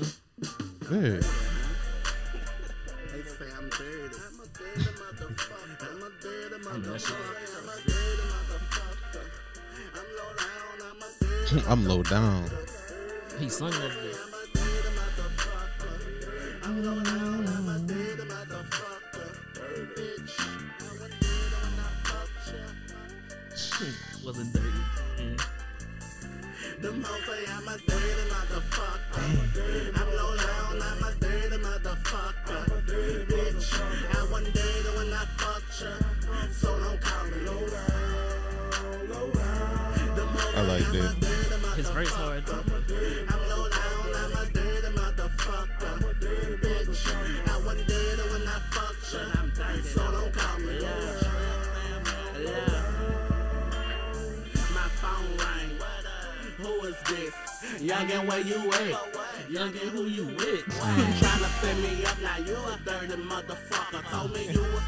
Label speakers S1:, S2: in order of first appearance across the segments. S1: Yeah.
S2: They say I'm dirty. I'm a dirty motherfucker. I'm a dirty motherfucker. I'm a dirty motherfucker. I'm low down. I'm a dirty
S1: I'm low down.
S3: He sung that bit. Wasn't dirty. Yeah.
S2: Them hoes say I'm a dirty motherfucker. I'm low down, I'm a dirty motherfucker. Bitch, I wasn't dirty when I fucked ya. So don't call me low down, low down. Them hoes
S1: I like
S2: say I'm a
S1: that.
S2: dirty
S3: His verse
S2: motherfucker.
S3: hard. too.
S2: I'm low down, I'm a dirty motherfucker. Bitch, I wasn't dirty when I fucked ya. So don't call me low down. Yeah. My phone rang. Who is this? Youngin, where you at?
S3: Youngin, who you with?
S2: Tryna set me up, now you a dirty motherfucker. Told me you was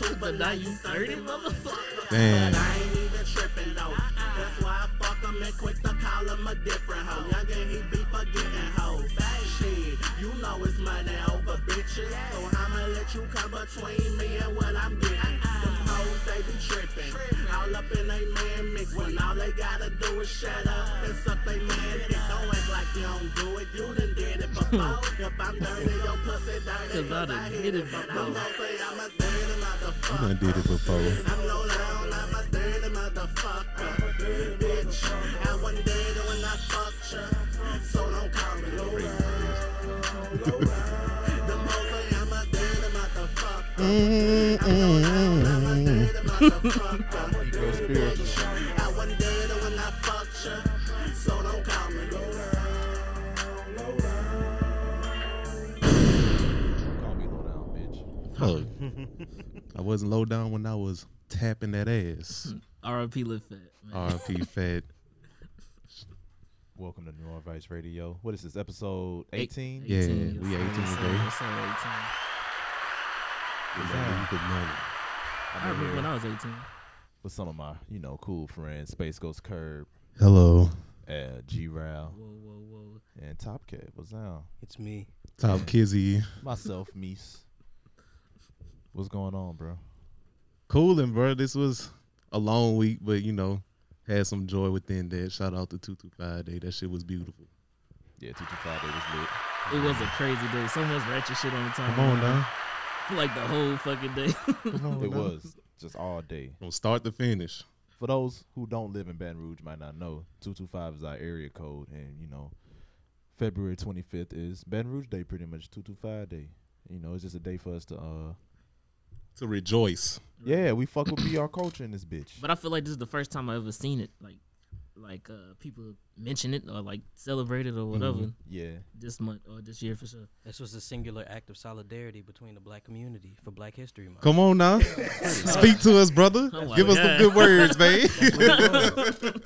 S2: 22, but now you 30, motherfucker.
S1: Damn.
S2: But I ain't even tripping though. That's why I fuck him and quick to call him a different hoe. Youngin, he be forgetting hoes. Shit, you know it's money over bitches. So I'ma let you come between me and what I'm getting. Them hoes, they be tripping. All up in they man mix when all they gotta do is shut up and suck they man dick. Don't act like you don't do it. You done did it before. if I'm dirty, your pussy dirty.
S3: 'Cause I done hit it
S2: I'm
S3: before.
S2: gonna say I'm a dirty motherfucker.
S1: I done did it before.
S2: I'm low down, I'm a dirty motherfucker. Bitch, I wasn't dirty when I fucked ya. So don't call me low down. The most I'm a dirty motherfucker.
S1: Mm-hmm.
S2: I'm low down, I'm a dirty motherfucker.
S1: Go spiritual.
S2: I wasn't dirty when I fucked ya. So don't call me low down.
S4: Call me low down, bitch.
S1: Look, I wasn't low down when I was tapping that ass.
S3: R.I.P. Lil Fat. man.
S1: RP Fat.
S4: Welcome to New Orleans Vice Radio. What is this episode? 18?
S1: Yeah,
S3: 18,
S1: we
S3: yes,
S1: 18
S3: yes,
S1: today.
S3: yes, sir,
S1: Yeah, you could know it.
S3: I
S4: I'm
S3: remember
S4: here
S3: when I was 18.
S4: with some of my, you know, cool friends, Space Ghost Curb,
S1: Hello,
S4: uh, G Row,
S3: Whoa, whoa, whoa.
S4: and Top Cat. What's down?
S5: It's me.
S1: Top Kizzy.
S4: Myself, Meese. What's going on, bro?
S1: Cooling, bro. This was a long week, but you know, had some joy within that. Shout out to Two Two Five Day. That shit was beautiful.
S4: Yeah, 225 day was lit.
S3: It was a crazy day. So much ratchet shit on the time.
S1: Come on now.
S3: For like the whole fucking day.
S1: Come on
S4: It
S1: now.
S4: was just all day.
S1: From start to finish.
S4: For those who don't live in Baton Rouge, might not know, 225 is our area code, and you know, February 25th is Baton Rouge Day, pretty much 225 Day. You know, it's just a day for us to, uh,
S1: To rejoice.
S4: yeah, we fuck with BR culture in this bitch.
S3: But I feel like this is the first time I ever seen it. Like, like uh, people mention it or like celebrate it or whatever
S1: Mm-hmm.
S4: Yeah,
S3: this month or this year for sure.
S5: This was a singular act of solidarity between the black community for Black History Month.
S1: Come on now. Speak to us, brother.
S3: Oh my
S1: Give us some
S3: God.
S1: good words, man. yeah, yeah.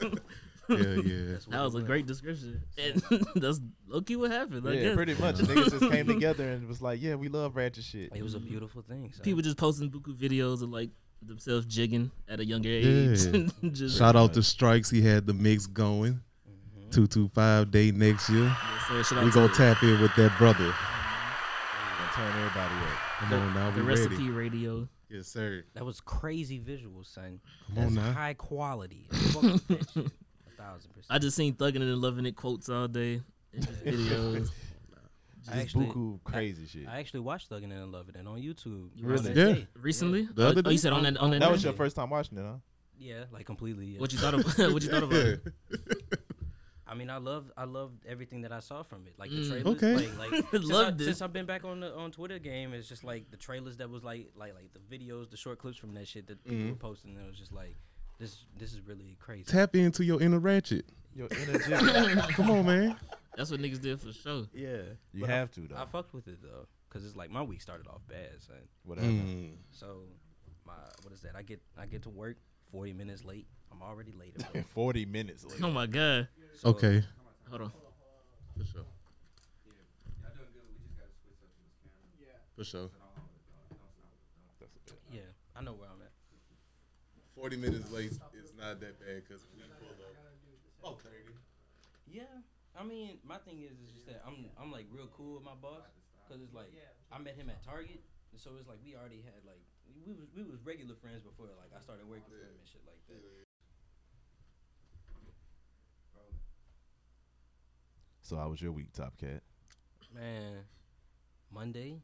S5: That's what
S3: That
S5: it
S3: was a great description. And that's low key what happened. I
S4: yeah,
S3: guess.
S4: pretty much. Niggas just came together and was like, yeah, we love ratchet shit.
S5: It was a beautiful thing. son.
S3: People just posting buku videos of like themselves jigging at a younger age.
S1: Yeah.
S3: just
S1: Shout out to Strikes. He had the mix going.
S3: Mm-hmm.
S1: Two two five day next year.
S3: Yes, sir. Shout out
S1: We
S3: to
S1: gonna tap in with that brother.
S4: And turn everybody up.
S1: Come on now, we
S3: the
S1: ready.
S3: recipe radio.
S1: Yes, sir.
S5: That was crazy visuals, son.
S1: Come on
S5: That's
S1: now.
S5: high quality. I fuck with that shit. A thousand percent.
S3: I just seen thugging it and loving it quotes all day. and just videos.
S5: I
S4: Just
S5: actually,
S4: buku crazy shit.
S5: I actually watched Thuggin' and Love It and on YouTube.
S3: You
S5: on
S3: really
S5: that
S1: did?
S5: day.
S3: Recently?
S1: The other
S3: oh,
S1: day?
S3: you said on that on that,
S4: that
S3: night?
S4: was your first time watching it, huh?
S5: Yeah, like completely. Yeah.
S3: What you thought about what you thought about it?
S5: I mean, I love, I love everything that I saw from it. Like
S4: Mm,
S5: the trailers.
S1: Okay.
S5: Like, like since,
S3: Loved
S5: I,
S3: it.
S5: since I've been back on the on Twitter game, it's just like the trailers that was like, like, like the videos, the short clips from that shit that
S4: Mm-hmm.
S5: people were posting. And it was just like, this, this is really crazy.
S1: Tap into your inner ratchet.
S4: Your energy.
S1: Come on, man.
S3: That's what niggas did for sure.
S5: Yeah.
S4: you
S5: But I-
S4: have to, though.
S5: I fucked with it though, cause it's like my week started off bad, son.
S4: Whatever.
S1: Mm.
S5: So, my what is that? I get I get to work forty minutes late. I'm already late. at work.
S4: 40 minutes later.
S3: Oh my god.
S5: So,
S1: Okay.
S3: Hold on.
S1: For sure. For sure.
S5: Yeah, I know where I'm at.
S1: 40 minutes late is not that bad because we pull up. Oh, 30.
S5: Yeah, I mean, my thing is, is just that I'm I'm like real cool with my boss because it's like I met him at Target, and so it's like we already had like we was we was regular friends before like I started working for him and shit like that.
S4: So how was your week, Top Cat?
S5: Man, Monday,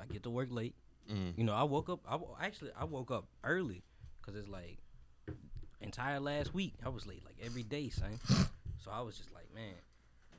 S5: I get to work late.
S1: Mm.
S5: You know, I woke up. I wo- actually I woke up early because it's like entire last week I was late like every day, son. So I was just like, man.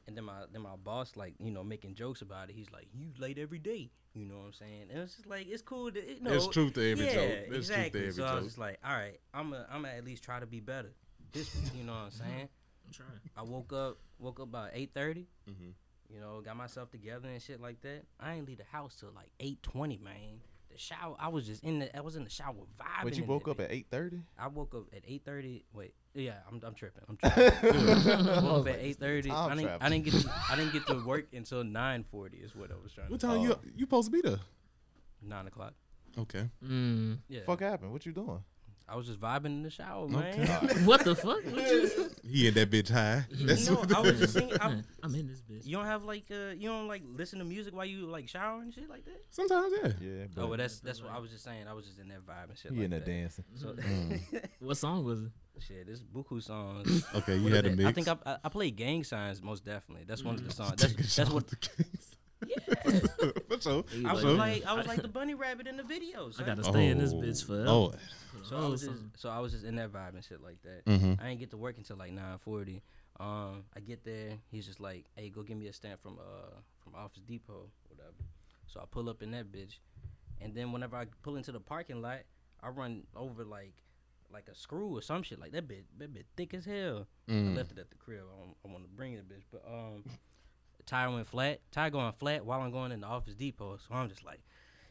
S5: And then my then my boss like you know making jokes about it. He's like, you late every day. You know what I'm saying? And it's just like it's cool. To, it, no,
S1: There's truth to every
S5: yeah,
S1: joke. There's truth to
S5: exactly.
S1: every
S5: so I
S1: joke.
S5: was just like, all right, I'm a, I'm gonna at least try to be better. This week, you know what I'm saying?
S3: I'm trying.
S5: I woke up woke up about eight thirty.
S1: Mhm.
S5: You know, got myself together and shit like that. I ain't leave the house till like eight twenty, man. The shower, I was just in the I was in the shower vibing.
S4: But you
S5: in
S4: woke
S5: that
S4: up at eight thirty.
S5: bitch. I woke up at eight thirty. Wait, yeah, I'm I'm tripping. I'm tripping. woke up at eight thirty.
S4: time
S5: I didn't
S4: travel.
S5: I didn't get to, I didn't get to work until nine forty is what I was trying.
S1: What
S5: to
S1: time you you supposed to be there?
S5: Nine o'clock.
S1: Okay.
S3: Mm.
S5: Yeah,
S4: Fuck happened? What you doing?
S5: I was just vibing in the shower, man.
S3: Hmm. What the fuck? What you
S1: He in that bitch high. That's
S5: No,
S1: what
S5: I was just singing. I,
S3: Man, I'm in this bitch.
S5: you don't have like uh, you don't like listen to music while you like shower and shit like that.
S1: sometimes yeah.
S4: Yeah,
S5: Oh,
S4: bro.
S5: well, that's that's what I was just saying. I was just in that vibe and shit.
S4: he
S5: like
S4: in there
S5: that.
S4: dancing.
S5: So
S3: What song was it?
S5: shit, this Buku songs.
S1: Okay, you
S5: what are
S1: had a
S5: they?
S1: mix.
S5: I think I, I I played Gang Signs most definitely. That's one of
S1: Mm-hmm.
S5: the songs. That's that's what.
S1: Yeah. For sure.
S5: I was
S1: Sure.
S5: like I was like the bunny rabbit in the videos.
S3: I gotta stay in this bitch forever.
S1: Oh,
S5: So I was
S3: Oh,
S5: just
S3: son.
S5: so I was just in that vibe and shit like that.
S1: Mm-hmm.
S5: I didn't get to work until like nine forty. Um, I get there, he's just like, "Hey, go get me a stamp from uh from Office Depot, whatever." So I pull up in that bitch, and then whenever I pull into the parking lot, I run over like like a screw or some shit like that bit that bit thick as hell. I
S1: Mm.
S5: left it at the crib. I, don't- I want to bring it, bitch, but um, tire went flat. Tire going flat while I'm going in the Office Depot, so I'm just like.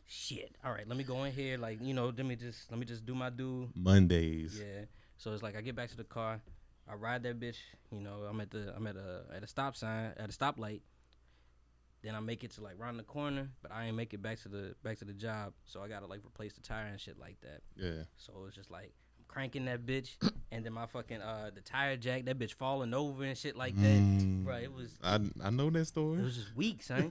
S5: Shit. All right, let me go in here. Like, you know, let me just let me just do my do.
S1: Mondays.
S5: Yeah. So it's like I get back to the car, I ride that bitch. You know, I'm at the I'm at a at a stop sign at a stoplight. Then I make it to like round the corner, but I ain't make it back to the back to the job. So I gotta like replace the tire and shit like that.
S1: Yeah.
S5: So it's just like I'm cranking that bitch, and then my fucking uh the tire jack that bitch falling over and shit like that.
S1: Mm.
S5: Bruh, it was
S1: I I know that
S5: it
S1: story.
S5: was just weak, son.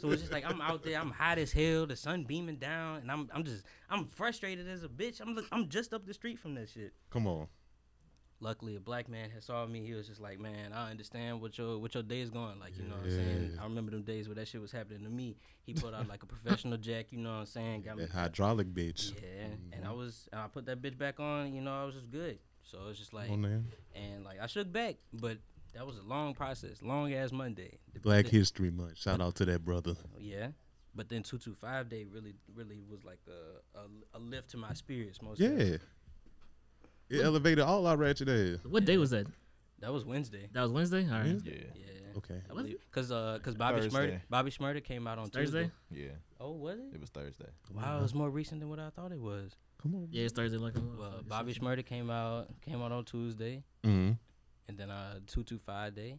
S5: so it's just like I'm out there, I'm hot as hell, the sun beaming down, and I'm I'm just I'm frustrated as a bitch. I'm look, I'm just up the street from that shit.
S1: Come on.
S5: Luckily, a black man had saw me. He was just like, "Man, I understand what your what your day is going like. You know what I'm saying? I remember them days where that shit was happening to me. He put out like a professional jack. You know what I'm saying? Got me,
S1: That hydraulic bitch.
S5: yeah.
S1: Mm-hmm.
S5: And I was, and I put that bitch back on. You know, I was just good. So it's just like,
S1: Come on, man.
S5: and like I shook back, but that was a long process, long as Monday. The-
S1: Black
S5: the-
S1: History Month. Shout out to that brother.
S5: Yeah. But then two two five day really really was like a a, a lift to my spirits most.
S1: Yeah.
S5: definitely.
S1: It elevated all our ratchet ass.
S3: What day was that?
S5: That was Wednesday.
S3: That was Wednesday. All right.
S4: Yeah,
S5: Yeah.
S1: Okay.
S5: I believe because uh because Bobby Schmurda
S4: Thursday.
S5: Bobby Schmurda came out on
S3: Thursday.
S5: Tuesday.
S4: yeah.
S5: Oh, was it?
S4: It was Thursday.
S5: Wow, it was more recent than what I thought it was.
S1: Come on.
S3: Yeah, Oh, it's Thursday. Like
S5: Well, Bobby Schmurda came out came out on Tuesday,
S1: Mm-hmm.
S5: and then uh two two five day.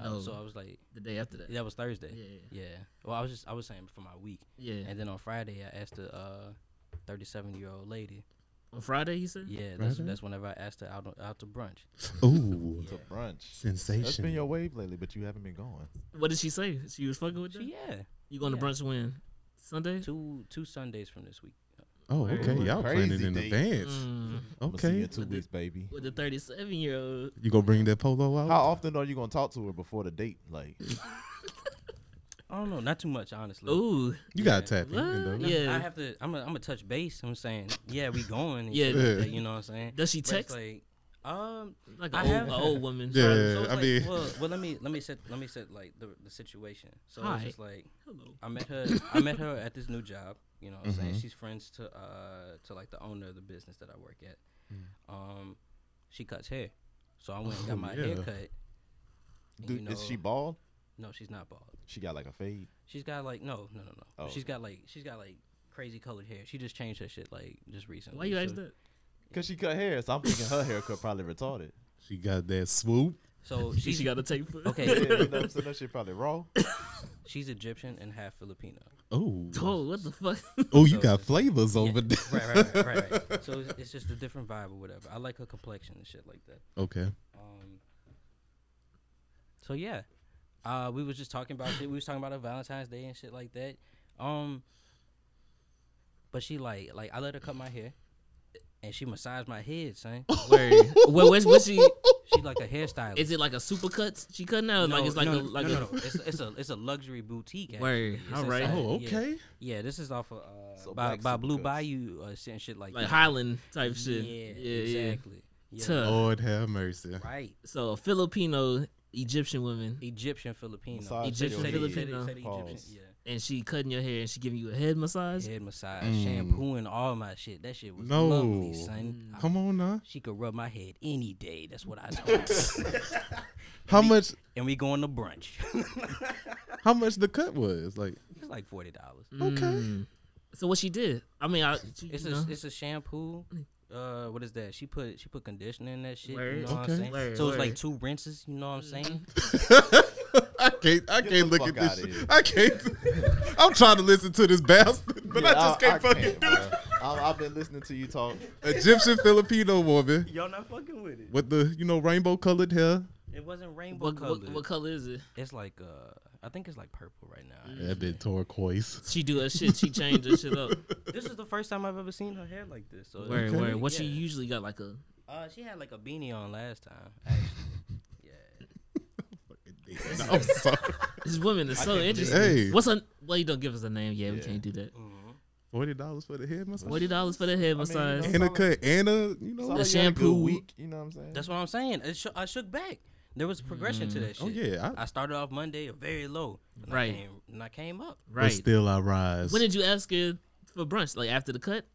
S5: Uh,
S3: No,
S5: so I was like,
S3: the day after that.
S5: that was Thursday.
S3: Oh. Yeah, yeah,
S5: yeah. Well, I was just I was saying for my week,
S3: yeah.
S5: and then on Friday I asked the uh thirty seven year old lady.
S3: On Friday, you said.
S5: Yeah, that's
S1: Friday?
S5: that's whenever I asked her out on- out to brunch.
S1: Ooh.
S5: Yeah.
S4: To brunch. That's
S1: Sensation.
S4: been your wave lately, but you haven't been going.
S3: What did she say? She was fucking with
S5: She-
S3: you.
S5: yeah,
S3: You going
S5: yeah.
S3: to brunch when? Sunday.
S5: two two Sundays from this week.
S1: oh, okay.
S4: Word.
S1: Y'all planning
S4: Crazy
S1: in
S4: date.
S1: advance.
S3: Mm,
S4: I'ma see you
S1: Okay.
S4: in two
S3: With the-
S4: weeks, baby.
S3: with the 37 year old.
S1: You gonna bring that polo out?
S4: How often are you gonna talk to her before the date? Like,
S5: I don't know, not too much honestly.
S3: Ooh.
S1: You gotta tap in.
S3: What?
S1: though.
S5: I
S3: Oh, Yeah.
S5: have to. I'm gonna I'm touch base. I'm saying, yeah, we going. and
S3: Yeah.
S5: shit like that, you know what I'm saying.
S3: Does she
S5: But it's
S3: text?
S5: like, um,
S3: Like
S5: I
S3: an old,
S5: have-
S3: a old woman.
S1: Yeah.
S5: so it's
S1: I
S5: like,
S1: mean-
S5: well, well, let me let me set let me set like the the situation. So
S3: Hi.
S5: it's just like
S3: Hello.
S5: I met her. I met her at this new job. You know, what I'm
S4: Mm-hmm.
S5: saying she's friends to uh to like the owner of the business that I work at.
S4: Mm.
S5: Um, she cuts hair, so I went and got my hair
S1: yeah.
S5: cut. and,
S4: Oh, dude,
S5: you
S4: is
S5: know-
S4: she bald?
S5: No, she's not bald.
S4: She got like a fade.
S5: She's got like no, no, no, no.
S4: Oh,
S5: She's got like she's got like crazy colored hair. She just changed her shit like just recently.
S3: Why you
S5: so,
S3: ask that?
S4: Cause she cut hair, so I'm thinking her haircut probably retarded.
S1: She got that swoop.
S5: So
S3: She,
S5: she's
S3: she got to take foot.
S4: Yeah,
S5: okay.
S4: you know what I'm saying? That shit probably raw.
S5: she's Egyptian and half Filipino.
S1: Oh.
S3: Oh, what the fuck?
S1: Oh, you
S5: So-
S1: got flavors over there.
S5: Right, right, right, right. right. so it's, it's just a different vibe or whatever. I like her complexion and shit like that.
S1: Okay.
S5: Um, so So yeah, uh, we was just talking about shit. We was talking about a Valentine's Day and shit like that. Um, but she like like I let her cut my hair, and she massaged my head, son.
S3: Word. well, what's what she?
S5: She like a hairstylist.
S3: Is it like a supercuts she cutting out? like it's like
S5: no,
S3: a like
S5: no,
S3: a
S5: no, no. It's, it's a it's a luxury boutique.
S3: Word.
S5: actually. It's
S3: All right.
S5: inside.
S1: Oh,
S5: Yeah.
S1: okay.
S5: Yeah, this is off of uh,
S4: So
S5: by,
S4: black
S5: by
S4: supercuts.
S5: Blue Bayou uh, shit and shit like,
S3: like
S5: that.
S3: Highland type shit.
S5: Yeah,
S3: yeah,
S5: exactly. Yeah.
S3: Tough.
S1: Lord have mercy.
S5: Right.
S3: So a Filipino Egyptian woman,
S5: Egyptian Filipino.
S4: Massage
S3: Egyptian
S5: Say the-
S3: Filipino.
S5: say the- say the Egyptian.
S4: Pause.
S5: Yeah.
S3: and she cutting your hair and she giving you a head massage.
S5: Head massage,
S1: Mm.
S5: shampooing, all my shit. That shit was
S1: No.
S5: lovely, son. I-
S1: Come on now.
S5: she could rub my head any day. That's what I told her.
S1: How much?
S5: and we going to brunch.
S1: How much the cut was? Like,
S5: it's like forty dollars.
S1: okay.
S3: Mm. So what she did? I mean, I, she,
S5: It's
S3: you
S5: a
S3: know,
S5: it's a shampoo. Uh, what is that? She put she put conditioner in that shit.
S3: Word.
S5: You know what
S1: Okay.
S5: I'm saying?
S3: Word,
S5: so it's like
S3: word.
S5: two rinses. You know what I'm saying?
S1: I can't. I can't
S4: the
S1: look at this.
S4: fuck outta
S1: Shit.
S4: here.
S1: I can't. I'm trying to listen to this bastard, but I just can't fucking do it.
S4: I, I've been listening to you talk.
S1: Egyptian Filipino woman
S5: Y'all not fucking with it.
S1: with the you know rainbow colored hair.
S5: It wasn't rainbow
S3: what,
S5: color.
S3: what, what color is it?
S5: It's like uh, I think it's like purple right now.
S1: That bit turquoise.
S3: She do her shit. She change her shit up.
S5: this is the first time I've ever seen her hair like this. So
S3: Where
S1: Okay.
S3: where what she
S5: Yeah.
S3: usually got like a
S5: Uh, she had like a beanie on last time. Actually. yeah.
S1: No, I'm sorry.
S3: this woman is so interesting.
S1: Hey.
S3: What's her? Well, you don't give us a name. Yeah, we
S4: Yeah.
S3: can't do that.
S1: Forty dollars for the hair massage.
S3: Forty dollars for the head
S4: mean, you
S3: massage.
S4: know-
S1: and a cut and a you know.
S4: Sound like you had a good
S3: shampoo-
S4: week. You know what I'm saying?
S5: That's what I'm saying. It sho- I shook back. There was progression to that shit.
S1: Oh yeah. I,
S5: I started off Monday very low. And
S3: Mm. Right.
S5: I came, and I came up.
S1: But
S3: right.
S1: still, I rise.
S3: When did you ask her for brunch? Like after the cut?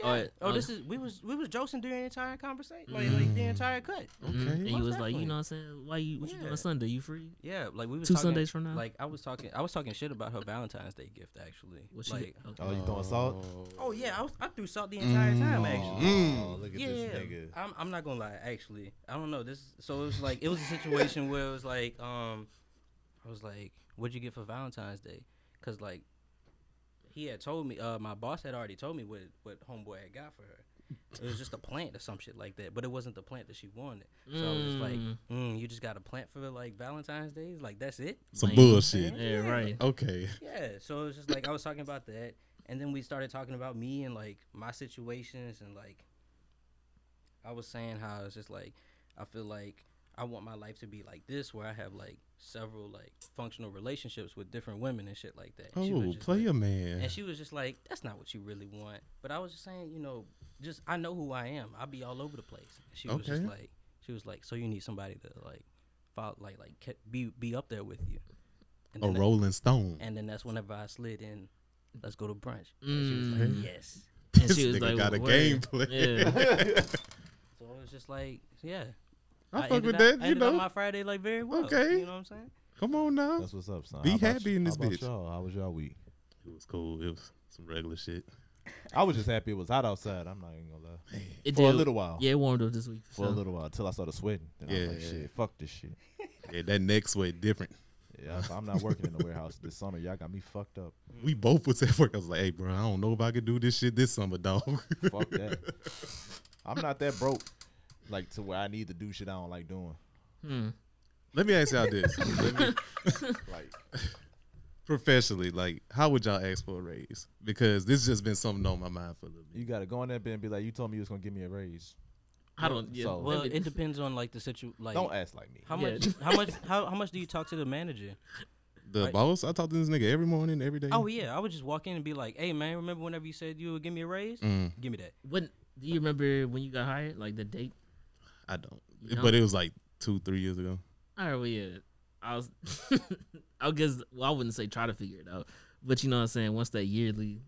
S5: Yeah.
S3: Alright,
S5: oh,
S3: uh,
S5: this is we was we was joking during the entire conversation, like, like
S3: Mm.
S5: the entire cut.
S1: okay.
S3: Mm-hmm. And you
S5: Most
S3: was like, you
S5: definitely.
S3: know what I'm saying? Why you what you
S5: Yeah.
S3: doing Sunday? You free?
S5: Yeah, like we was
S3: Two
S5: talking,
S3: Sundays from now?
S5: Like I was talking, I was talking shit about her Valentine's Day gift actually.
S3: What she Mm.
S5: like,
S3: okay.
S4: Oh, you throwing salt?
S5: oh yeah, I, was, I threw salt the entire time actually.
S4: Oh, look at
S5: Yeah,
S4: this nigga.
S5: I'm, I'm not gonna lie. Actually, I don't know. This so it was like it was a situation where it was like um, I was like, what'd you get for Valentine's Day? Cause like he had told me, uh, my boss had already told me what what homeboy had got for her. It was just a plant or some shit like that, but it wasn't the plant that she wanted. So I was just like,
S3: Mm.
S5: mm, you just got a plant for like Valentine's Day? Like that's it?
S1: Some
S3: Lame.
S1: bullshit.
S3: Yeah, right.
S1: Okay.
S5: Yeah. So it was just like I was talking about that, and then we started talking about me and like my situations, and like I was saying how it's just like I feel like I want my life to be like this, where I have like several like functional relationships with different women and shit like that. And she was
S1: Oh,
S5: just
S1: play
S5: like-
S1: a man.
S5: and she was just like, "That's not what you really want." But I was just saying, you know, just I know who I am. I be all over the place. And she was just
S1: Okay.
S5: like, she was like, "So you need somebody to like, follow, like, like ke- be be up there with you." And
S1: A
S5: then that-
S1: Rolling Stone.
S5: and then that's whenever I slid in. Let's go to brunch. And she was like,
S3: Mm.
S5: yes.
S3: And
S1: This
S3: she was
S1: nigga
S3: like,
S1: got a
S3: "Word."
S1: game plan.
S3: Yeah.
S5: So it was just like, yeah.
S1: I fuck
S5: ended
S1: with
S5: up-
S1: that,
S5: I
S1: you
S5: ended up
S1: know.
S5: my Friday like very well.
S1: Okay.
S5: You know what I'm saying?
S1: Come on now.
S4: That's what's up, son.
S1: Be
S4: How about
S1: happy
S4: you-
S1: in
S4: how
S1: this
S4: about
S1: bitch.
S4: Y'all? How was y'all week?
S1: It was cool. It was some regular shit.
S4: I was just happy it was hot outside. I'm not even gonna lie.
S3: It
S4: For a
S3: did-
S4: little while.
S3: Yeah, it warmed up this week.
S4: For a little while until I started sweating. Then I
S1: Yeah,
S4: was like,
S1: yeah.
S4: shit, fuck this shit.
S1: Yeah, that next way different.
S4: Yeah, I- I'm not working in the warehouse this summer. Y'all got me fucked up.
S1: We both was at work. I was like, hey, bro, I don't know if I could do this shit this summer, dog.
S4: Fuck that. I'm not that broke, like to where I need to do shit I don't like doing.
S1: Let me ask y'all this. Let me-
S4: Like,
S1: professionally, like, how would y'all ask for a raise? Because this has just been something on my mind for a little bit.
S4: you gotta go on that bit and be like, you told me you was gonna give me a raise.
S3: I don't. Yeah.
S4: So-
S5: Well,
S3: let me-
S5: it depends on like the situation. Like,
S4: Don't ask like me.
S5: how
S3: Yeah.
S5: much? how much? How, how much do you talk to the manager?
S1: The
S5: Right.
S1: boss, I talk to this nigga every morning, every day.
S5: Oh yeah, I would just walk in and be like, "Hey man, remember whenever you said you would give me a raise?
S1: Mm,
S5: Give me that."
S3: when do you remember when you got hired? Like the date?
S1: I don't.
S3: You
S1: But it was like two, three years ago.
S3: All right, well, yeah. I was, I guess, well, I wouldn't say try to figure it out, but you know what I'm saying. Once that yearly,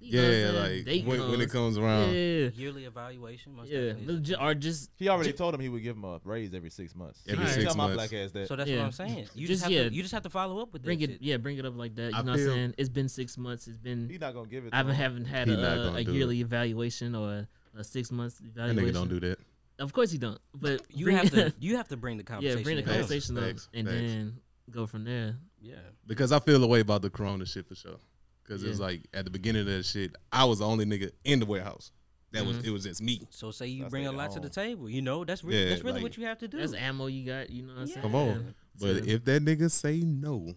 S3: you know what I'm
S1: yeah,
S3: saying,
S1: like,
S3: date
S1: when, when it comes around.
S3: yeah,
S5: Yearly evaluation. Most
S3: yeah,
S5: definitely.
S3: Legit- or just
S4: He already told him he would give him a raise every six months. So
S1: Every
S4: you
S1: six
S4: tell my
S1: months.
S4: black ass that.
S5: So that's
S3: Yeah.
S5: what I'm saying. You
S3: Just,
S5: just, have
S3: yeah.
S5: to. You just have to follow up with
S3: bring
S5: that
S3: it,
S5: shit.
S3: yeah, bring it up like that. You
S1: I
S3: know what I'm
S1: feel-
S3: saying? It's been six months. It's
S4: He's
S3: been
S4: not gonna give it. To
S3: I haven't
S4: him.
S3: haven't had
S1: He not
S3: a,
S1: gonna
S3: a
S1: do it.
S3: yearly evaluation or a, a six months
S1: That
S3: evaluation.
S1: nigga don't do that.
S3: Of course he don't. But
S5: You
S3: bring-
S5: have to. You have to bring the conversation.
S3: yeah, bring the
S5: up.
S1: Facts,
S3: conversation up
S1: facts,
S3: and
S1: facts.
S3: then go from there.
S5: Yeah.
S1: Because I feel the way about the corona shit for sure. Because it was
S3: Yeah.
S1: like at the beginning of that shit, I was the only nigga in the warehouse. That was it was just me.
S5: So say you
S4: That's
S5: bring a
S4: like
S5: lot to
S4: all.
S5: the table. You know, that's really
S1: Yeah,
S5: that's really
S1: like-
S5: what you have to do.
S3: That's ammo you got. You know what I'm saying?
S1: Come on. But if that nigga say no,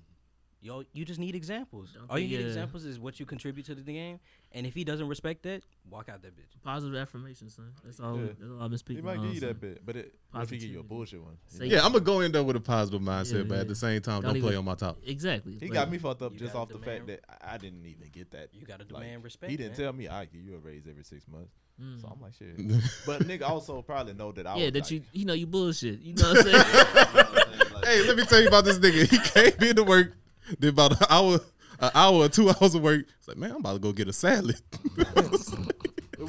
S5: Yo, you just need examples.
S3: Don't
S5: All you
S3: think,
S5: need
S3: uh,
S5: examples is what you contribute to the game, and if he doesn't respect that, walk out that bitch.
S3: Positive affirmation, son. That's all.
S4: Yeah.
S3: That's all I've been
S4: He
S3: speaking.
S4: might
S3: on,
S4: give you
S3: son.
S4: that bit, but it, if he give you a
S3: Positivity.
S4: bullshit one,
S3: Say
S1: yeah, I'm gonna go end up with a positive mindset,
S3: Yeah,
S1: but at
S3: yeah.
S1: the same time,
S3: Don't
S1: don't, play
S3: even-
S1: on my top.
S3: Exactly.
S4: he
S3: but
S4: got me fucked up
S5: you
S4: just
S5: gotta
S4: off the fact
S5: demand-
S4: that I I didn't even get that.
S5: You gotta
S4: like,
S5: demand respect.
S4: He didn't
S5: man.
S4: tell me I give you a raise every six months,
S3: mm.
S4: so I'm like shit. But nigga also probably know that I
S3: yeah,
S4: was
S3: that
S4: like-
S3: you you know you bullshit. You know what I'm saying?
S4: Like,
S1: hey, let me tell you about this nigga. He came into work, did about an hour, an hour or two hours of work. It's like, man, I'm about to go get a salad.
S4: it was-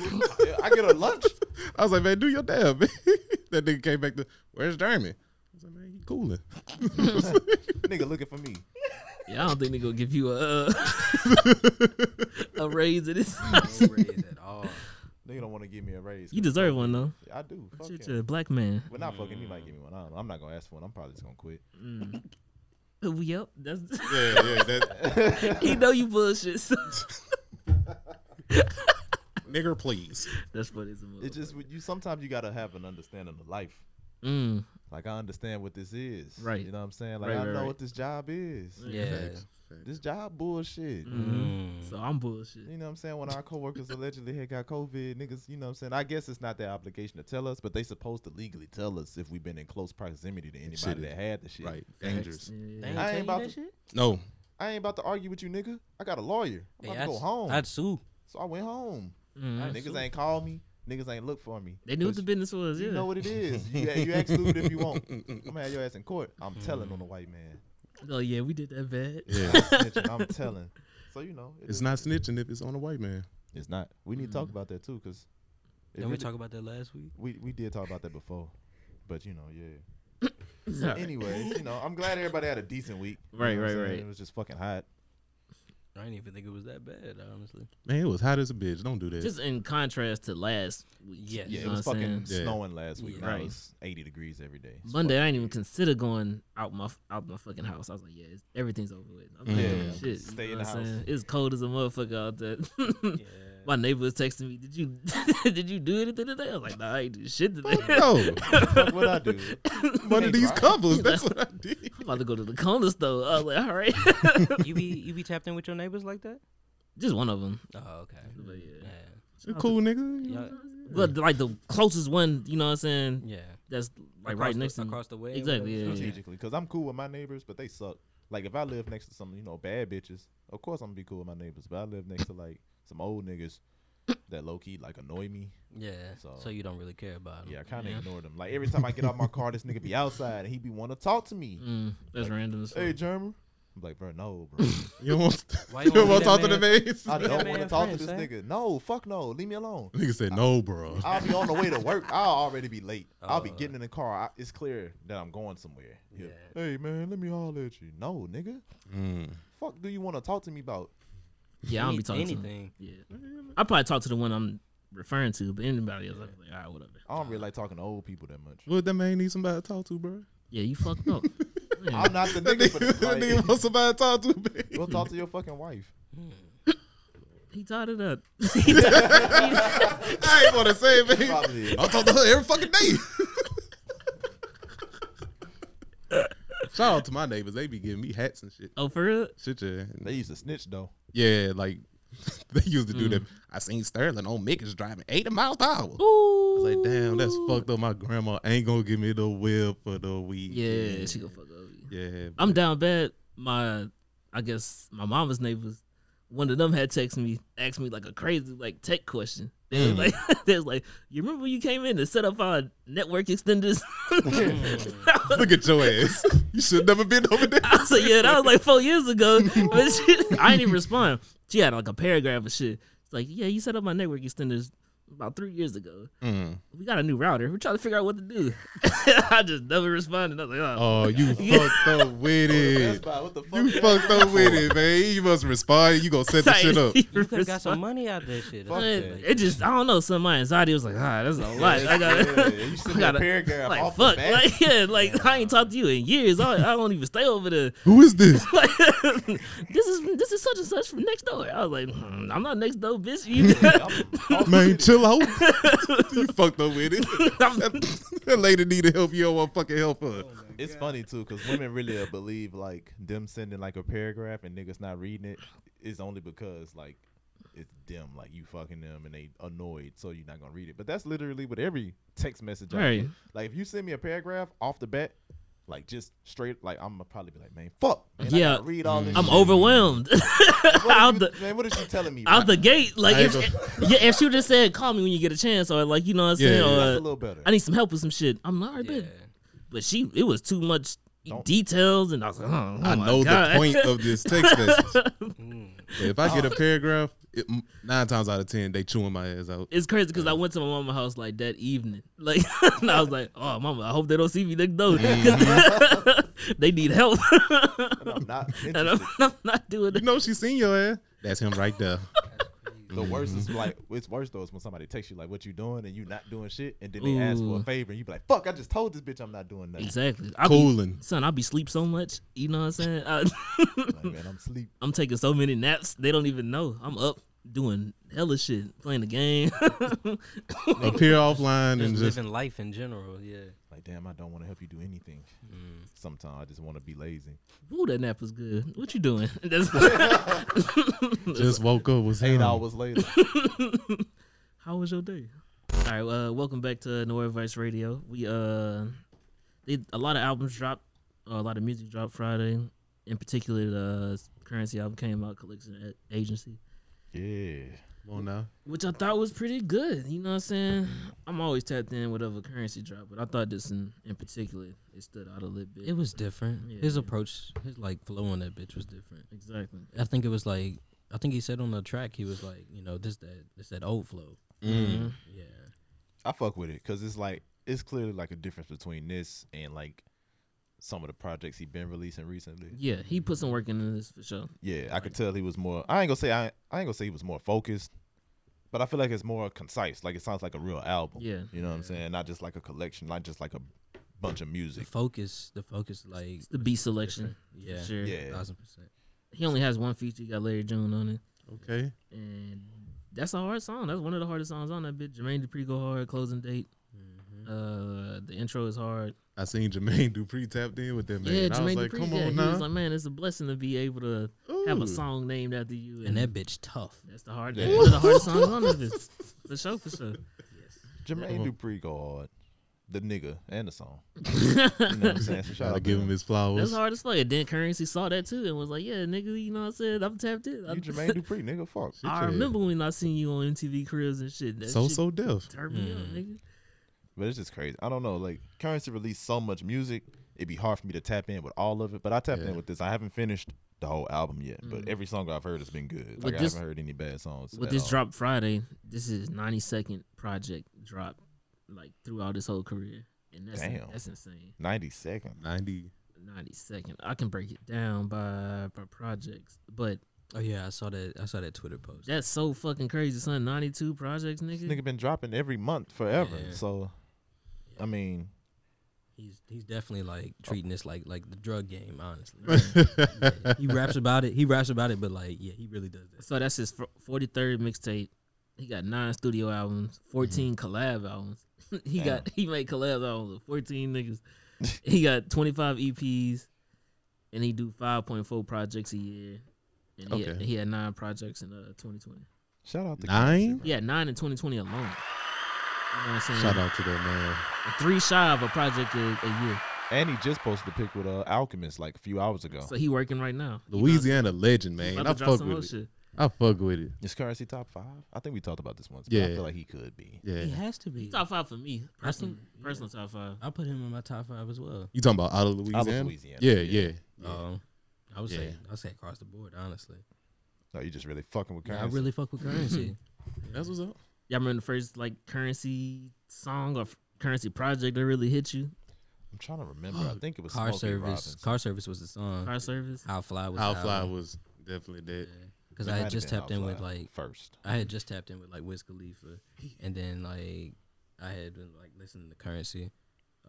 S4: I get a lunch.
S1: I was like, man, do your damn. Man. that nigga came back to, where's Jeremy? I was like, man, he cooling.
S4: nigga looking for me.
S3: yeah, I don't think they gonna give you a uh, a raise in this. house.
S5: No raise at all.
S4: Nigga don't want to give me a raise.
S3: You deserve one though.
S4: I do. Fuck
S3: Shit,
S4: him.
S3: you're a black man.
S4: But not fucking. He might give me one. I don't know. I'm not gonna ask for one. I'm probably just gonna quit.
S3: Mm. yep, that's
S1: Yeah, yeah. That,
S3: he know you bullshit. so-
S1: nigger, please.
S3: that's funny. as a motherfucker.
S4: It's just with you. Sometimes you gotta have an understanding of life.
S3: Mm.
S4: Like I understand what this is.
S3: Right.
S4: You know what I'm saying? Like
S3: Right,
S4: I
S3: right,
S4: know
S3: right.
S4: what this job is.
S5: Yeah.
S1: Facts.
S4: This job bullshit.
S5: Mm.
S3: mm-hmm. So I'm bullshit.
S4: You know what I'm saying? When our coworkers allegedly had got COVID, niggas, you know what I'm saying? I guess it's not their obligation to tell us, but they supposed to legally tell us if we've been in close proximity to
S1: shit
S4: anybody
S1: is-
S4: that had the shit.
S1: Right. Dangerous.
S5: They
S3: Yeah.
S5: ain't
S4: I
S5: tell
S4: ain't
S5: you
S4: about
S5: that
S4: to-
S5: shit?
S1: No.
S4: I ain't about to argue with you, nigga. I got a lawyer. I'm
S5: Hey,
S4: about to
S5: I'd-
S4: go home.
S5: I'd sue.
S4: so I went home.
S3: Mm.
S4: Niggas ain't call me. Niggas ain't look for me.
S3: They knew what
S4: 'Cause
S3: the business was.
S4: you
S3: Yeah.
S4: know what it is. You, you ask stupid if you want. I'm gonna have your ass in court. I'm
S1: Hmm.
S4: telling on the white man.
S3: oh yeah, we did that bad.
S1: Yeah.
S4: I'm snitching, I'm telling. So you know, it
S1: It's
S4: is-
S1: not snitching if it's on a white man.
S4: It's not. We need to talk about that too, cause it
S5: Didn't Hmm. we
S4: really-
S5: talk about that last week?
S4: We we did talk about that before, but you know, yeah.
S3: Sorry.
S4: Anyway, you know, I'm glad everybody had a decent week. You
S3: Right,
S4: know what I'm
S3: right,
S4: saying?
S3: right.
S4: It was just fucking hot.
S5: I didn't even think it was that bad, honestly.
S1: Man, it was hot as a bitch. Don't do that.
S3: Just in contrast to last week.
S5: Yes.
S3: you
S4: Yeah,
S3: know
S4: it was
S3: what I'm
S4: fucking
S1: saying? Yeah.
S4: snowing last week.
S5: Yeah.
S4: Now
S3: Right.
S4: it's 80 degrees every day. It's
S3: Monday, I didn't even consider going out my out my fucking house. I was like, yeah, it's, everything's over with. I'm not
S1: Yeah.
S3: doing shit. you
S4: Stay
S3: know
S4: in
S3: what
S4: the
S3: I'm saying?
S4: house.
S3: It's cold as a motherfucker out there.
S5: Yeah.
S3: my neighbor was texting me, did you did you do anything today? I was like, nah, I ain't do shit today.
S1: no.
S4: fucking- Fuck what I do.
S1: One of these
S4: Right.
S1: covers. That's what I did.
S3: I'm about to go to the corner store. I was like, all right,
S5: you be you be tapped in with your neighbors like that?
S3: just one of them.
S5: Oh, okay.
S3: But yeah.
S1: You cool, nigga. You
S5: Yeah.
S1: know?
S3: But like the closest one, you know what I'm saying?
S5: Yeah.
S3: That's like
S5: Across
S3: right
S5: the-
S3: next to me.
S5: across the way. or
S3: Exactly,
S5: whatever.
S3: yeah.
S4: strategically because I'm cool with my neighbors, but they suck. Like if I live next to some, you know, bad bitches, of course I'm gonna be cool with my neighbors. But I live next to like some old niggas that low key like annoy me.
S5: Yeah.
S4: So-
S5: So, you don't really care
S3: Oh,
S5: about them.
S4: Yeah, I kind of ignore them. Like every time I get out my car, this nigga be outside and he be want to talk to me.
S3: Mm, that's random. As fuck.
S4: Hey, German. I'm like, bro, no, bro.
S1: You don't want,
S5: Why
S1: you
S5: you
S1: don't
S5: wanna be
S1: want to talk to
S5: that
S1: the mates?
S4: I
S5: that
S4: don't want to
S5: man
S4: talk to
S5: friends, eh?
S4: this nigga. No, fuck no, leave me alone.
S1: Nigga said, no, bro.
S4: I'll be on the way to work. I'll already be late. I'll be
S5: Uh.
S4: getting in the car. I, it's clear that I'm going somewhere. Yeah.
S5: Yeah.
S4: Hey man, let me holler at you. No, nigga.
S1: Mm.
S4: Fuck, do you want to talk to me about?
S3: Yeah, I don't be talking to them.
S5: anything.
S3: Yeah.
S1: Mm-hmm.
S3: I probably talk to the one I'm referring to, but anybody else, I'm like, all right, whatever.
S4: I don't really like talking to old people that much.
S1: What that man need somebody to talk to, bro?
S3: Yeah, you fucked up. Man,
S4: I'm not the
S1: That
S4: nigga for
S1: nigga, that
S4: that.
S1: nigga want somebody to talk to, man.
S4: Like, go talk to your fucking wife.
S3: he tied it up. He tied-
S1: I ain't want to say it, man.
S4: Probably is.
S1: I talk to her every fucking day. Shout out to my neighbors. They be giving me hats and shit.
S3: oh, for real?
S1: Shit, yeah.
S4: They used to snitch though.
S1: Yeah, like they used to do that. I seen Sterling on Mick is driving 80 miles per hour.
S3: Ooh.
S1: I was like, damn, that's fucked up. My grandma ain't gonna give me the wheel for the week.
S3: Yeah, she gonna fuck up. you.
S1: Yeah.
S3: I'm down bad. My, I guess my mama's neighbors, one of them had texted me, asked me like a crazy like tech question. They
S1: Mm.
S3: was like, they was like, you remember when you came in to set up our network extenders?
S1: Look at your ass. You should never been over there.
S3: I was like, yeah, that was like four years ago. But she, I didn't even respond. She had like a paragraph of shit. It's like, yeah, you set up my network extenders about three years ago.
S1: Mm.
S3: We got a new router. We're trying to figure out what to do. I just never responded. I was like, oh,
S1: Oh, you
S3: Yeah.
S1: fucked up with
S4: That's
S1: it.
S4: about what the fuck.
S1: You fucked up with it, man. You must respond. You gonna set the shit up.
S5: You could have got some money out that shit.
S4: Fuck
S5: Like,
S4: that.
S3: It just, I don't know. Some of my anxiety was like, ah, that's a lot. I
S4: Yeah,
S3: got
S4: you
S3: I
S4: sent me a
S3: gotta-
S4: paragraph
S3: Like
S4: off
S3: fuck,
S4: the bat.
S3: like yeah, like I ain't talked to you in years. I, I don't even stay over there.
S1: Who is this?
S3: Like this is this is such and such from next door. I was like, hmm, I'm not next door, bitch. You
S4: I'm off the
S1: Man,
S4: city.
S1: chill Hello? you fucked up with it. That, that lady needed help. You don't want fucking help her.
S4: It's funny too, cause women really uh, believe like them sending like a paragraph and niggas not reading it is only because like it's them, like you fucking them and they annoyed, so you're not gonna read it. But that's literally with every text message. I
S3: Right.
S4: get. Like if you send me a paragraph off the bat, like just straight, like I'm gonna probably be like, man, fuck. Man, I
S3: Yeah.
S4: gotta read all this.
S3: I'm
S4: shit.
S3: overwhelmed
S4: What are
S3: out
S4: you,
S3: the-
S4: man, what is she telling me?
S3: out
S4: bro?
S3: the gate. Like
S1: I
S3: if,
S1: ain't
S3: yeah, if she just said, "Call me when you get a chance," or like you know what I'm
S1: Yeah,
S3: saying,
S1: yeah,
S4: that's a
S3: or
S4: little better.
S3: uh, I need some help with some shit. I'm not
S5: Yeah.
S3: yeah. but she it was too much
S4: Don't-
S3: details, and I was like, oh, oh
S1: I
S3: my
S1: know
S3: God.
S1: the point of this text message.
S5: Mm.
S1: If I get a paragraph, it, m- nine times out of ten, they chewing my ass out.
S3: It's crazy because I went to my mama's house like that evening, like and I was like, "Oh, mama, I hope they don't see me next door. 'Cause
S1: Mm-hmm.
S3: they need help,
S4: And I'm not
S3: and I'm,
S4: interested.
S3: I'm not doing
S1: You
S3: it."
S1: know she seen your ass. That's him right there.
S4: The worst is like it's worse though is when somebody texts you like what you doing and you not doing shit and then they ask for a
S3: Ooh.
S4: favor and you be like fuck I just told this bitch I'm not doing nothing
S3: Exactly, I be,
S1: Cooling.
S3: son. I be sleep so much. You know what I'm saying? I,
S4: like man I'm sleep
S3: I'm taking so many naps, they don't even know. I'm up doing hella shit, playing the game.
S1: Appear offline and
S5: Just
S1: just
S5: living life in general, yeah.
S4: like damn I don't want to help you do anything
S3: Mm.
S4: sometimes I just want to be lazy
S3: Ooh, that nap was good. What you doing? That's-
S1: just woke up was
S4: eight
S1: him.
S4: hours later
S3: How was your day? All right, uh, welcome back to No Advice Radio. We uh, they, a lot of albums dropped, uh, a lot of music dropped Friday. In particular, the uh, currency album came out, Collection A- Agency,
S4: yeah
S1: Come on now.
S3: which I thought was pretty good. You know what I'm saying? I'm always tapped in whatever currency drop, but I thought this in, in particular it stood out a little bit.
S5: It was different.
S3: Yeah,
S5: his
S3: yeah.
S5: approach, his like flow on that bitch was different.
S3: exactly.
S5: I think it was like I think he said on the track he was like, you know, this that this that old flow.
S1: Mm.
S5: Yeah.
S4: I fuck with it because it's like it's clearly like a difference between this and like some of the projects he been releasing recently
S3: Yeah, he put some work into this for sure.
S4: yeah I could tell he was more I ain't gonna say I, I ain't gonna say he was more focused but I feel like it's more concise like it sounds like a real album
S3: Yeah.
S4: you know what I'm saying not just like a collection not just like a bunch of
S5: The
S4: music
S5: focus, the focus, like
S3: The B selection,
S5: yeah,
S3: sure.
S4: Yeah.
S5: thousand percent.
S3: He only has one feature. He got Larry June on it.
S1: Okay.
S3: and that's a hard song. That's one of the hardest songs on that bitch. Jermaine Dupri go hard. Closing date.
S5: Mm-hmm.
S3: Uh, the intro is hard.
S1: I seen Jermaine Dupree tapped in with that man.
S3: yeah,
S1: I was
S3: Jermaine
S1: like,
S3: Dupri.
S1: come
S3: yeah,
S1: on
S3: he was
S1: now.
S3: like, man, it's a blessing to be able to have
S1: Ooh.
S3: a song named after you.
S5: And that bitch tough.
S3: that's the hard.
S4: Yeah.
S3: That's one of the hardest songs on that bitch. For sure, for sure.
S4: Jermaine
S1: Mhm.
S4: Dupri go hard. The nigga and the song. You know what I'm saying? So shout
S1: Try
S4: out
S1: to give him
S4: him.
S1: his flowers.
S3: That's hard as fuck. And then Currency saw that too and was like, yeah, nigga, you know what I'm saying? I'm tapped in.
S4: You
S3: I'm-
S4: Jermaine Dupri, nigga. Fuck.
S1: Shit,
S3: I
S1: yeah.
S3: remember when I seen you on MTV Cribs and shit. That
S1: So
S3: shit
S1: so deaf.
S3: Turned me up,
S5: Mm.
S3: nigga.
S4: But it's just crazy. I don't know. Like currency released so much music, it'd be hard for me to tap in with all of it. But I tapped
S1: Yeah.
S4: in with this. I haven't finished the whole album yet, but
S3: Mhm.
S4: every song I've heard has been good. Like I
S3: this-
S4: haven't heard any bad songs.
S3: with
S4: at
S3: this
S4: all.
S3: drop Friday, this is ninety second project drop, like throughout his whole career, and that's
S4: Damn.
S3: that's insane.
S4: ninety second.
S1: Ninety.
S3: Ninety second. I can break it down by by projects, but
S5: Oh yeah, I saw that. I saw that Twitter post.
S3: that's so fucking crazy, son. Ninety two projects, nigga.
S4: This nigga been dropping every month forever.
S5: Yeah.
S4: So, I mean,
S5: He's he's definitely like treating this like like the drug game. Honestly, Yeah, he raps about it. He raps about it, but like yeah, he really does that.
S3: So that's his forty third mixtape. He got nine studio albums,
S1: Mm-hmm.
S3: 14 collab albums. he got he made collab albums with fourteen niggas. he got twenty five EPs, and he do five point four projects a year. And he, had,
S1: Okay.
S3: he had nine projects in uh, 2020.
S4: shout out to
S1: Nine?
S4: Currency, bro.
S3: Yeah, nine in 2020 alone. You know what I'm saying?
S1: Shout out to that man.
S3: Three shy of a project a, a year.
S4: And he just posted a pic with uh, Alchemist like a few hours ago.
S3: So he working right now. You know what I'm saying?
S1: Louisiana legend, man. I
S3: About to drop
S1: fuck
S3: some whole
S1: with it.
S3: shit.
S1: I fuck with it.
S4: Is currency top five? I think we talked about this once. But I
S1: Yeah.
S4: feel like he could be.
S1: Yeah.
S5: He has to be.
S3: Top five for me.
S5: I
S3: Personal,
S5: think- yeah.
S3: personal top five.
S5: I put him in my top five as well.
S1: You talking about out of
S4: Out
S1: Louisiana?
S4: of Louisiana.
S1: Yeah, yeah. Uh,
S5: Um, I would say
S1: Yeah.
S5: I would say across the board. Honestly,
S4: No, you just really fucking with
S5: yeah, I
S4: currency.
S5: really fuck with currency.
S1: That's what's up.
S3: Y'all remember the first like currency song or f- currency project that really hit you?
S4: I'm trying to remember. I think it was
S5: car
S4: Smokey
S5: service.
S4: Robinson.
S5: Car service was the song.
S3: Car service.
S5: How fly was
S1: How
S5: the
S1: fly
S5: album.
S1: was definitely dead.
S5: because
S4: It
S5: I
S4: might
S5: had
S4: have
S5: just
S4: been
S5: tapped in with
S4: Outfly
S5: like
S4: first.
S5: I had just tapped in with like Wiz Khalifa, and then like I had been like listening to Currency,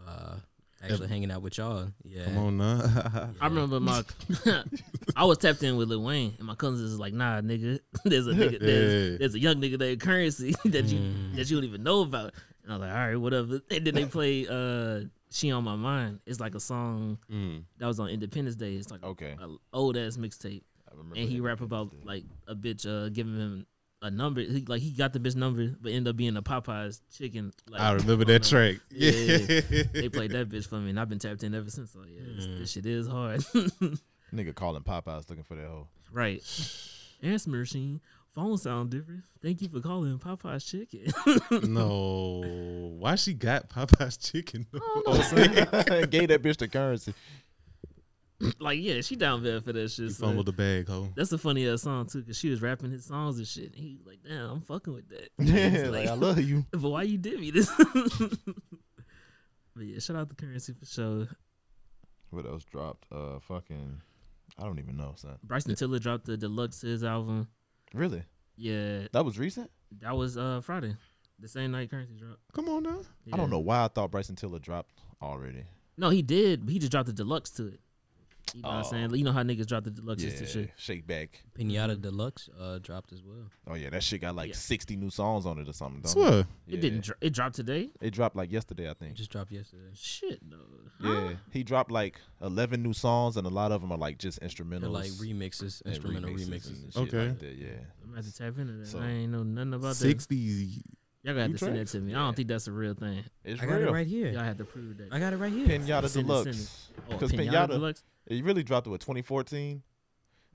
S5: uh, Actually, hanging out with y'all. Yeah.
S1: Come on now.
S3: I remember my, I was tapped in with Lil Wayne, and my cousins is like, "Nah, nigga, there's a nigga,
S1: Yeah. Mm.
S3: there's, there's a young nigga named Currency that you that you don't even know about." And I was like, "All right, whatever." And then they play uh, "She on My Mind." It's like a song
S1: Mm.
S3: that was on Independence Day. It's like
S4: Okay.
S3: a old ass mixtape,
S4: I remember
S3: and he
S4: that.
S3: rap about like a bitch uh, giving him a number. He, like he got the bitch number, but end up being a Popeyes chicken. Like,
S1: I remember
S3: on
S1: that
S3: the-
S1: track.
S3: Yeah, yeah,
S1: Yeah.
S3: They played that bitch for me, and I've been tapped in ever since. So yeah, this,
S4: Mm.
S3: this shit is hard.
S4: Nigga calling Popeyes looking for that hoe.
S3: Right. Answer machine. Phone sound different. Thank you for calling Popeye's Chicken.
S1: no. Why she got Popeye's chicken?
S4: Gave that bitch the currency.
S3: like, yeah, she down bad for that shit.
S1: You
S3: so
S1: fumbled the bag, ho.
S3: That's a funny ass song too, cause she was rapping his songs and shit. And he was like, "Damn, I'm fucking with that." It's
S4: Yeah,
S3: like,
S4: like I love you.
S3: but why you did me this? but yeah, shout out to Currency for sure.
S4: What else dropped? Uh, fucking, I don't even know, son.
S3: Bryson Tiller dropped the deluxe his album.
S4: Really?
S3: Yeah,
S4: That was recent.
S3: that was uh Friday, the same night Currency dropped.
S1: Come on now.
S4: I
S3: Yeah.
S4: don't know why I thought Bryson Tiller dropped already.
S3: No, he did. But he just dropped the deluxe to it. You know what I'm
S4: Oh.
S3: saying? You know how niggas drop the deluxe to
S4: yeah,
S3: shit.
S4: shake back.
S5: Pinata Deluxe uh, dropped as well.
S4: Oh yeah, that shit got like
S3: Yeah.
S4: sixty new songs on it or something. Don't
S1: Swear.
S4: Yeah.
S3: It didn't. Dro- it dropped today.
S4: It dropped like yesterday, I
S5: It
S4: think.
S5: just dropped yesterday.
S3: Shit, no.
S4: Yeah, he dropped like eleven new songs, and a lot of them are like just instrumentals,
S5: They're like remixes,
S4: and
S5: instrumental remixes.
S4: and
S5: and
S4: shit
S1: Okay.
S4: like that, yeah,
S3: I'm about to tap into that.
S4: So-
S3: I ain't know nothing about that.
S1: Sixty.
S3: Y'all gotta have
S4: You
S3: to send that
S4: tracks?
S3: to me. I
S4: Yeah.
S3: don't think that's a real thing.
S4: it's
S5: I got
S4: real.
S5: it right
S3: Y'all
S5: here.
S3: had to prove that.
S5: I got it right here.
S3: Send
S4: Pinata
S3: it, send it.
S4: Deluxe.
S3: oh,
S4: Because
S3: Pinata,
S4: Pinata-
S3: Deluxe.
S4: He really dropped it with 2014,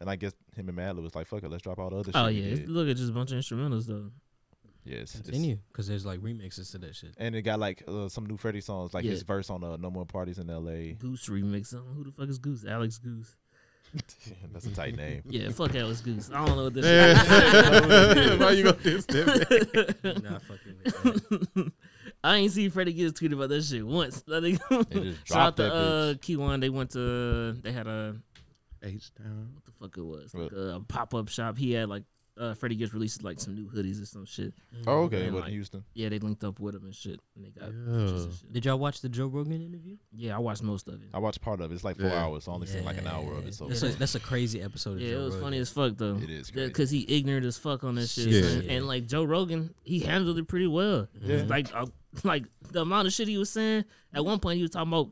S4: and I guess him and Madlib was like, "Fuck it, let's drop all the other
S3: Oh
S4: shit."
S3: yeah, it's, look at just a bunch of instrumentals though.
S4: yes,
S5: Continue, because there's like remixes to that shit.
S4: And it got like uh, some new Freddie songs, like
S3: Yeah.
S4: his verse on uh, "No More Parties in L.A."
S3: Goose remix. I don't know Who the fuck is Goose? Alex Goose.
S4: That's a tight name.
S3: Yeah, fuck Alex Goose. I don't know what this.
S1: Yeah. Why you gonna diss that? man?
S5: Nah, fucking with that.
S3: I ain't seen Freddie Gibbs tweet about that shit once. They
S4: just
S3: Shout out
S4: dropped
S3: to
S4: that
S3: uh,
S4: bitch.
S3: Keywan. They went to. They had a
S1: H down.
S3: what the fuck it was like uh,
S4: What?
S3: a pop up shop. He had like uh, Freddie Gibbs released like some new hoodies or some shit.
S4: Oh okay,
S3: And,
S4: with
S3: uh, like-
S4: Houston.
S3: Yeah, they linked up with him and shit. And they got pictures
S1: Yeah.
S3: and shit.
S5: Did y'all watch the Joe Rogan interview?
S3: Yeah, I watched most of it.
S4: I watched part of it. It's like four
S1: Yeah.
S4: hours. I only seen like an hour of it. So
S5: that's, a, that's a crazy episode. Of
S3: Yeah,
S5: Joe
S3: it was
S5: Rogan.
S3: funny as fuck though.
S4: It is crazy.
S3: because he ignorant as fuck on that shit.
S1: Yeah.
S3: son. And like Joe Rogan, he handled it pretty well.
S4: Yeah.
S3: Like, I, like the amount of shit he was saying. At one point, he was talking about.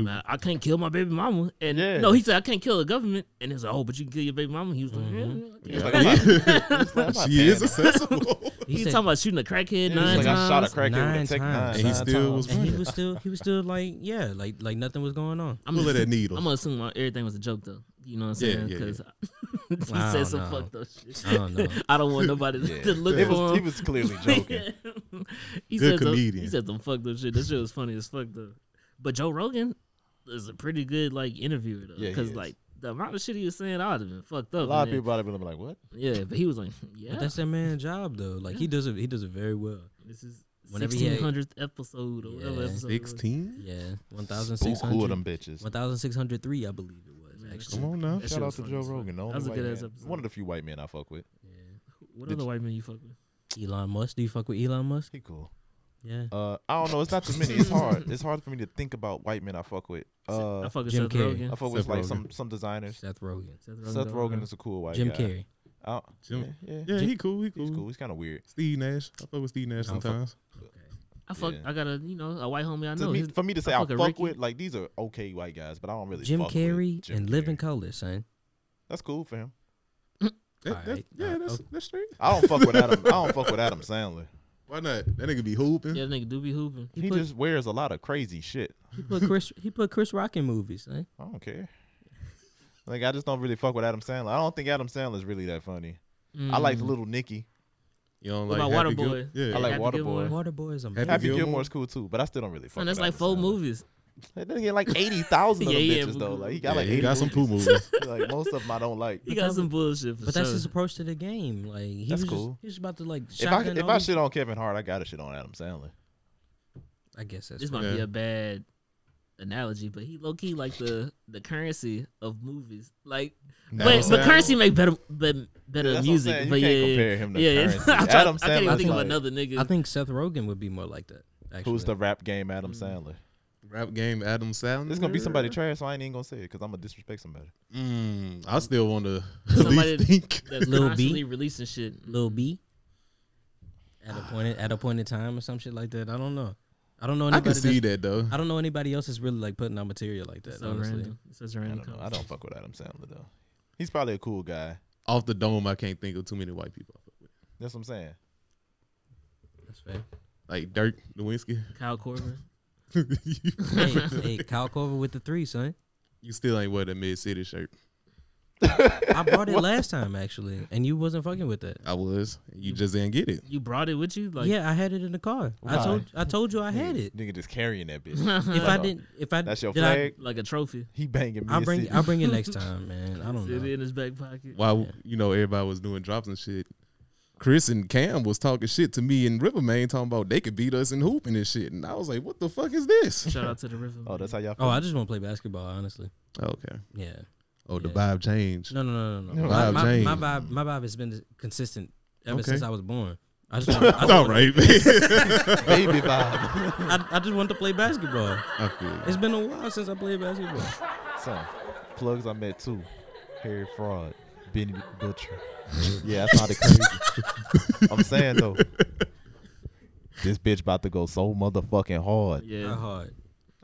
S3: Man, I can't kill my baby mama, and
S4: Yeah.
S3: no, he said I can't kill the government, and it's like, oh, but you can kill your baby mama. He was like, yeah, okay.
S4: It's like, I'm not- it's like, I'm not
S1: She is
S4: paying
S1: accessible.
S5: He
S3: he was
S5: said-
S3: talking about shooting a crackhead
S4: that.
S3: nine
S4: It's like I shot a
S3: times.
S4: crackhead
S5: nine
S4: with a tech nine.
S5: times.
S1: And he
S4: nine
S1: still
S4: times.
S1: was
S5: and he was still, he was still like, yeah, like like nothing was going on.
S3: I'm
S1: Pull of
S3: gonna,
S1: that needle.
S3: I'm gonna assume like, everything was a joke though. You know what I'm
S1: Yeah,
S3: saying?
S1: yeah, yeah.
S3: Because he
S5: I
S3: said
S5: don't
S3: some
S5: know.
S3: fucked up shit.
S5: I don't know.
S3: I don't want nobody
S4: Yeah.
S3: to look
S4: It
S3: for
S4: was,
S3: him.
S4: he was clearly joking.
S3: he
S1: Good
S3: said some-
S1: comedian.
S3: he said some fucked up shit. That shit was funny as fuck though. But Joe Rogan is a pretty good like interviewer though,
S4: Yeah, he
S3: because
S4: is.
S3: like the amount of shit he was saying, I'd have been fucked up.
S4: A lot of
S3: and
S4: people probably been like, "What?"
S3: then- yeah, but he was like, yeah,
S5: But that's that man's job though. Like he does it, he does it very well.
S3: this is
S5: whenever he
S3: sixteen
S5: had-
S3: hundredth episode or whatever
S5: Yeah.
S3: episode. it was.
S1: Sixteen.
S5: Yeah, one thousand
S4: Ooh,
S5: six
S4: cool of
S5: hundred,
S4: them bitches.
S5: one thousand six hundred three, I believe it was.
S3: Man,
S5: Actually,
S1: Come on now.
S3: That shit
S4: Shout out
S3: was
S4: to
S3: funny
S4: Joe
S3: as fuck.
S4: Rogan. the
S3: That
S4: only
S3: was a
S4: white
S3: good ass
S4: man-
S3: episode.
S4: One of the few white men I fuck with.
S3: What
S4: Did
S3: other
S4: you-
S3: white man you fuck with?
S5: Elon Musk. Do you fuck with Elon Musk?
S4: He cool.
S5: Yeah.
S4: Uh, I don't know. It's not too many. It's hard. It's hard for me to think about white men I fuck with. Uh,
S3: I fuck with
S5: Jim
S3: Seth
S5: Carrey.
S3: Rogan.
S4: I fuck
S1: Seth
S4: with like
S1: Rogen.
S4: some some designers.
S5: Seth Rogen,
S3: Seth Rogen.
S4: Seth
S3: don't
S4: Rogen
S3: know.
S4: is a cool white
S5: Jim
S4: guy.
S5: Carey.
S4: I don't-
S1: Jim-
S4: Yeah, yeah.
S1: Yeah, he cool. He cool.
S4: He's cool. He's kind of weird.
S1: Steve Nash. I fuck with Steve Nash
S5: I don't fuck-
S1: sometimes.
S3: I fuck.
S4: yeah.
S3: I got a you know a white homie I
S4: To
S3: know.
S4: me,
S3: His-
S4: for me to say I,
S3: fuck
S4: fuck
S3: with Ricky.
S4: with, like these are okay white guys, but I don't really.
S5: Jim
S4: fuck
S5: Carey
S4: with Jim
S5: and Live in
S4: Carrey.
S5: Color, son.
S4: That's cool for him.
S1: That,
S5: All
S1: that's-
S5: right.
S1: yeah,
S5: Uh,
S1: that's
S5: okay.
S1: that's straight.
S4: I don't fuck with Adam. I don't fuck with Adam Sandler.
S1: Why not? That nigga be hooping.
S3: yeah, that nigga do be hooping.
S4: He,
S5: He put-
S4: just wears a lot of crazy shit.
S5: He put Chris. he put Chris Rock in movies, son.
S4: I don't care. Like I just don't really fuck with Adam Sandler. I don't think Adam Sandler's really that funny. I like Little Nicky.
S1: You don't
S3: What
S1: like
S3: about
S1: Happy Gil-
S3: Waterboy?
S1: Yeah,
S4: I like
S3: Happy
S4: Waterboy.
S3: Gilmore.
S5: Waterboy is a
S1: Happy
S4: Happy
S1: Gilmore.
S4: Gilmore's cool too, but I still don't really fuck.
S3: Son, that's
S4: with
S3: like
S4: Adam
S3: four
S4: Sandler.
S3: movies.
S4: That nigga get like eighty thousand of them
S3: Yeah, yeah,
S4: bitches
S3: but-
S4: though. Like he
S1: Yeah,
S4: got like
S1: he
S4: eighty.
S1: got some poo movies.
S4: like most of them I don't like.
S3: He got some bullshit for
S5: But that's
S3: sure.
S5: his approach to the game. Like he was
S4: That's
S5: just-
S4: cool.
S5: he was about to like
S4: If I
S5: shotgun.
S4: if
S5: all
S4: I
S5: these-
S4: shit on Kevin Hart, I gotta shit on Adam Sandler.
S5: I guess that's
S3: this might be
S1: Yeah.
S3: a bad analogy, but he low key like the the currency of movies. Like, but,
S1: Adam
S3: but
S1: Sandler.
S3: currency make better but better
S4: that's what I'm
S3: music.
S4: saying. You
S3: but
S4: can't
S3: yeah,
S4: compare him to
S3: yeah, yeah.
S4: Currency.
S3: I'm trying-
S4: Adam
S3: I can't even
S4: Sandler's
S3: think of
S4: like-
S3: another nigga.
S5: I think Seth Rogen would be more like that. Actually.
S4: Who's the rap game Adam Sandler?
S1: Rap game Adam Sandler.
S4: It's gonna be somebody trash, so I ain't even gonna say it because I'm gonna disrespect somebody.
S1: Mm, I still want to at
S3: Somebody
S1: least think.
S3: that's
S5: Lil B.
S3: constantly releasing shit.
S5: Lil B. At a point, at a point in time, or some shit like that. I don't know. I don't know
S1: I
S5: anybody.
S1: can see
S5: that's-
S1: that though.
S5: I don't know anybody else that's really like putting out material like that.
S3: So
S5: honestly,
S3: random. It's such a
S4: I
S3: random.
S4: don't know. I
S3: concept.
S4: don't fuck with Adam Sandler though. He's probably a cool guy.
S1: Off the dome, I can't think of too many white people. I fuck with.
S4: That's what I'm saying.
S5: that's fair.
S1: Like Dirk Nowinski.
S3: Kyle Corbin.
S5: hey, hey, Kyle Corver with the three, son.
S1: you still ain't wear that mid city shirt.
S5: I bought it last time actually, and you wasn't fucking with that.
S1: I was. You just didn't get it.
S3: You brought it with you, like
S5: yeah, I had it in the car. I
S4: Why?
S5: told I told you I had
S4: Nigga-
S5: it.
S4: Nigga just carrying that bitch.
S5: If I didn't, if I
S4: That's your
S5: did I-
S4: flag.
S3: like a trophy.
S4: he banging me.
S5: I'll
S4: a
S5: bring
S4: city.
S5: I'll bring it next time, man. I don't
S3: Sit it
S5: know.
S3: in his back pocket.
S1: While you know everybody was doing drops and shit. Chris and Cam was talking shit to me and Riverman talking about they could beat us in hooping and shit. And I was like, what the fuck is this?
S3: Shout out to the river.
S4: Oh, that's how y'all. Feel.
S5: Oh, I just want to play basketball, honestly.
S1: Okay.
S5: Yeah.
S1: Oh, the
S5: Yeah.
S1: vibe changed.
S5: No, no, no, no, no.
S4: No,
S5: my,
S1: vibe
S5: my, my
S1: changed.
S5: vibe, my vibe has been consistent ever
S1: Okay.
S5: since I was born. I just, want, I,
S1: All right, man.
S4: baby vibe.
S5: I, I just wanted to play basketball.
S1: I feel you.
S5: It's been a while since I played basketball.
S4: Son, plugs I met too. Harry Fraud, Benny Butcher. yeah, that's not it crazy. I'm saying though, this bitch about to go so motherfucking hard.
S5: Not
S3: Yeah.
S5: hard.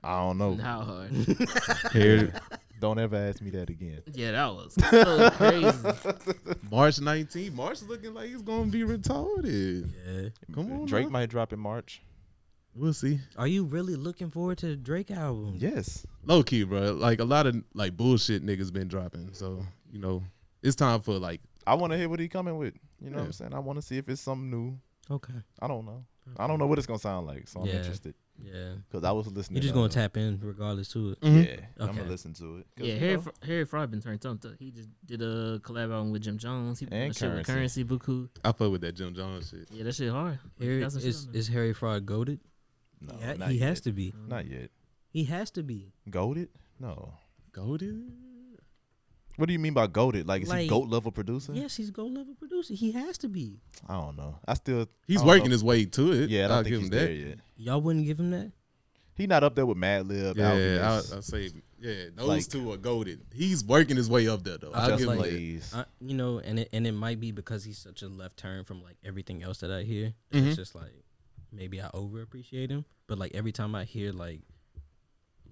S4: I don't know.
S3: How hard?
S1: Harry-
S4: Don't ever ask me that again.
S3: Yeah, that was so crazy.
S1: March 19th. March looking like he's gonna be retarded.
S5: Yeah.
S1: Come on,
S4: Drake
S1: now.
S4: might drop in March.
S1: We'll see.
S5: Are you really looking forward to the Drake album?
S4: Yes.
S1: Low key, bro. Like a lot of like bullshit niggas been dropping. So you know, it's time for like
S4: I want to hear what he coming with. You know what
S1: Yeah.
S4: I'm saying? I want to see if it's something new.
S5: Okay.
S4: I don't know. I don't know what it's gonna sound like, so I'm
S5: Yeah.
S4: interested.
S5: Yeah. Mm.
S4: Cause I was listening.
S5: You're just
S4: uh,
S5: gonna tap in regardless to it.
S4: Yeah, I'm
S5: Okay.
S4: gonna listen to it. 'Cause,
S3: Yeah,
S4: you
S3: Harry,
S4: know,
S3: Fr- Harry Fraud been turned on. though. He just did a collab album with Jim Jones. He
S4: And
S3: did shit with Currency
S4: Currency.
S3: Buku.
S1: I fuck with that Jim Jones shit.
S3: Yeah, that shit hard.
S5: Harry,
S3: That's some shit
S5: is,
S3: on there.
S5: is Harry Fraud goaded?
S4: no,
S5: yeah,
S4: not
S5: he
S4: yet.
S5: has to be.
S4: Not yet.
S5: He has to be.
S4: Goaded? No.
S1: Golden.
S4: What do you mean by goaded? Like is he
S5: Like-
S4: goat level producer?
S5: Yes, he's gold level producer. He has to be.
S4: I don't know. I still I
S1: He's
S4: don't
S1: working
S4: know.
S1: his way to it.
S4: Yeah, I don't
S1: I'll
S4: think
S1: give
S4: he's
S1: him
S4: there
S1: that.
S4: yet.
S5: Y'all wouldn't give him that.
S4: He not up there with Mad Lib.
S1: Yeah,
S4: Yeah,
S1: I'll, I'll say. Yeah, those
S4: Like-
S1: two are goaded. He's working his way up there though. I'll
S5: just
S1: give him
S5: like-
S1: that.
S5: I, you know, and it and it might be because he's such a left turn from like everything else that I hear. that
S3: Mm-hmm.
S5: It's just like maybe I overappreciate him, but like every time I hear like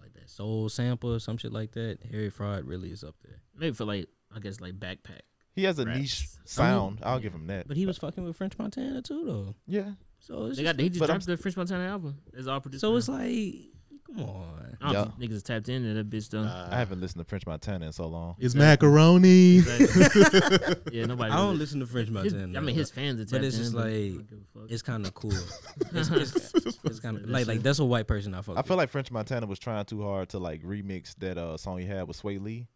S5: like that soul sample or some shit like that, Harry Fraud really is up there.
S3: Maybe for like, I guess like backpack.
S4: He has a
S3: Raps.
S4: niche sound. I'll give him that.
S5: But he was fucking with French Montana too, though.
S4: yeah,
S5: So it's
S3: They
S5: just,
S3: got he just
S4: But
S3: dropped the French Montana album. It's all produced.
S5: so
S3: by
S5: it's
S3: him.
S5: like, come on.
S3: I don't
S4: Yeah.
S3: think niggas is tapped into that bitch though.
S4: I haven't listened to French Montana in so long.
S1: It's macaroni.
S5: I
S3: yeah, nobody.
S5: don't
S3: really-
S5: listen to French
S3: his-
S5: Montana.
S3: I mean, his fans are tapped
S5: it's
S3: in,
S5: just
S3: but I
S5: like-
S3: don't give a fuck.
S5: it's kind of cool. it's it's, it's kind of like like that's a white person I fuck.
S4: I feel
S5: with.
S4: like French Montana was trying too hard to like remix that uh song he had with Sway Lee,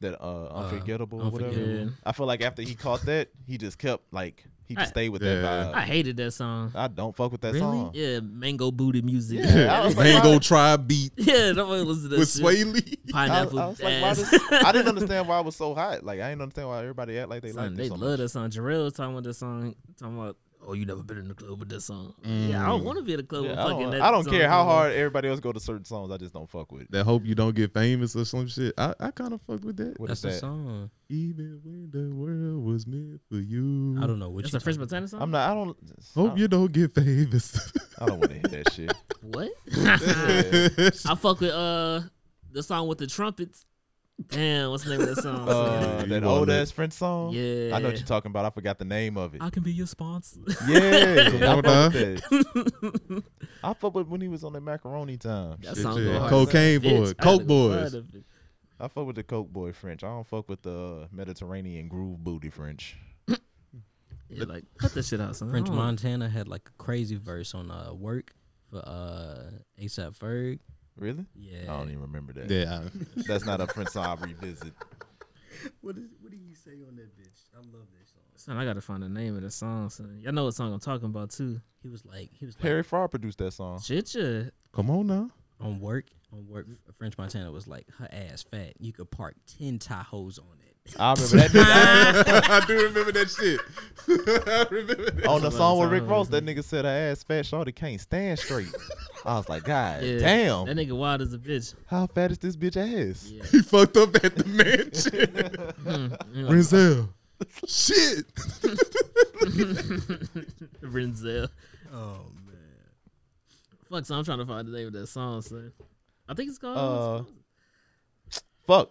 S4: that uh unforgettable, or whatever.
S5: Unforgettable.
S3: Yeah.
S4: I feel like after he caught that, he just kept like he just
S3: I-
S4: stayed with
S1: Yeah.
S4: that
S3: I
S4: vibe.
S3: hated that song.
S4: I don't fuck with that
S5: Really?
S4: song.
S3: Yeah, mango booty music.
S4: Yeah, I was like,
S1: Mango
S4: why-
S1: Tribe beat
S3: Yeah, nobody listen to that
S1: with
S3: shit.
S1: Sway Lee.
S4: I, I
S3: Pineapple
S4: was like, why
S3: ass.
S4: this, I didn't understand why it was so hot. Like I didn't understand why everybody act like they
S3: Son,
S4: like
S3: they
S4: this. so
S3: love
S4: much.
S3: that song. Jarrell was talking about that song, talking about, oh, you never been in the club with that song. Yeah, I don't want to be in the club with
S4: Yeah, I
S3: fucking
S4: don't,
S3: that
S4: I don't
S3: song
S4: care how
S3: no more.
S4: hard everybody else go to certain songs. I just don't fuck with. it.
S1: That hope you don't get famous or some shit. I, I kind of fucked with that.
S4: What
S5: that's
S4: is
S5: the
S4: that?
S5: song.
S1: Even when the world was meant for you.
S5: I don't know what
S3: Mm-hmm. That's
S5: you
S3: a French
S5: talking
S3: Montana song?
S4: I'm not. I don't. I
S1: Hope you don't get famous.
S4: I don't want to hear that shit.
S3: What?
S1: Shit.
S3: I fuck with uh the song with the trumpets. Damn, what's the name of that song?
S4: Uh,
S1: You
S4: that
S1: want
S4: old
S1: that-
S4: ass French song.
S3: Yeah.
S4: I know what you're talking about. I forgot the name of it.
S3: I can be your sponsor.
S4: yeah,
S1: Come
S4: I
S1: on
S4: fuck with that. I fuck with when he was on the macaroni time.
S3: That
S1: Shit,
S3: song
S1: yeah.
S3: go hard.
S1: Cocaine
S3: Bitch,
S1: boy,
S3: I
S1: Coke
S3: had to go
S1: boys.
S3: hard up it.
S4: I fuck with the Coke boy French. I don't fuck with the uh, Mediterranean groove booty French.
S3: Yeah, like cut that shit out, son.
S5: about. French
S3: I don't-
S5: Montana had like a crazy verse on uh, work for uh, ASAP Ferg.
S4: Really?
S5: Yeah.
S4: I don't even remember that.
S1: Yeah,
S4: That's not a French song I revisit.
S5: What is what do you say on that bitch? I love that song.
S3: Son, I gotta find the name of the song, son. Y'all know what song I'm talking about too.
S5: He was like he was like
S4: Harry Fraud produced that song.
S3: Shit, yeah.
S1: come on now.
S5: on work on work. French Montana was like her ass fat. You could park ten Tahoes on it.
S4: I remember that.
S1: I do remember that shit. I remember that.
S4: on the
S3: That's
S4: song with
S3: what I'm
S4: Rick Ross, that
S3: talking
S4: nigga said her ass fat shorty can't stand straight. I was like, God
S3: Yeah.
S4: damn.
S3: That nigga wild as a bitch.
S4: How fat is this bitch ass?
S3: Yeah.
S1: He fucked up at the mansion.
S5: Hmm.
S1: Renzel. Shit.
S3: Renzel.
S6: Oh man.
S3: Fuck, so I'm trying to find the name of that song, son. I think it's called.
S4: Uh, fuck.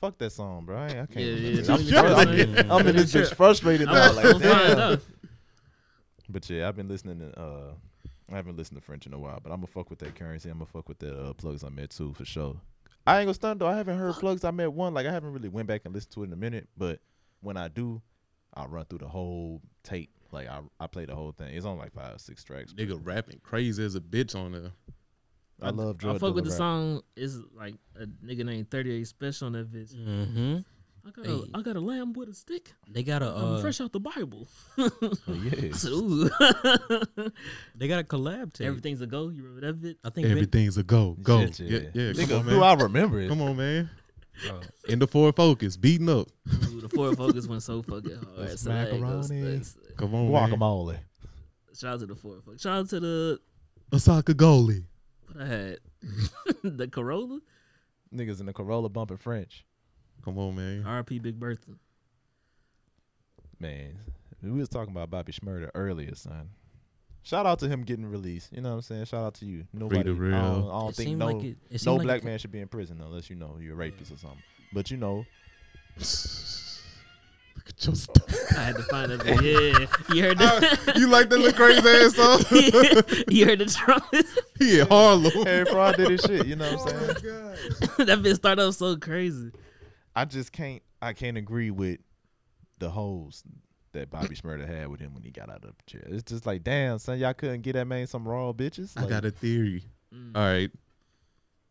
S4: Fuck that song, bro. I, ain't- I can't.
S3: yeah,
S4: remember
S3: yeah.
S4: it.
S3: tell
S4: I'm,
S3: me the name of the song.
S4: frustrated. I'm in this bitch frustrated
S3: I'm
S4: now. Like,
S3: gonna find
S4: damn.
S3: out.
S4: But yeah, I've been listening to. uh I haven't listened to French in a while, but I'm gonna fuck with that currency. I'm gonna fuck with that uh, plugs I met too for sure. I ain't gonna stun though. I haven't heard plugs I met one. Like I haven't really went back and listened to it in a minute. But when I do, I run through the whole tape. Like I, I play the whole thing. It's on like five, six tracks.
S1: Nigga rapping crazy as a bitch on there.
S4: I love.
S3: I
S4: Drug
S3: fuck with
S4: Dealer
S3: the
S4: rap.
S3: song. Is like a nigga named 38 Special on that bitch.
S5: Mm-hmm.
S3: I got, a,
S5: Hey.
S3: I got a lamb with a stick.
S5: They got a
S3: I'm
S5: uh,
S3: fresh out the Bible.
S4: Oh, yeah.
S3: I said, Ooh.
S5: they got a collab tape.
S3: Everything's a go. You remember that bit?
S5: I think Vin-
S1: Everything's a go. Go.
S4: Shit,
S1: Yeah, yeah.
S4: Nigga,
S1: Come on,
S4: do
S1: man.
S4: I remember it?
S1: Come on, man.
S5: Oh.
S1: In the four focus, beating up.
S3: Ooh, the four focus went so fucking hard.
S4: It's
S3: so that goes
S4: macaroni.
S3: nuts.
S1: Come on, man.
S4: Guacamole.
S3: Shout out to the four focus. Shout out to the
S1: A soccer goalie.
S3: what I had. the Corolla.
S4: Niggas in the Corolla bumping French.
S1: Come on, man.
S3: R.P. Big Bertha.
S4: Man, we was talking about Bobby Schmurder earlier, son. Shout out to him getting released. You know what I'm saying? Shout out to you. Nobody,
S1: the real.
S4: I don't, I don't
S5: It
S4: think
S5: seemed
S4: no,
S5: like it- it seemed
S4: no
S5: like it
S4: black
S5: could-
S4: man should be in prison unless you know you're a rapist or something. But you know,
S1: Look at your stuff.
S3: I had to find that. bit. Yeah, you heard that.
S1: you like that little crazy ass song?
S3: you heard the trumpets.
S1: yeah, Harlem.
S4: Harry Fraud did his shit. You
S1: Oh,
S4: know what I'm saying?
S3: that bit started off so crazy.
S4: I just can't. I can't agree with the hoes that Bobby Schmurder had with him when he got out of jail. It's just like, damn, son, y'all couldn't get that man some raw bitches.
S1: I
S4: Like,
S1: got a theory. All right.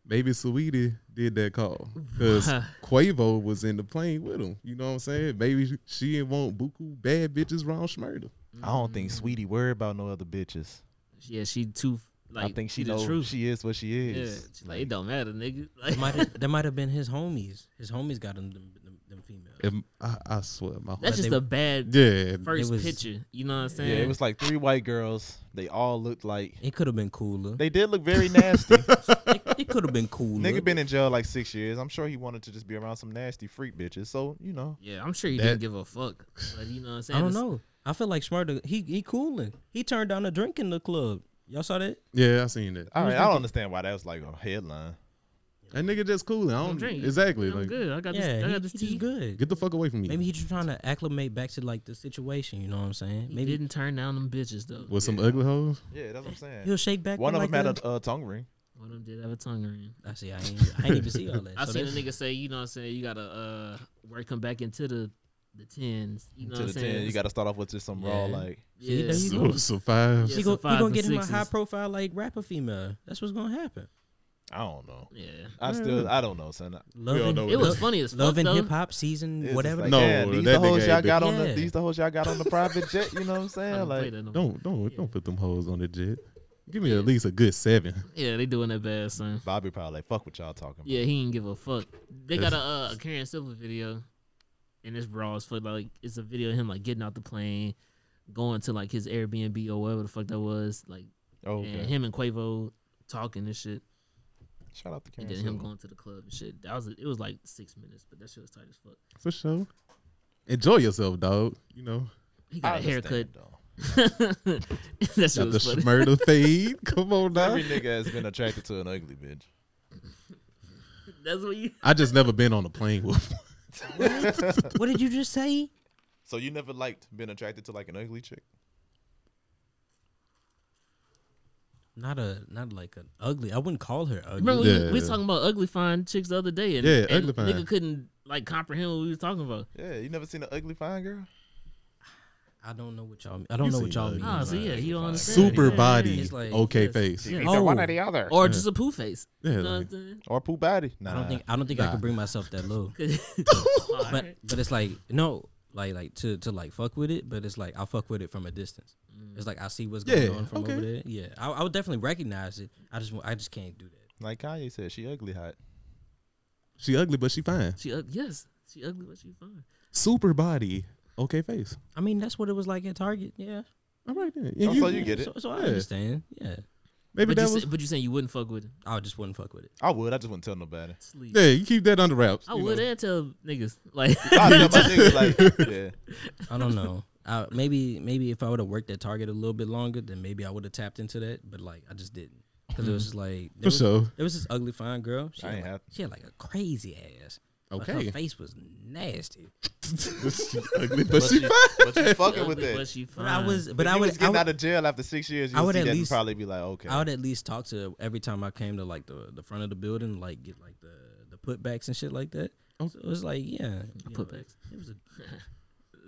S1: Maybe Sweetie did that call because
S3: Why?
S1: Quavo was in the plane with him. You know what I'm saying? Maybe she didn't want buku bad bitches around Schmurda.
S4: I don't think Sweetie worried about no other bitches.
S3: Yeah, she too. Like,
S4: I think she
S3: the
S4: knows
S3: truth.
S4: she is what she
S3: yeah,
S4: is.
S3: she like it don't matter, nigga. Like,
S5: It might have- that might have been his homies. His homies got them them, them, them females.
S1: And I, I swear, my whole
S3: that's just
S5: they-
S3: a bad
S1: yeah.
S3: first
S5: It was-
S3: picture. You know what I'm saying?
S4: yeah, it was like three white girls. They all looked like
S5: It could have been cooler.
S4: they did look very nasty.
S5: it it could have been cooler.
S4: Nigga been in jail like six years. I'm sure he wanted to just be around some nasty freak bitches. So you know,
S3: Yeah, I'm sure he
S1: That-
S3: didn't give a fuck. But you know what I'm saying?
S5: I don't
S3: It's-
S5: know. I feel like Schmurda, he he cooling. He turned down a drink in the club. Y'all saw that?
S1: Yeah, I seen that.
S4: I, mean, I don't understand why that was like a headline.
S1: That nigga just cool. I don't,
S3: I'm drinking.
S1: exactly.
S3: I'm
S1: like,
S3: good. I got this.
S5: yeah,
S3: I
S5: he,
S3: got this
S5: he just
S3: tea.
S5: good.
S1: get the fuck away from me.
S5: Maybe he just trying to acclimate back to like the situation. You know what I'm saying?
S3: He
S5: Maybe
S3: didn't turn down them bitches though.
S1: with some ugly hoes.
S4: Yeah, that's what I'm saying.
S5: he'll shake back.
S4: One
S5: to,
S4: of
S5: like
S4: them had a uh, tongue ring.
S3: One of them did have a tongue ring.
S5: I see. I ain't, I ain't even see all that.
S3: I
S5: So
S3: seen a
S5: that's-
S3: nigga say, you know what I'm saying, you gotta uh work him back into the the tens. You know
S4: to
S3: what
S4: the
S3: I'm saying?
S4: ten, you got to start off with just some raw
S5: Yeah.
S4: like.
S5: See, there you
S3: Yeah.
S5: go.
S1: So, so five.
S3: Yeah.
S5: He
S3: some
S5: gonna, he
S3: fives
S5: gonna
S3: and
S5: get him a high
S3: sixes.
S5: profile like rapper female. That's what's gonna happen.
S4: I don't know.
S3: yeah.
S4: I still I don't know, son.
S5: Love
S1: know
S5: and,
S1: what
S3: It was
S1: Love-
S3: funny as fuck
S5: Oh, love and
S3: though.
S5: hip hop season,
S4: It's just
S5: whatever.
S4: Like,
S1: No,
S4: yeah,
S1: that
S4: these the
S1: nigga
S4: hoes
S1: ain't
S4: y'all
S1: do-
S4: got on the
S5: Yeah.
S4: these the hoes y'all got on the private jet. You know what I'm
S3: I
S4: saying?
S3: don't play
S4: Like
S3: that no more.
S1: Don't don't don't put them hoes on the jet. Give me at least a good seven.
S3: Yeah, they doing that bad son.
S4: Bobby probably like fuck what y'all talking about.
S3: Yeah, he didn't give a fuck. They got
S1: That's-
S3: a, uh, a Karen Silver video, and it's raw as fuck. Like it's a video of him like getting out the plane, going to like his Airbnb or whatever the fuck that was. Like
S4: Oh,
S3: and
S4: okay.
S3: him and Quavo talking and shit,
S4: Shout out to
S3: and then him
S4: Karen.
S3: going to the club and shit. That was it was like six minutes, but that shit was tight as fuck.
S1: For sure. Enjoy yourself, dog. You know,
S3: He got a haircut.
S4: though.
S3: that shit
S1: got the
S3: was funny.
S1: Smyrna fade. Come on now.
S4: Every nigga has been attracted to an ugly bitch.
S3: That's what you.
S1: I just never been on a plane with.
S5: what did you just say?
S4: So you never liked been attracted to like an ugly chick?
S5: Not a not like an ugly. I wouldn't call her ugly.
S3: Remember we,
S1: Yeah.
S3: we was talking about ugly fine chicks the other day, and,
S1: Yeah,
S3: and
S1: ugly fine.
S3: nigga couldn't like comprehend what we was talking about.
S4: Yeah, you never seen an ugly fine girl?
S5: I don't know what y'all. mean. I don't
S1: You
S5: know
S1: seen
S5: what y'all
S1: ugly.
S5: mean.
S3: Ah, so
S5: by-
S3: yeah, you don't understand.
S1: Super
S3: Yeah,
S1: body,
S5: It's like-
S1: okay
S5: yes.
S1: face.
S3: yeah.
S5: Oh,
S4: other.
S3: Or just a poo face.
S1: Yeah,
S3: You know
S1: like-
S3: what I'm
S4: Or poo body. Nah.
S5: I don't think I don't think I
S1: Nah.
S5: could bring myself that low.
S3: saying? 'Cause-
S5: But but it's like no, like like to to like fuck with it. But it's like I fuck with it from a distance.
S4: Mm.
S5: It's like I see what's going
S1: Yeah,
S5: on from
S1: okay.
S5: over there. Yeah, I, I would definitely recognize it. I just wa- I just can't do that.
S4: like Kanye said, she ugly hot.
S1: She ugly, but she fine.
S3: She ug- yes, she ugly, but she fine.
S1: Super body, okay face.
S5: I mean that's what it was like at Target. Yeah,
S1: All right then.
S4: Oh, so you get it.
S5: so, so I
S1: Yeah.
S5: understand. Yeah,
S1: Maybe
S3: But you,
S1: that
S3: was...
S1: was.
S3: but you saying you wouldn't fuck with it?
S5: I just wouldn't fuck with it.
S4: I would. I just wouldn't tell nobody.
S3: Sleep.
S1: Yeah, you keep that under wraps.
S3: I
S1: you
S3: would
S1: know.
S3: and tell niggas like
S4: I tell my niggas like, yeah.
S5: I don't know. I, maybe maybe if I would have worked at Target a little bit longer, then maybe I would have tapped into that. But like I just didn't because
S1: Mm.
S5: it was just like there
S1: For
S5: was,
S1: sure.
S5: there was this ugly fine girl. She
S4: I
S5: had,
S4: ain't
S5: like,
S4: have-
S5: she had like a crazy ass. But
S1: Okay.
S5: her face was nasty.
S1: Ugly, but
S4: But
S1: she
S4: she,
S1: fine.
S4: but you fucking with
S3: but
S4: that.
S3: she
S5: But
S3: fine.
S5: I was,
S4: But
S5: but
S4: if
S5: I
S4: you was
S5: would, I
S4: getting
S5: would,
S4: out of jail after six years.
S5: I
S4: You would
S5: would
S4: see
S5: at
S4: that and
S5: least-
S4: probably be like, okay.
S5: I would at least talk to her every time I came to like the, the front of the building, like get like the the putbacks and shit like that.
S1: Oh.
S5: So it was like, yeah, you know,
S3: putbacks.
S5: It was a,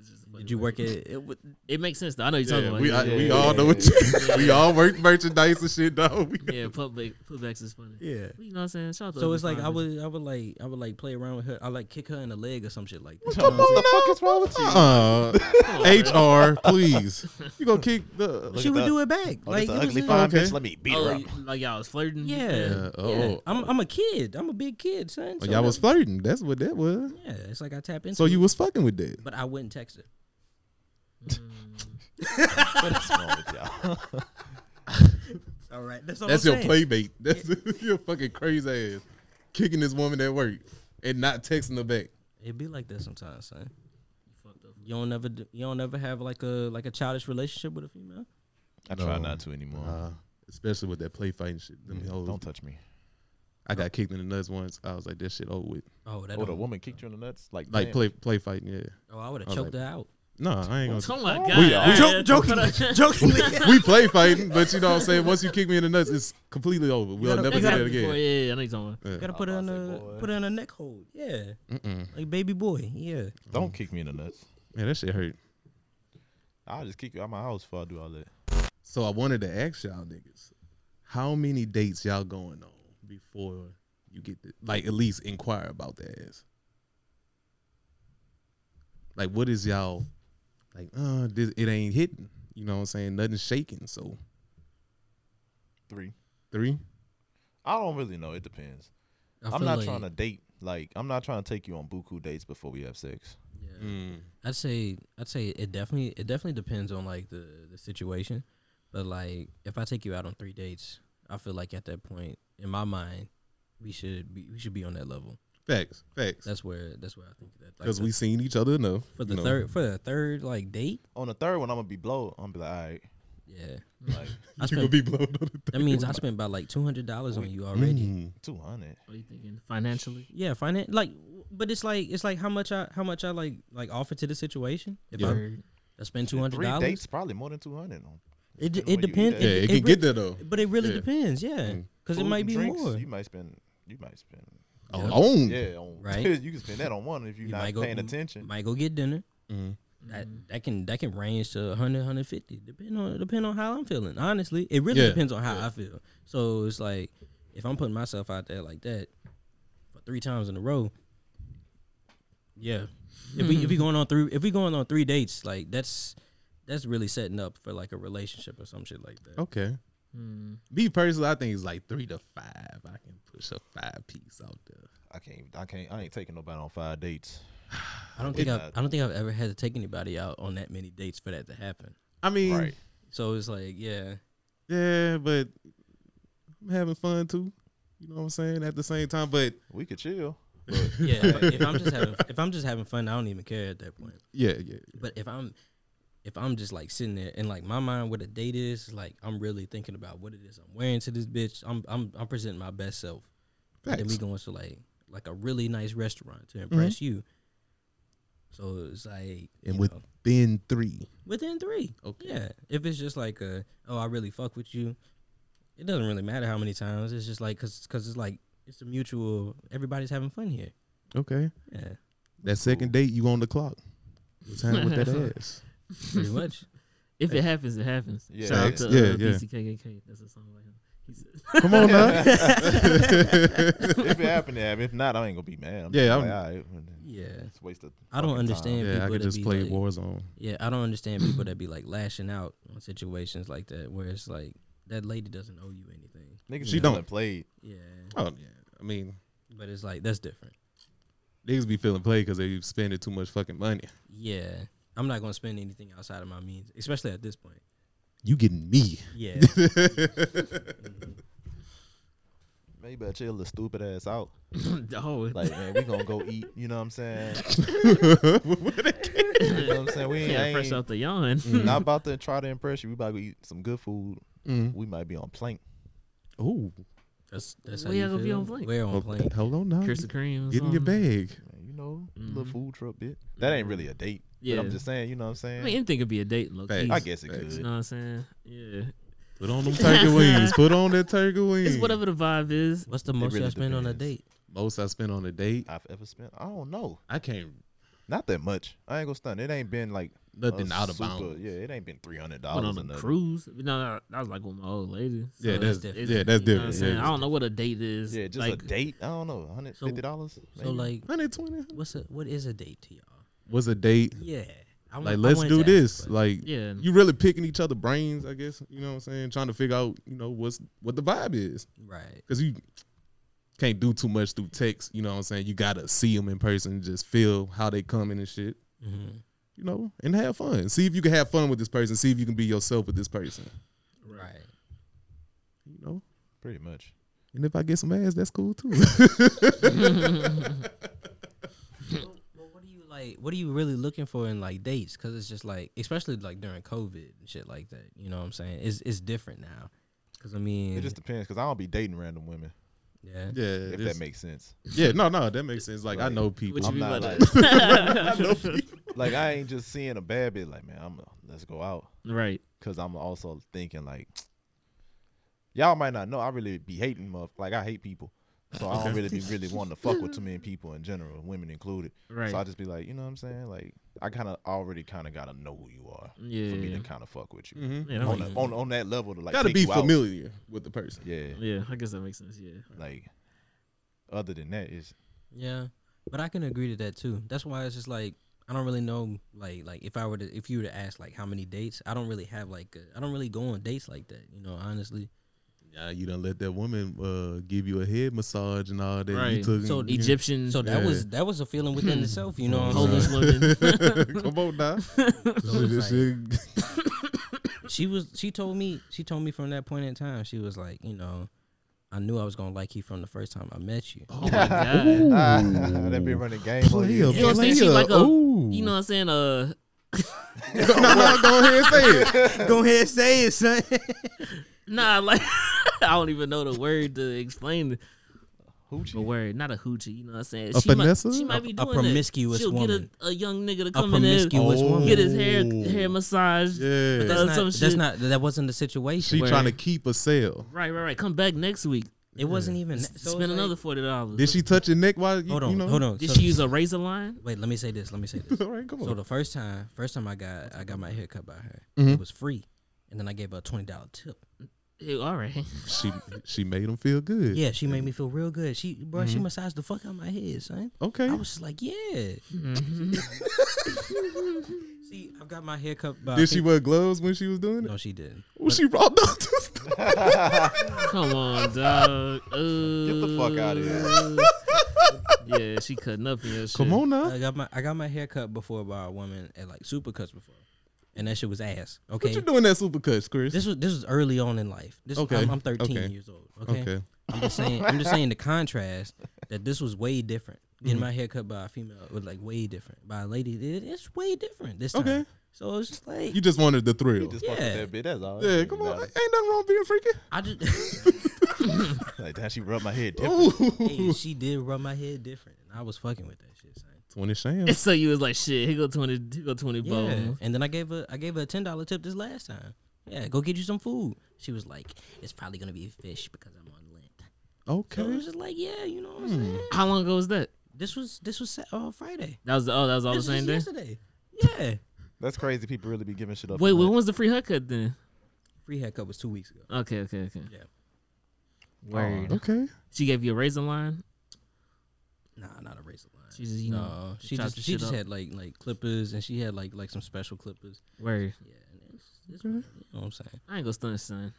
S3: It's just funny,
S5: did you
S3: right?
S5: work at it? wa-
S3: It makes sense though. I know you're talking
S1: Yeah,
S3: about.
S1: we,
S3: yeah,
S1: I, we
S4: yeah,
S1: all
S4: yeah,
S1: know what you, we all work merchandise and shit, though. We,
S3: yeah, putback, putbacks is funny.
S5: Yeah.
S3: You know what I'm saying? Shout out to
S5: So
S3: ugly
S5: it's like
S3: fine
S5: I
S3: bitches.
S5: would, I would like, I would like play around with her. I like kick her in the leg or some shit like that.
S4: Come on, what the fuck is wrong with you?
S1: Uh,
S3: Come on, man.
S1: HR, please. You gonna kick the?
S4: Look
S5: she
S4: at
S5: would
S4: the-
S5: do it back.
S4: Oh,
S5: like you
S4: this
S5: know
S4: a
S5: what
S4: ugly
S5: I'm
S4: fine
S5: saying?
S1: saying?
S4: bitch. Let me beat her
S3: Oh,
S4: up.
S3: you- like y'all was flirting.
S5: Yeah.
S1: Uh, oh,
S3: Yeah.
S1: oh.
S5: I'm, I'm a kid. I'm a big kid, son.
S1: Oh,
S5: So
S1: y'all was
S5: that-
S1: flirting. That's what that was.
S5: Yeah, it's like I tap into.
S1: So you
S5: it,
S1: was fucking with that.
S5: but I wouldn't text her.
S4: What is wrong with y'all?
S5: All right, that's all.
S1: That's
S5: I'm
S1: your
S5: saying.
S1: playmate. That's your fucking crazy ass kicking this woman at work and not texting her back.
S5: It be like that sometimes, son.
S3: Fucked up.
S5: You don't ever, do, you don't ever have like a like a childish relationship with a female.
S4: I try
S1: No.
S4: not to anymore.
S1: Uh, especially with that play fighting shit. Them
S4: Yeah,
S1: hoes.
S4: Don't touch me.
S1: I got kicked in the nuts once. I was like, that shit over with.
S5: Oh, that
S4: Oh, the
S5: don't-
S4: woman kicked you in the nuts? Like,
S1: Like
S4: damn.
S1: play play fighting. Yeah.
S5: Oh, I would
S1: I
S5: have
S1: was
S5: choked
S1: like-
S5: her out.
S1: No, I ain't
S3: Oh
S1: gonna.
S3: my
S4: We
S3: god.
S4: are-
S3: All right,
S5: jokingly.
S1: we play fighting, but you know what I'm saying. Once you kick me in the nuts, it's completely over. We'll
S5: gotta-
S3: That
S1: never do
S5: you gotta
S1: that
S3: happened before.
S1: again.
S3: Yeah, yeah, I know you're talking about.
S5: Gotta
S4: I
S5: put her
S4: was
S5: in
S4: about to
S5: a
S4: say, boy.
S5: put her in a neck hold. Yeah,
S1: Mm-mm.
S5: like baby boy. Yeah.
S4: Don't kick me in the nuts.
S1: Man, that shit hurt.
S4: I'll just kick you out my house before I do all that.
S1: So I wanted to ask y'all niggas, how many dates y'all going on before you get the like at least inquire about the ass? Like what is y'all like, uh, this it ain't hitting. You know what I'm saying? Nothing's shaking. So
S4: Three.
S1: three?
S4: I don't really know. It depends.
S5: I
S4: I'm
S5: feel
S4: not
S5: like-
S4: trying to date. Like, I'm not trying to take you on buku dates before we have sex.
S5: Yeah.
S1: Mm.
S5: I'd say I'd say it definitely it definitely depends on like the the situation, but like if I take you out on three dates, I feel like at that point in my mind, we should be we should be on that level.
S1: Facts. Facts.
S5: That's where that's where I think that like
S1: Because
S5: the-
S1: we seen each other enough.
S5: for
S1: you
S5: the
S1: know.
S5: third for the third like date.
S4: On the third one, I'm gonna be blow. I'm gonna be like, all right.
S5: Yeah,
S4: Like
S5: I
S1: you gonna
S5: spent
S1: be blown on the
S5: that means I spent about like two hundred dollars on you
S1: third.
S5: already.
S1: Mm.
S4: two hundred.
S3: What are you thinking? Financially?
S5: Yeah, finance like, w- but it's like it's like how much I how much I like like offer to the situation. If
S1: Yeah.
S5: I, I spend two hundred
S4: Three
S5: dollars,
S4: dates, probably more than two hundred. On
S5: it d- it
S4: depending on you eat
S5: depends.
S4: at.
S1: Yeah, it, can
S5: re-
S1: get there though.
S5: but it really
S1: Yeah.
S5: depends. Yeah,
S1: Mm.
S5: because it
S4: Food
S5: might
S4: and
S5: be
S4: drinks,
S5: more.
S4: You might spend. You might spend.
S1: On own.
S4: Yeah, on,
S5: Right.
S4: You can spend that on one if you're
S5: You
S4: not
S5: might go-
S4: paying attention. Mm-hmm.
S5: Might go get dinner.
S1: Mm.
S5: That, that can that can range to 100, 150, depending on depending on how I'm feeling. Honestly, it really
S1: Yeah.
S5: depends on how I feel. So it's like if I'm putting myself out there like that for three times in a row, yeah. If we if we going on three if we going on three dates, like that's that's really setting up for like a relationship or some shit like that.
S4: Oh,
S1: Okay.
S3: Hmm.
S1: Me personally, I think it's like three to five. I can push a five piece out there.
S4: I can't. I can't. I ain't taking nobody on five dates.
S5: I don't think
S4: It-
S5: I've, I don't think I've ever had to take anybody out on that many dates for that to happen.
S1: I mean,
S4: Right.
S5: So it's like yeah,
S1: yeah, but I'm having fun too. You know what I'm saying? At the same time, but
S4: We could chill.
S5: yeah. like, if I'm just having if I'm just having fun, I don't even care at that point.
S1: yeah, yeah.
S5: But if I'm if I'm just like sitting there and like my mind what a date is, like I'm really thinking about what it is I'm wearing to this bitch. I'm I'm I'm presenting my best self. And then
S1: Facts. Mm-hmm.
S5: we going to like like a really nice restaurant to impress you. So it's like
S1: And
S5: you
S1: with
S5: know,
S1: Ben three,
S5: within three.
S1: Okay.
S5: Yeah. If it's just like a oh I really fuck with you, it doesn't really matter how many times. It's just like cause, cause it's like it's a mutual everybody's having fun here.
S1: okay.
S5: Yeah.
S1: That second date, you on the clock? What time with that ass?
S5: Pretty much.
S3: If it happens, it happens.
S4: Yeah.
S3: Shout out
S1: Facts.
S3: to uh,
S1: Yeah, yeah.
S3: BCKKK. That's a song by him. He said,
S1: Come on now.
S4: if it happened, to happen. If not, I ain't gonna be mad. I'm
S1: Yeah,
S4: just
S1: I'm-
S4: like, all right.
S5: yeah.
S4: It's a waste of.
S5: I don't
S4: fucking
S5: understand
S1: yeah, I
S5: people
S1: could
S5: that
S1: just
S5: be
S1: play
S5: like,
S1: Warzone.
S5: Yeah, I don't understand people that be like lashing out on situations like that, where it's like that lady doesn't owe you anything.
S4: Time. Niggas
S1: She
S4: she
S1: don't.
S4: don't play.
S5: Yeah,
S1: Oh yeah. I mean,
S5: but it's like that's different.
S1: niggas be feeling played because they spending too much fucking money.
S5: Yeah, I'm not gonna spend anything outside of my means, especially at this point.
S1: You getting me?
S6: Yeah.
S4: Man, you better chill the stupid ass out.
S3: oh,
S4: Like, man, we gonna go eat. You know what I'm saying? you know what I'm saying? We ain't,
S3: yeah, fresh
S4: ain't- Mm-hmm.
S3: out the yawn.
S4: not about to try to impress you. We about to go eat some good food.
S1: Mm.
S4: We might be on plank.
S1: Ooh,
S5: That's that's
S3: We
S5: how
S3: are
S5: you
S3: gonna be
S5: feel?
S3: on plane.
S5: We're on
S1: Oh,
S5: plane.
S1: hello now.
S3: Krispy Kreme. or
S1: Get in your
S3: something.
S1: bag.
S4: Man, you know, little food truck bit. That ain't really a date. Yeah.
S3: Yeah.
S4: I'm just saying. You know what I'm saying?
S3: I mean, anything could be a date. Look,
S1: Facts.
S4: I guess it
S1: Facts.
S4: could.
S3: You know what I'm saying? Yeah,
S1: Put on them turkey wings. Put on that turkey wings.
S3: it's whatever the vibe is.
S6: What's the most
S4: really
S6: y'all spend on a
S4: depends.
S6: date?
S1: Most I spent on a date.
S4: I've ever spent. I don't know.
S1: I can't
S4: Not that much. I ain't gonna stunt. It ain't been like a
S1: nothing out of
S4: super-
S1: bounds.
S4: Yeah, it ain't been three hundred
S3: Went
S4: dollars
S3: on a cruise. No, that was like with my old lady. So
S1: Yeah,
S3: it's-
S1: that's different. Yeah, that's
S3: You know what I'm
S1: different.
S3: saying? I
S1: Yeah.
S3: don't know what a date is.
S4: Yeah, just
S3: like,
S4: a date. I don't know, hundred fifty dollars.
S5: So like,
S1: Hundred twenty
S5: what's a what is a date to y'all?
S1: was a date.
S5: Yeah. I wa-
S1: Like
S5: I
S1: let's
S5: wanted
S1: do
S5: to ask,
S1: this.
S5: but-
S1: Like
S3: Yeah.
S1: you really picking each other brains. I guess you know what I'm saying. Trying to figure out you know what's what the vibe is
S5: right.
S1: because you can't do too much through text. You know what I'm saying. You gotta see them in person. Just feel how they coming and shit.
S3: Mm-hmm.
S1: You know, and have fun. See if you can have fun with this person. See if you can be yourself with this person.
S5: Right.
S1: You know.
S4: pretty much.
S1: And if I get some ass, that's cool too.
S5: But what do you like? What are you really looking for in like dates? Because it's just like, especially like during COVID and shit like that. You know what I'm saying? It's it's different now. Because I mean,
S4: It just depends because I don't be dating random women.
S5: yeah,
S1: yeah,
S4: If
S1: this-
S4: that makes sense.
S1: yeah, no, no, that makes sense. Like I
S4: Right.
S1: know people.
S3: What you
S4: I'm
S3: mean by
S4: not
S3: that?
S4: like, like I ain't just seeing a bad bit. Like man, I'm let's go out
S3: Right.
S4: because I'm also thinking like y'all might not know. I really be hating muff. Like I hate people. So I don't really be really wanting to fuck with too many people in general, women included.
S3: Right.
S4: So I just be like, you know what I'm saying? Like I kind of already kind of gotta know who you are for me
S3: Yeah. Mm,
S4: to kind of fuck with you
S1: Mhm.
S3: Yeah, that
S4: on,
S3: makes-
S4: a- on on that level to like
S1: Gotta
S4: take
S1: be
S4: you out.
S1: familiar with the person.
S4: Yeah,
S3: yeah, I guess that makes sense. Yeah.
S4: like other than that is
S5: yeah. But I can agree to that too. That's why it's just like I don't really know. Like like if I were to if you were to ask like how many dates, I don't really have like I I don't really go on dates like that. You know, honestly.
S1: Nah, you don't let that woman uh, give you a head massage and all that. You
S3: Right.
S1: took
S5: So
S1: you-
S3: Egyptian, Oh
S5: So that
S1: Yeah.
S5: was that was a feeling within itself. You know what I'm
S3: Polish
S5: saying?
S3: women.
S1: Come on now. Shit, this shit-
S5: she was she told me she told me from that point in time she was like you know i knew i was gonna like you from the first time i met you
S3: Oh my god.
S4: that be running game on
S1: player,
S4: you.
S3: You know what I'm saying? She
S1: player.
S3: like a-
S1: Ooh.
S3: You know what I'm saying? Uh,
S1: no, no, go ahead and say it.
S6: Go ahead and say it, son.
S3: nah, like I don't even know the word to explain the
S4: Hoochie.
S3: word. Not a hoochie. You know what I'm saying?
S1: A
S3: she
S1: Vanessa?
S3: might she might
S5: A-
S3: be
S5: a
S3: doing
S5: promiscuous
S3: that. She'll
S5: woman.
S3: get a, a young nigga to
S5: a
S3: come in there,
S5: promiscuous
S1: Oh.
S5: woman
S3: get his hair
S1: Oh.
S3: hair massaged.
S1: Yeah.
S3: That's
S5: that's,
S3: some
S5: not, that's
S3: shit.
S5: not that wasn't the situation
S1: She
S3: Where-
S1: trying to keep a sale.
S3: Right, right, right. Come back next week.
S5: it wasn't even that. So
S3: Spend
S5: it's
S3: another
S5: like-
S3: forty dollars.
S1: Did she touch your neck while you,
S5: hold on
S1: you know?
S5: hold on
S3: Did
S5: So-
S3: she use a razor line?
S5: wait let me say this let me say this
S1: All right, come
S5: so
S1: on.
S5: the first time first time i got i got my hair cut by her
S1: Mm-hmm.
S5: it was free and then i gave her a $20 tip
S3: Yeah, all right.
S1: She she made him feel good.
S5: yeah she made me feel real good she bro she
S1: Mm-hmm.
S5: massaged the fuck out of my head son
S1: Okay.
S5: i was just like yeah see i've got my hair cut by I
S1: Did she
S5: think-
S1: wear gloves when she was doing it?
S5: no she didn't
S1: Oh, she brought those to stuff.
S3: Come on, dog. Uh,
S4: Get the fuck out of here.
S3: Yeah, she cutting up in your shit.
S1: Come on now.
S5: I got my I got my hair cut before by a woman at like Supercuts before, and that shit was ass. Okay,
S1: What you doing that super cuts, Chris?
S5: this was this was early on in life. This
S1: Okay.
S5: I'm, I'm 13
S1: Okay.
S5: years old. Okay?
S1: Okay.
S5: I'm just saying I'm just saying the contrast that this was way different. Getting
S1: Mm-hmm.
S5: my hair cut by a female was like way different by a lady. It, it's way different this time.
S1: Okay.
S5: so it's just like
S1: You just wanted the thrill.
S4: Just fuck with
S5: Yeah.
S4: that bit. That's all.
S1: yeah, come on. Ain't nothing wrong with being freaky.
S5: I just
S4: Like that, she rubbed my head. different.
S1: Ooh.
S5: hey, she did rub my head different, and I was fucking with that shit. Son.
S1: 20 sham.
S3: And so you was like, shit, here go 20, here go 20
S5: Yeah,
S3: bones.
S5: and then I gave her I gave her a ten dollar tip this last time. Yeah, go get you some food. She was like, "It's probably gonna be fish because I'm on Lent." So it
S1: Okay. Hmm.
S5: was just like, "Yeah, you know what I'm saying."
S3: How long ago was that?
S5: This was this was Sa- uh, Friday.
S3: That was, oh, that was all
S5: This
S3: the same
S5: was
S3: day?
S5: yesterday. Yeah,
S4: That's crazy. People really be giving shit up.
S3: Wait,
S4: for
S3: when
S4: that.
S3: was the free haircut then?
S5: free haircut was two weeks ago.
S3: Okay, okay, okay.
S5: Yeah.
S3: Word.
S1: Okay.
S3: She gave you a razor line?
S5: Nah, not a razor line.
S3: She just, you know,
S5: no, she
S3: chopped
S5: just
S3: the
S5: she
S3: shit
S5: just
S3: up.
S5: had like like clippers and she had like like some special clippers.
S3: Word.
S5: Yeah, and it's, it's, you know what I'm saying.
S3: I ain't gonna stun son.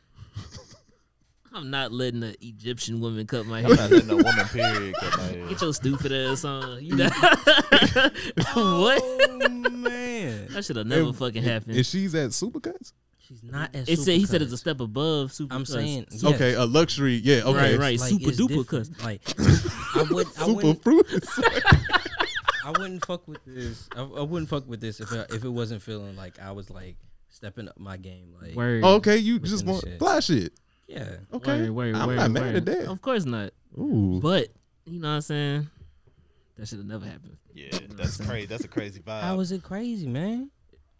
S3: I'm not letting an Egyptian woman cut my
S4: I'm
S3: hair.
S4: not letting a woman period cut my hair.
S3: Get your stupid ass on. You know? what?
S5: Oh man,
S3: That should have never fucking happened.
S1: And she's at Supercuts?
S5: She's not as.
S3: It said he said
S5: supercuts.
S3: it's a step above super.
S5: I'm
S3: cuts.
S5: saying yes.
S1: Okay, a luxury. Yeah. Okay.
S3: Right, right. Super
S5: it's
S3: duper
S5: different. Like I would, I
S1: Super
S5: wouldn't,
S1: fruit.
S5: I wouldn't fuck with this. I, I wouldn't fuck with this if I, if it wasn't feeling like I was like stepping up my game. Like
S3: Word.
S1: okay, you just
S5: Within the
S1: want
S5: shit.
S1: fly shit.
S5: yeah,
S1: Oh, Okay.
S3: Word, word,
S1: I'm
S3: word,
S1: not mad
S3: word.
S1: at that.
S3: Of course not.
S1: Ooh.
S3: But you know what I'm saying? That should have never happened.
S4: Yeah, that's crazy. That's a crazy vibe.
S5: how is it crazy, man?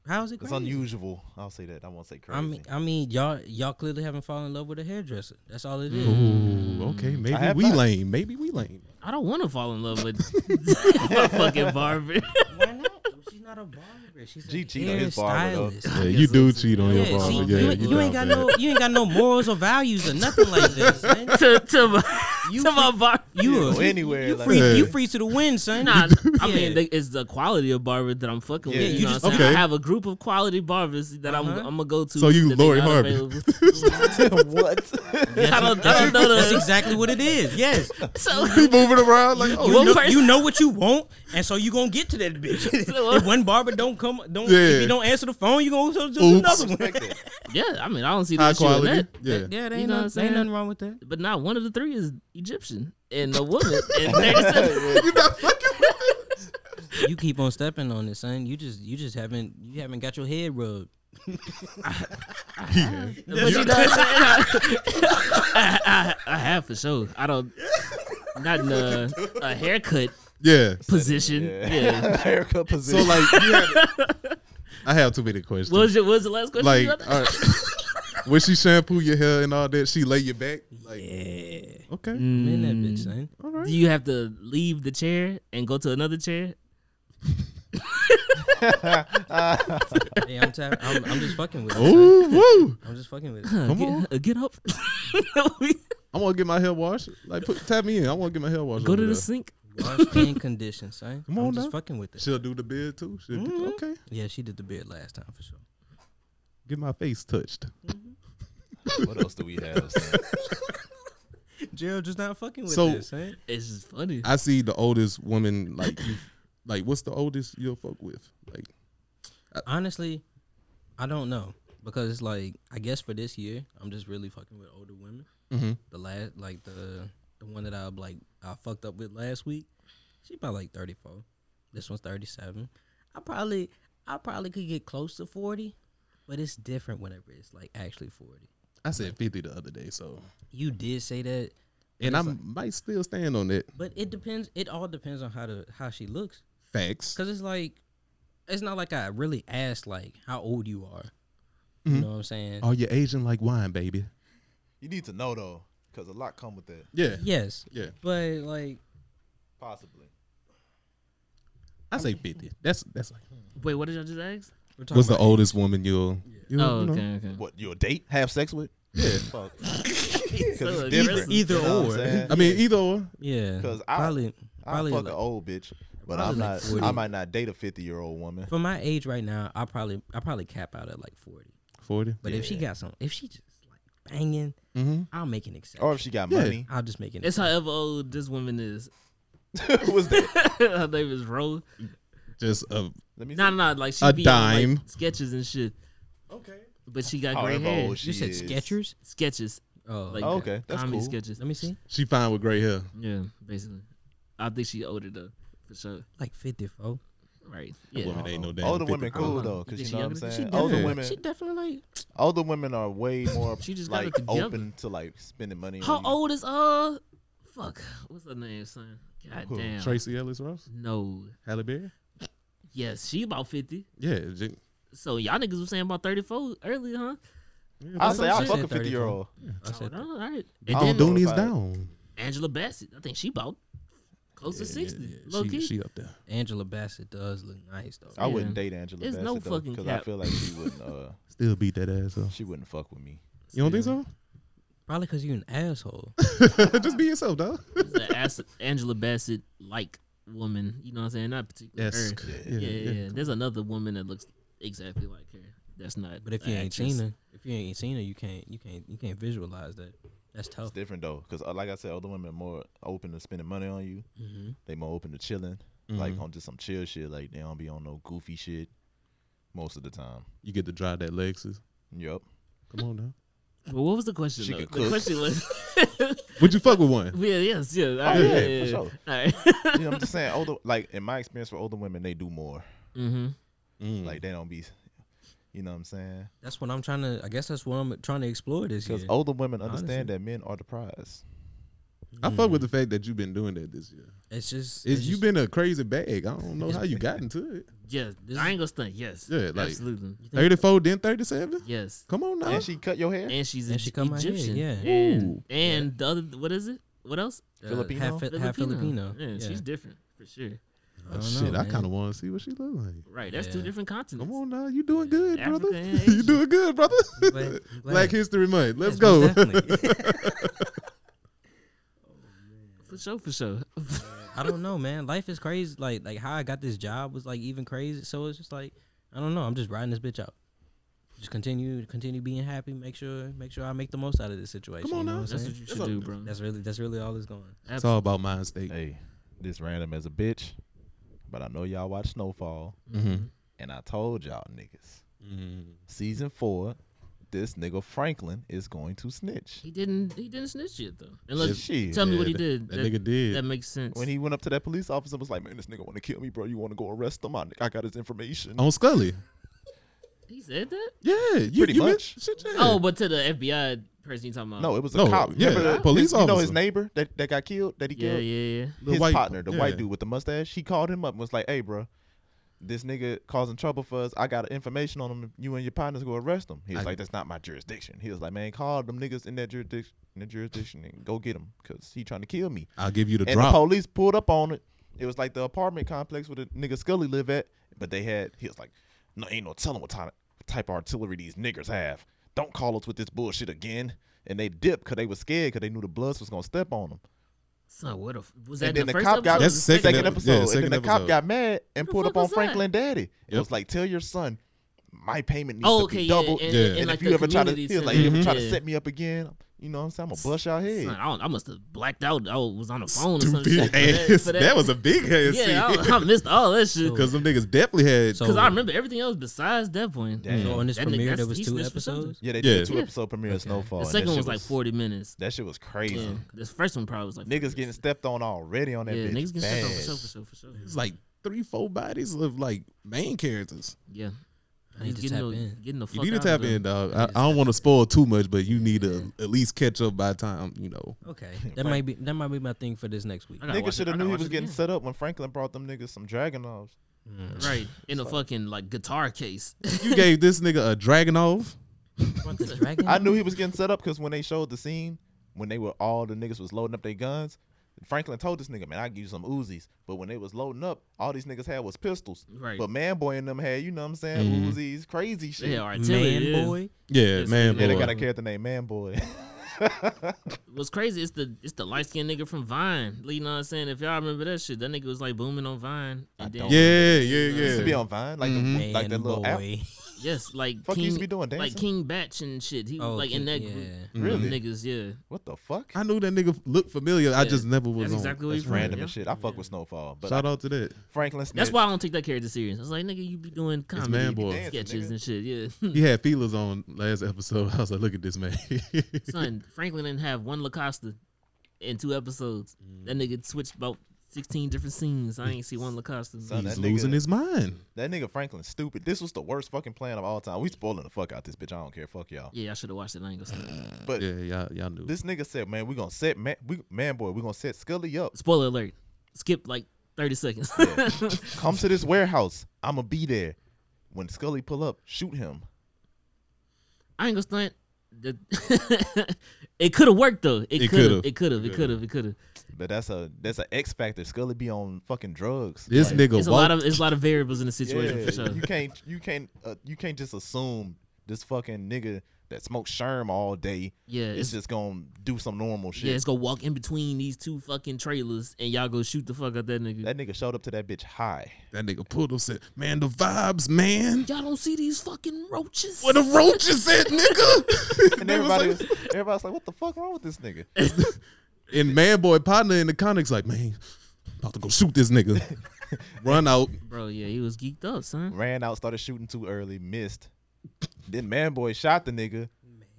S5: How is it
S4: it's
S5: crazy?
S4: unusual. I'll say that. I won't say crazy.
S5: I mean, I mean, y'all, y'all clearly haven't fallen in love with a hairdresser. That's all it is.
S1: Mm-hmm. Ooh, okay, maybe
S4: have
S1: we
S4: not.
S1: lame. Maybe we lame.
S3: I don't want to fall in love with a fucking barber.
S5: Why not? She's not a barber. She's
S4: G
S5: a
S4: cheat on his barber, though.
S5: hairstylist.
S1: Yeah, you do cheat on
S5: Yeah,
S1: your
S5: see,
S1: barber.
S5: you,
S1: Yeah,
S5: ain't- you ain't got
S1: down
S5: no,
S1: bad.
S5: you ain't got no morals or values or nothing like that, son.
S3: to to my,
S5: You
S3: to my barber.
S5: You
S4: Yeah,
S5: a-
S4: go anywhere,
S5: You
S4: like-
S5: free,
S1: Yeah.
S5: you free to the wind, son.
S3: Nah, I
S5: Yeah.
S3: mean, they- it's the quality of barber that I'm fucking
S4: Yeah,
S3: with. You,
S5: you
S3: know
S5: just-
S3: what I'm saying?
S1: okay.
S3: I have a group of quality barbers that I'm,
S5: Uh-huh.
S3: I'm gonna go to.
S1: So you
S3: that they
S1: Lori
S3: not
S1: Harvey.
S3: available.
S4: what?
S3: I don't, I don't know
S5: That's
S3: the.
S5: exactly what it is. Yes,
S3: So
S1: He moving around like, oh,
S5: you
S3: One
S5: know,
S3: person-
S5: you know what you want, and so you gonna get to that bitch. if one barber don't come, don't
S1: Yeah.
S5: if he don't answer the phone, you gonna go to
S1: Oops.
S5: another one.
S4: Respect that.
S3: yeah, I mean, I don't see the
S1: high
S3: issue in
S1: quality.
S3: that.
S1: Yeah.
S5: Yeah, there
S3: You
S5: ain't, no,
S3: know what I'm
S5: there ain't
S3: saying?
S5: nothing wrong with that.
S3: But not one of the three is Egyptian and a woman. And 37.
S1: you not fucking with it.
S5: You keep on stepping on it, son. You just you just haven't you haven't got your head rubbed.
S3: but you know what I'm saying? I, I, I have for sure. I don't. Not in a, a haircut
S1: Yeah.
S3: position.
S4: Yeah.
S3: yeah.
S4: Haircut
S1: So
S4: position.
S1: like, you had- I have too many questions.
S3: What was, your, what was the last question?
S1: like,
S3: you had?
S1: all right. when she shampoo your hair and all that, she lay your back. Like,
S5: Yeah,
S1: okay,
S5: I'm in that bitch, son.
S1: all right.
S3: Do you have to leave the chair and go to another chair?
S5: Yeah, I'm, tap- I'm I'm just fucking with it. son.
S1: Ooh, woo.
S5: I'm just fucking with it.
S1: Come
S3: get,
S1: on.
S3: uh, get up.
S1: I want to get my hair washed. Like, put, tap me in. I want to get my hair washed.
S3: go
S1: over
S3: to the
S1: there.
S3: sink.
S5: Wash and condition, son.
S1: Come
S5: I'm
S1: on
S5: just
S1: now.
S5: fucking with it.
S1: She'll do the beard too. She'll get-
S3: Mm-hmm.
S1: okay.
S5: Yeah, she did the beard last time for sure.
S1: Get my face touched.
S4: what else do we have? son?
S5: Gerald just not fucking with
S1: So-
S5: this, son.
S3: It's just funny.
S1: I see the oldest woman like you, like what's the oldest you'll fuck with? Like
S5: Honestly, I don't know because it's like I guess for this year I'm just really fucking with older women.
S1: Mhm.
S5: The last like the the one that I like I fucked up with last week, she about like 34. This one's 37. I probably I probably could get close to 40, but it's different whenever it's like actually 40.
S1: I said fifty the other day, so
S5: You did say that,
S1: and I
S5: it's like-
S1: might still stand on that.
S5: but it depends. It all depends on how to how she looks.
S1: Facts.
S5: Cause it's like, it's not like I really asked like how old you are. You know what I'm saying?
S1: Are you Oh, Asian like wine, baby?
S4: you need to know though, because a lot come with that.
S1: Yeah.
S5: Yes,
S1: Yeah.
S5: but like,
S4: Possibly.
S1: I say fifty. That's that's like
S3: Wait, what did y'all just ask?
S5: we're talking
S1: what's the
S5: about
S1: oldest woman you'll you'll,
S3: Oh,
S1: you know.
S3: okay, okay.
S4: What you a date? Have sex with? Yeah. Fuck. Because
S3: So
S4: it's different.
S3: aggressive.
S5: Either or.
S1: I mean either or.
S5: yeah,
S4: 'Cause I-
S5: probably
S4: I
S5: probably
S4: fuck an
S5: like-
S4: old bitch, but I'm
S5: probably
S4: not.
S5: like 40.
S4: I might not date a 50 year old woman.
S5: for my age right now. I probably I probably cap out at like 40.
S1: Forty.
S5: But if she got some, if she just like banging,
S1: Mhm.
S5: I'll make an exception.
S4: Or if she got
S1: Yeah.
S4: money,
S5: I'll just make an.
S3: It's
S5: exception.
S3: however old this woman is.
S4: was that?
S3: Her name is Rose.
S1: Just uh, a
S4: Let me.
S3: No,
S4: see.
S3: no, no. Like she
S1: A
S3: be on
S1: dime.
S3: like, sketches and shit,
S4: Okay.
S3: but she got gray
S4: However
S3: hair.
S4: old she
S5: You said
S4: is.
S5: Skechers.
S3: Sketches,
S5: Oh,
S3: like
S4: Oh, okay, that's
S3: comedy
S4: cool.
S3: sketches.
S5: let me see,
S1: she fine with gray hair.
S3: Yeah, basically. I think she older though, for sure.
S5: like 54.
S3: Right? Yeah.
S1: Women ain't no damn.
S4: Older
S1: 50.
S4: women cool
S5: Uh-huh.
S4: though, because
S3: Is
S4: you
S3: she
S4: know what I'm
S3: younger than-
S4: saying.
S5: She
S4: Older
S5: definitely,
S4: women,
S5: she definitely like
S4: older women are way more
S3: She just got
S4: like
S3: it together.
S4: open to like spending money.
S3: How
S4: on you.
S3: old is uh? Fuck. What's her name, son? God
S4: Who?
S3: damn.
S1: Tracy Ellis Ross,
S3: No.
S1: Halle Berry.
S3: Yes, she about fifty.
S1: Yeah, j-
S3: So y'all niggas was saying about thirty four earlier, huh?
S4: I say I
S5: She
S4: fuck
S5: said
S4: a 50 year old.
S5: I said
S3: Oh, all right. And
S1: I don't
S3: then
S1: do these
S4: about it.
S1: down.
S3: Angela Bassett, I think she about close to
S1: Yeah,
S3: sixty.
S1: yeah,
S3: Low
S1: she,
S3: key.
S1: she up there.
S5: Angela Bassett does look nice though.
S4: I
S3: Yeah.
S4: wouldn't date Angela
S3: There's
S4: Bassett
S3: no
S4: though,
S3: fucking
S4: I
S3: cap.
S4: feel like she wouldn't. Uh,
S1: Still beat that ass up.
S4: she wouldn't fuck with me.
S1: You don't think so?
S5: Probably because you an asshole.
S1: Just be yourself, dog.
S3: the ass- Angela Bassett like woman. You know what I'm saying? Not particularly
S1: Yes.
S3: her.
S1: Yeah,
S3: Yeah, yeah,
S1: yeah.
S3: yeah. There's another woman that looks exactly like her. That's not.
S5: But if
S3: a
S5: you ain't
S3: actress.
S5: seen her, if you ain't seen her, you can't you can't you can't visualize that. That's tough.
S3: Oh.
S4: It's different though, because uh, like I said, older women more open to spending money on you.
S3: Mm-hmm.
S4: They more open to chilling, like on just some chill shit. Like they don't be on no goofy shit most of the time.
S1: You get to drive that Lexus.
S4: Yep.
S1: Come on now.
S3: Well, what was the question?
S4: She
S3: though?
S4: could
S3: the
S4: cook.
S3: question was,
S1: Would you fuck with one?
S3: yeah, yes, yeah,
S4: Oh, yeah, for sure.
S3: All right.
S4: You know, I'm just saying, older like in my experience for older women, they do more.
S3: mm-hmm.
S1: Mm.
S4: Like they don't be, you know what I'm saying?
S5: That's what I'm trying to. I guess that's what I'm trying to explore this year.
S4: Because older women understand
S5: Honestly.
S4: that men are the prize.
S1: I fuck with the fact that you've been doing that this year.
S5: it's just
S1: It's,
S5: it's
S1: you
S5: just-
S1: been a crazy bag. I don't know how you got into it.
S3: Yes, I ain't gonna stunt. Yes,
S1: Yeah, like-
S3: absolutely.
S1: Thirty four, then thirty seven.
S3: Yes,
S1: Come on now.
S4: And she cut your hair?
S3: and she's
S5: And
S3: an
S5: she come out here,
S3: Egyptian.
S5: yeah.
S3: and,
S1: Ooh.
S3: and the other what is it? What else?
S5: uh,
S4: Filipino?
S5: half, Fi- half Filipino.
S3: Yeah, she's different for sure.
S5: I
S1: oh,
S5: don't
S1: shit,
S5: know,
S1: I
S5: man.
S1: kind of want to see what she look like.
S3: Right, that's two
S5: Yeah.
S3: different continents.
S1: Come on now, you doing good,
S3: Africa
S1: brother.
S3: and
S1: you
S3: Asia.
S1: doing good, brother.
S5: glad- I'm glad.
S1: Black History Month. Let's
S5: Yes,
S1: go.
S5: most definitely.
S3: for sure, for sure.
S5: I don't know, man. Life is crazy. Like like how I got this job was like even crazy. So it's just like I don't know. I'm just riding this bitch out. Just continue continue being happy. Make sure make sure I make the most out of this situation.
S1: Come
S5: you
S1: on
S5: know
S1: now.
S5: what I'm
S3: that's what
S5: saying?
S3: you should do, bro.
S5: That's really that's really all it's going.
S1: It's all about mind state.
S4: Hey, this random as a bitch, but I know y'all watch Snowfall,
S1: Mm-hmm.
S4: and I told y'all niggas, season four, this nigga Franklin is going to snitch.
S3: He didn't. He didn't snitch yet though. Unless
S4: Shit.
S3: tell me what he
S1: that-
S3: did.
S1: that nigga did.
S3: That makes sense.
S4: When he went up to that police officer, was like, "Man, this nigga want to kill me, bro. You want to go arrest him? I, I got his information."
S1: On Scully.
S3: he said that.
S1: Yeah, you,
S4: Pretty
S1: you
S4: much.
S1: meant- shit, yeah.
S3: Oh, but to the FBI person you talking about?
S4: No, it was a
S1: No,
S4: cop.
S1: yeah,
S4: Remember,
S1: police
S4: his, You know his
S1: officer.
S4: neighbor that, that got killed, that he
S3: yeah,
S4: killed.
S3: yeah, yeah.
S1: The
S4: his
S1: white-
S4: partner, the
S1: yeah.
S4: white dude with the mustache, he called him up and was like, "Hey, bro, this nigga causing trouble for us. I got information on him. You and your partners go arrest him." He was
S1: I-
S4: like, "That's not my jurisdiction." He was like, "Man, call them niggas in that jurisdiction, in that jurisdiction, and go get him, cause he trying to kill me."
S1: I'll give you the
S4: and
S1: drop.
S4: the police pulled up on it. It was like the apartment complex where the nigga Scully live at, but they had he was like, "No, ain't no telling what type type of artillery these niggas have. Don't call us with this bullshit again." And they dipped because they was scared because they knew the bloods was gonna step on them.
S3: So what? if- was that
S4: And
S3: in
S4: then
S3: the
S4: the
S3: first
S4: cop got
S3: episode?
S1: That's
S3: or the
S1: second
S4: second,
S1: ep-
S4: episode.
S1: yeah,
S4: and
S1: second
S4: then the cop
S1: episode.
S4: got mad and
S3: The
S4: pulled up
S3: fuck
S4: on
S3: was that?
S4: Franklin Daddy. It
S1: Yep.
S4: was like, tell your son, my payment needs
S3: Oh,
S4: to
S3: okay,
S4: be
S3: yeah,
S4: doubled.
S3: and-
S1: Yeah. Mm-hmm.
S3: and
S4: And,
S3: like
S4: if you
S3: the
S4: ever try to,
S3: community
S4: he was like,
S3: center.
S4: you ever try to
S3: Yeah.
S4: set me up again, you know what I'm saying? I'm gonna bust your head.
S3: Son, I, don't, I must have blacked out. I was on the phone or something.
S1: Stupid ass. That, was a big ass
S3: yeah. I,
S1: scene.
S3: I missed all that shit
S5: So-
S1: Because them niggas definitely had.
S5: So-
S3: because I remember everything else besides that point.
S4: Damn.
S5: So on this
S3: That nigga-
S5: premiere,
S3: that's-
S5: there was
S3: he
S5: two
S3: snitched for something.
S5: episodes.
S4: Yeah, they did a
S1: Yeah.
S4: two episode premiere of Snowfall.
S3: The
S4: and Oh, that
S3: second
S4: shit
S3: one was like forty minutes.
S4: That shit was crazy.
S3: Yeah, this first one probably was like 40
S4: Niggas getting
S3: minutes.
S4: stepped on already on that
S3: yeah,
S4: bitch.
S3: niggas getting stepped on for
S4: Bad.
S3: sure, for sure, for sure.
S1: It's like three, four bodies of like main characters.
S3: Yeah,
S5: I need
S3: Niggas
S5: to
S3: getting
S5: tap
S3: the,
S5: in.
S3: Getting the
S1: You
S3: fuck
S1: need to
S3: out of
S1: tap
S3: the-
S1: in, dog. I, I don't want to spoil too much, but you need to at least catch up by the time you know.
S5: Okay, that might be that might be my thing for this next week.
S3: I gotta watch
S4: Niggas
S3: it-
S4: should
S3: I
S4: have
S3: gotta
S4: knew he
S3: watch
S4: was
S3: it
S4: getting
S3: again.
S4: set up when Franklin brought them niggas some Dragunovs.
S3: right in a fucking like guitar case.
S1: You gave this nigga a dragon off.
S5: Dragon?
S4: I knew he was getting set up because when they showed the scene, when they were all the niggas was loading up their guns, Franklin told this nigga, man, I give you some Uzis. But when they was loading up, all these niggas had was pistols.
S3: Right.
S4: But man boy and them had, you know what I'm saying, Uzis, crazy shit.
S3: yeah,
S4: Yeah,
S3: artillery.
S5: man
S3: yeah.
S5: boy.
S1: Yeah,
S3: Yes,
S1: man.
S3: yeah,
S4: they
S1: boy.
S4: got a character named Man Boy.
S3: What's crazy? It's the it's the light skinned nigga from Vine. You know what I'm saying? If y'all remember that shit, that nigga was like booming on Vine. And then,
S1: yeah,
S4: used to
S1: yeah,
S4: be
S1: yeah.
S4: on Vine, like, the,
S5: Man
S4: like that little app.
S5: boy.
S3: Yes, like
S4: Fuck
S3: King,
S4: he used to be doing,
S3: like
S4: dancing?
S3: King Batch and shit. He was
S5: Oh,
S3: like
S5: King-
S3: in that
S5: yeah.
S3: group.
S4: Really?
S3: Niggas, yeah.
S4: What the fuck?
S1: I knew that nigga looked familiar. I
S3: Yeah,
S1: just never was
S3: That's
S1: on.
S3: exactly what he
S4: That's
S3: from.
S4: random
S3: yeah.
S4: and shit. I fuck with Snowfall, but
S1: Shout out to that.
S4: Franklin.
S3: That's
S4: Smith.
S3: why I don't take that character serious. I was like, nigga, you be doing comedy
S1: man boy.
S4: Dancing,
S3: sketches
S4: nigga.
S3: and shit. Yeah,
S1: He had feelers on last episode. I was like, look at this
S4: Oh,
S1: man.
S3: son, Franklin didn't have one Lacosta in two episodes. That nigga switched about sixteen different scenes. I ain't see one Lacosta.
S4: Son,
S1: He's
S4: that
S1: losing
S4: nigga-
S1: his mind.
S4: That nigga Franklin stupid. This was the worst fucking plan of all time. We spoiling the fuck out this bitch. I don't care. Fuck y'all.
S3: Yeah, I should have watched it. I ain't gonna say.
S4: But
S1: Yeah, y'all, y'all knew.
S4: this nigga said, man, we gonna set man, we, man boy, we gonna set Scully up.
S3: Spoiler alert. Skip like thirty seconds.
S4: Come to this warehouse. I'ma be there. When Scully pull up, shoot him.
S3: I ain't gonna stunt. The- it could have worked though. It
S1: It
S3: could have.
S1: could've.
S3: It could have. It could have. It could have.
S4: But that's a that's an X factor. Scully be on fucking drugs.
S1: This
S4: Like,
S1: nigga
S3: It's a lot
S1: walked.
S3: of. It's a lot of variables in the situation
S4: yeah,
S3: for sure.
S4: you can't you can't uh, you can't just assume this fucking nigga that smokes sherm all day.
S3: Yeah,
S4: it's,
S3: it's-
S4: just gonna do some normal shit.
S3: Yeah, it's gonna walk in between these two fucking trailers, and y'all go shoot the fuck out that nigga.
S4: that nigga showed up to that bitch high.
S1: that nigga pulled up said, man, the vibes, man.
S3: y'all don't see these fucking roaches.
S1: Where the roaches at, nigga?
S4: And
S1: They was like-
S4: everybody was, everybody was like, "What the fuck wrong with this nigga?"
S1: And man boy partner in the comics like, man, about to go shoot this nigga. Run out.
S3: Bro, yeah, he was geeked up, son.
S4: Ran out, started shooting too early, missed. Then man boy shot the nigga.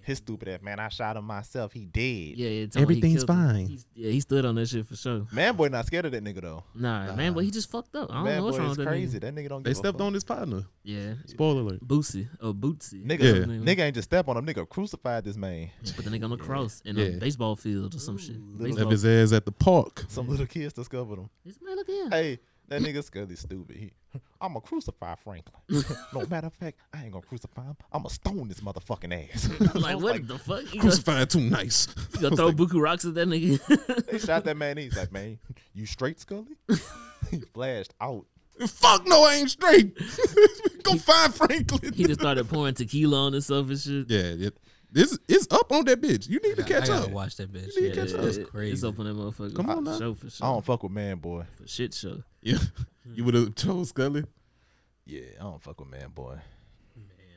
S4: His stupid ass man. I shot him myself. He dead.
S3: Yeah, yeah tell him he
S1: Everything's
S3: killed him.
S1: fine.
S3: He's- yeah, he stood on that shit for sure.
S4: Man boy not scared of that nigga though.
S3: Nah, man, but he just fucked up. I don't
S4: man
S3: know what's
S4: boy
S3: wrong
S4: is
S3: with that
S4: crazy.
S3: nigga.
S4: That nigga don't.
S1: They
S4: give a
S1: stepped
S4: fuck.
S1: on his partner.
S3: Yeah,
S1: Spoiler alert.
S3: Bootsy or Bootsy.
S4: Nigga,
S3: That's his
S1: Yeah.
S3: name.
S4: nigga ain't just step on him. Nigga crucified this man.
S3: Put the nigga on the cross in a
S1: Yeah.
S3: baseball field or some shit.
S1: Left
S3: Baseball.
S1: his ass at the park.
S4: Some little kids discovered him.
S3: This man, look here.
S4: Hey, that nigga Scully's stupid. He, I'ma crucify Franklin. no matter of fact, I ain't gonna crucify him. I'ma stone this motherfucking ass. I
S3: like,
S4: was
S3: what the fuck? You gonna,
S1: Crucified too nice.
S3: you gonna throw buku rocks at that nigga?
S4: They shot that man. He's like, man, you straight, Scully? he flashed out.
S1: Fuck no, I ain't straight. Go find Franklin.
S3: he just started pouring tequila on himself and shit.
S1: yeah, it, this it's up on that bitch. You need to catch
S5: I
S1: up.
S5: gotta watch that bitch.
S1: You need to catch
S3: Yeah,
S1: up.
S5: That's
S3: it-
S5: crazy.
S3: It's up on that motherfucker.
S1: Come
S3: for
S1: on now.
S3: Show for show.
S4: I don't fuck with man, boy.
S3: For shit show.
S1: Yeah, you would have chose Scully.
S4: Yeah, I don't fuck with man, boy.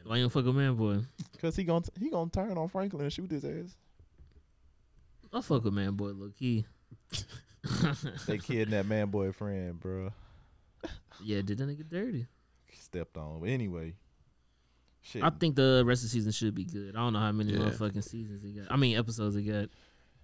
S3: Why you don't fuck a man, boy?
S4: Cause he gon' he gonna turn on Franklin and shoot his ass.
S3: I fuck a man, boy. Look, he.
S4: They kidnapped man boy friend, bro.
S3: Yeah, did that nigga dirty.
S4: Stepped on. But anyway, shit.
S3: I think the rest of the season should be good. I don't know how many
S1: Yeah.
S3: motherfucking seasons he got. I mean, episodes he got.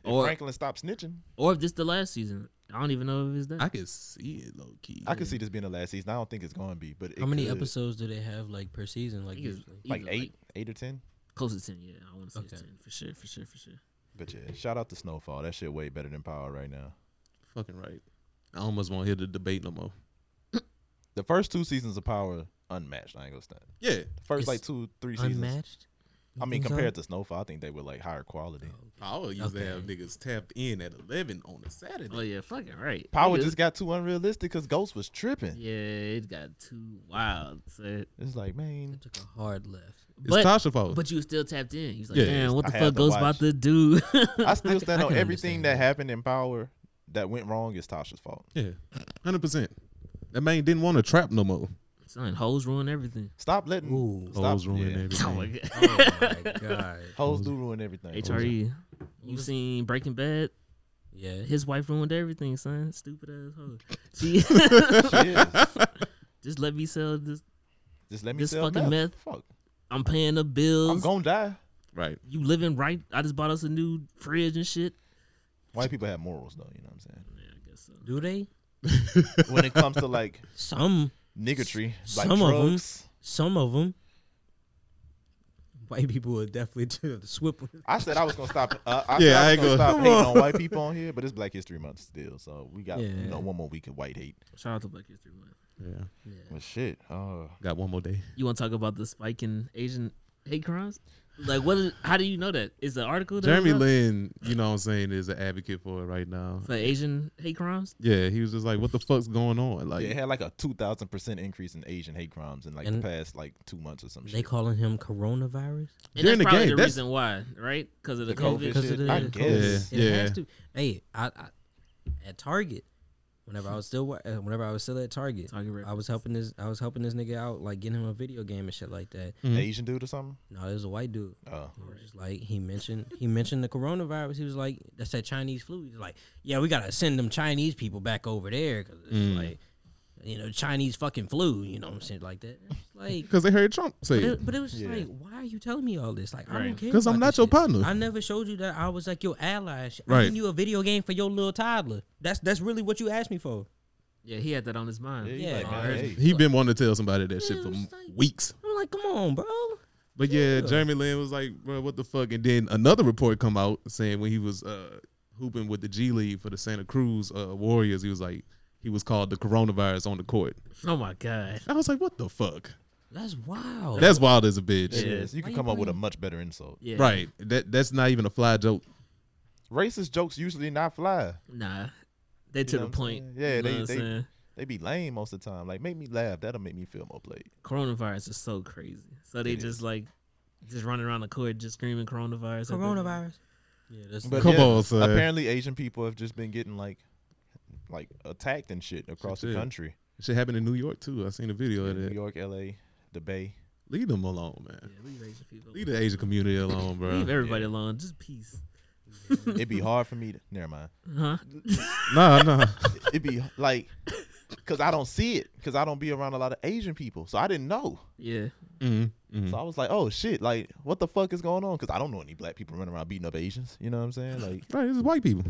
S4: if
S3: or-
S4: Franklin stopped snitching,
S3: Or if this the last season. I don't even know if it's that.
S1: I can see it low key.
S4: I could see this being the last season. I don't think it's gonna be. But it
S5: How many
S4: could.
S5: episodes do they have like per season? Like
S3: Either-
S5: usually?
S3: either,
S4: Like eight, eight or ten.
S3: close to 10, yeah. I want to say it's
S5: Okay.
S3: 10 for sure, for sure, for sure.
S4: But yeah, shout out to Snowfall. That shit way better than Power right now.
S1: fucking right. I almost won't hear the debate no more.
S4: The first two seasons of Power unmatched. I ain't gonna stand.
S1: Yeah,
S4: The first
S5: It's
S4: like two, three seasons.
S5: Unmatched.
S4: I
S5: You
S4: mean,
S5: think so? Oh,
S4: compared to Snowfall, I think they were like higher quality.
S1: Power used to have
S5: Okay.
S1: niggas tapped in at eleven on a Saturday.
S3: Oh, yeah, fucking right.
S4: Power
S3: Niggas-
S4: just got too unrealistic because Ghost was tripping.
S3: Yeah, it got too wild. So-
S4: It's like, man,
S5: It took a hard left.
S1: it's
S3: But,
S1: Tasha fault.
S3: but you was still tapped in. You was like,
S1: Yeah.
S3: damn, what
S4: I
S3: the
S4: had
S3: fuck
S4: to
S3: goes
S4: watch.
S3: about to do?
S4: I still stand
S5: I
S4: on
S5: can
S4: everything
S5: understand
S4: that
S5: that.
S4: happened in Power that went wrong is Tasha's fault.
S1: yeah, hundred percent. That man didn't want to trap no more.
S3: Son, hoes ruin everything.
S4: Stop letting
S5: Ooh.
S4: stop,
S1: Hoes ruin
S4: yeah.
S1: everything.
S3: Oh, my God.
S5: Oh my god.
S4: Hoes do ruin everything.
S5: E.
S3: HRE. E. You seen Breaking Bad?
S5: Yeah.
S3: His wife ruined everything, son. Stupid ass hoe. She
S4: Yes.
S3: just let me sell this.
S4: Just let me
S3: This
S4: sell
S3: fucking meth.
S4: Fuck.
S3: I'm paying the
S4: I'm
S3: bills.
S4: gonna die.
S1: Right.
S3: you living right. I just bought us a new fridge and shit.
S4: White people have morals though. You know what I'm saying?
S3: Yeah, I guess so.
S5: Do they?
S4: When it comes to like
S5: Some
S4: niggotry, like
S5: Some of 'em.
S4: drugs.
S5: some of them. White people would definitely do the swip. with-
S4: I said I was gonna stop. Uh, I
S1: Yeah,
S4: said I
S1: I
S4: was
S1: ain't
S4: gonna
S1: gonna-
S4: stop
S1: come
S4: hating on
S1: on.
S4: white people on here, but it's Black History Month still, so we got you
S5: Yeah.
S4: know one more week of white hate.
S3: Shout out to Black History Month.
S1: Yeah.
S4: Well, shit. Uh,
S1: Got one more day.
S3: You want to talk about the spike in Asian hate crimes? Like, what? Is, how do you know that? Is the article that
S1: Jeremy
S3: was out
S1: Lin, you know what I'm saying, is an advocate for it right now.
S3: for Asian hate crimes?
S1: Yeah, he was just like, "What the fuck's going on?" Like,
S4: yeah, it had like a two thousand percent increase in Asian hate crimes in like
S5: And-
S4: the past like two months or some
S5: They
S4: shit.
S5: calling him coronavirus
S3: And
S1: During
S3: that's
S1: the
S3: probably
S1: game,
S3: the
S1: that's-
S3: reason why, right? Because of the,
S4: The
S3: COVID.
S4: COVID shit. I guess.
S5: COVID.
S1: Yeah,
S5: It
S1: yeah.
S5: has to. Hey, I, I at Target. Whenever I was still, wa- uh, whenever I was still at Target,
S3: Target rep.
S5: I was helping this, I was helping this nigga out, like getting him a video game and shit like that.
S1: Mhm.
S4: Asian dude or something.
S5: No, it was a white dude.
S4: Uh,
S5: He was just like he mentioned, he mentioned the coronavirus. He was like, "That's that Chinese flu." He's like, "Yeah, we gotta send them Chinese people back over there because it's
S1: Mm.
S5: like, you know, Chinese fucking flu." You know what I'm saying, like that. It's Like,
S1: because they heard Trump say
S5: but
S1: it.
S5: it, but it was just
S4: Yeah.
S5: like, why are you telling me all this? Like, I
S3: Right.
S5: don't care.
S1: 'Cause I'm
S5: about
S1: not
S5: this
S1: your
S5: shit.
S1: partner.
S5: I never showed you that I was like your ally. I
S1: Right.
S5: gave you a video game for your little toddler. That's that's really what you asked me for.
S3: Yeah, he had that on his mind.
S4: yeah,
S5: Yeah.
S4: yeah. Like, man,
S3: Alright.
S4: hey.
S1: He been wanting to tell somebody that shit
S5: Yeah,
S1: for
S5: it's like-
S1: weeks.
S5: I'm like, come on, bro.
S1: But yeah,
S5: Yeah.
S1: Jeremy Lin was like, bro, what the fuck? And then another report come out saying when he was uh, hooping with the G League for the Santa Cruz uh, Warriors, he was like, he was called the coronavirus on the court.
S3: Oh my god.
S1: I was like, what the fuck?
S5: That's
S4: Oh.
S5: wild.
S1: That's wild as a bitch.
S4: It is. You
S5: Why
S4: can
S5: you
S4: come up with a
S5: playing-
S4: much better insult.
S3: Yeah.
S1: Right. That that's not even a fly joke.
S4: Racist jokes usually not fly.
S3: Nah. They to
S4: know
S3: the
S4: what I'm
S3: point.
S4: saying? Yeah,
S3: you know
S4: they-
S3: what I'm
S4: they-
S3: saying?
S4: They be lame most of the time. Like make me laugh. That'll make me feel more played.
S3: coronavirus is so crazy. So they
S4: It
S3: just like just running around the court just screaming coronavirus. at them.
S5: coronavirus. Yeah, that's
S4: But
S1: Come
S4: yeah,
S1: on, son.
S4: Apparently, Asian people have just been getting like, like attacked and shit across the
S1: too.
S4: country.
S1: Shit happened in New York too. I seen a video of
S4: New
S1: that.
S4: York, L.A., the Bay.
S1: Leave them alone,
S3: Yeah,
S1: man.
S3: leave Asian people.
S1: Leave
S3: Leave,
S1: the Asian community alone, bro.
S3: everybody alone. Just peace.
S4: It'd be hard for me. To, never mind.
S3: Huh?
S1: Nah, nah.
S4: It'd be like, cause I don't see it, cause I don't be around a lot of Asian people, so I didn't know.
S3: Yeah.
S1: Mm.
S4: So I was like, oh shit, like what the fuck is going on? Because I don't know any black people running around beating up Asians. You know what I'm saying? Like,
S1: Right, this is white people.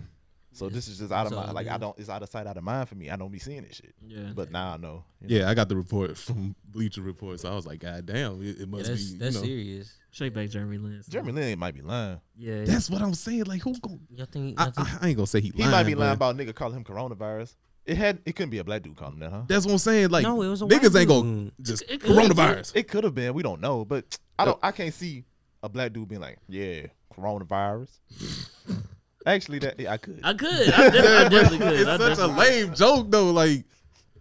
S4: so this is just out of
S5: That's
S4: my
S5: all it
S4: like I
S5: is.
S4: don't. It's out of sight, out of mind for me. I don't be seeing this shit.
S3: Yeah.
S4: But now I know. you know?
S1: Yeah, I got the report from Bleacher Report, so I was like, God damn, it, it
S5: Yeah,
S1: must
S5: that's
S1: be.
S5: that's
S1: you know.
S5: serious.
S3: Shake back Jeremy Lin.
S4: Jeremy Lin might be lying.
S3: Yeah.
S1: That's what I'm saying. Like, who gon'
S5: Y'all think?
S1: I,
S5: y'all think-
S1: I, I ain't gonna say he.
S4: He
S1: lying,
S4: might be lying
S1: but
S4: about a nigga calling him coronavirus. It had. It couldn't be a black dude calling him that, huh?
S1: That's what I'm saying. Like,
S5: No, it was a white
S1: niggas ain't gonna
S5: dude.
S1: just
S3: It- it-
S1: coronavirus.
S4: It could have been. We don't know, but I don't. I can't see a black dude being like, "Yeah, coronavirus." Actually, that yeah, I could.
S3: I could. I, def- I definitely could. I
S1: It's such a
S3: definitely-
S1: lame joke though. Like,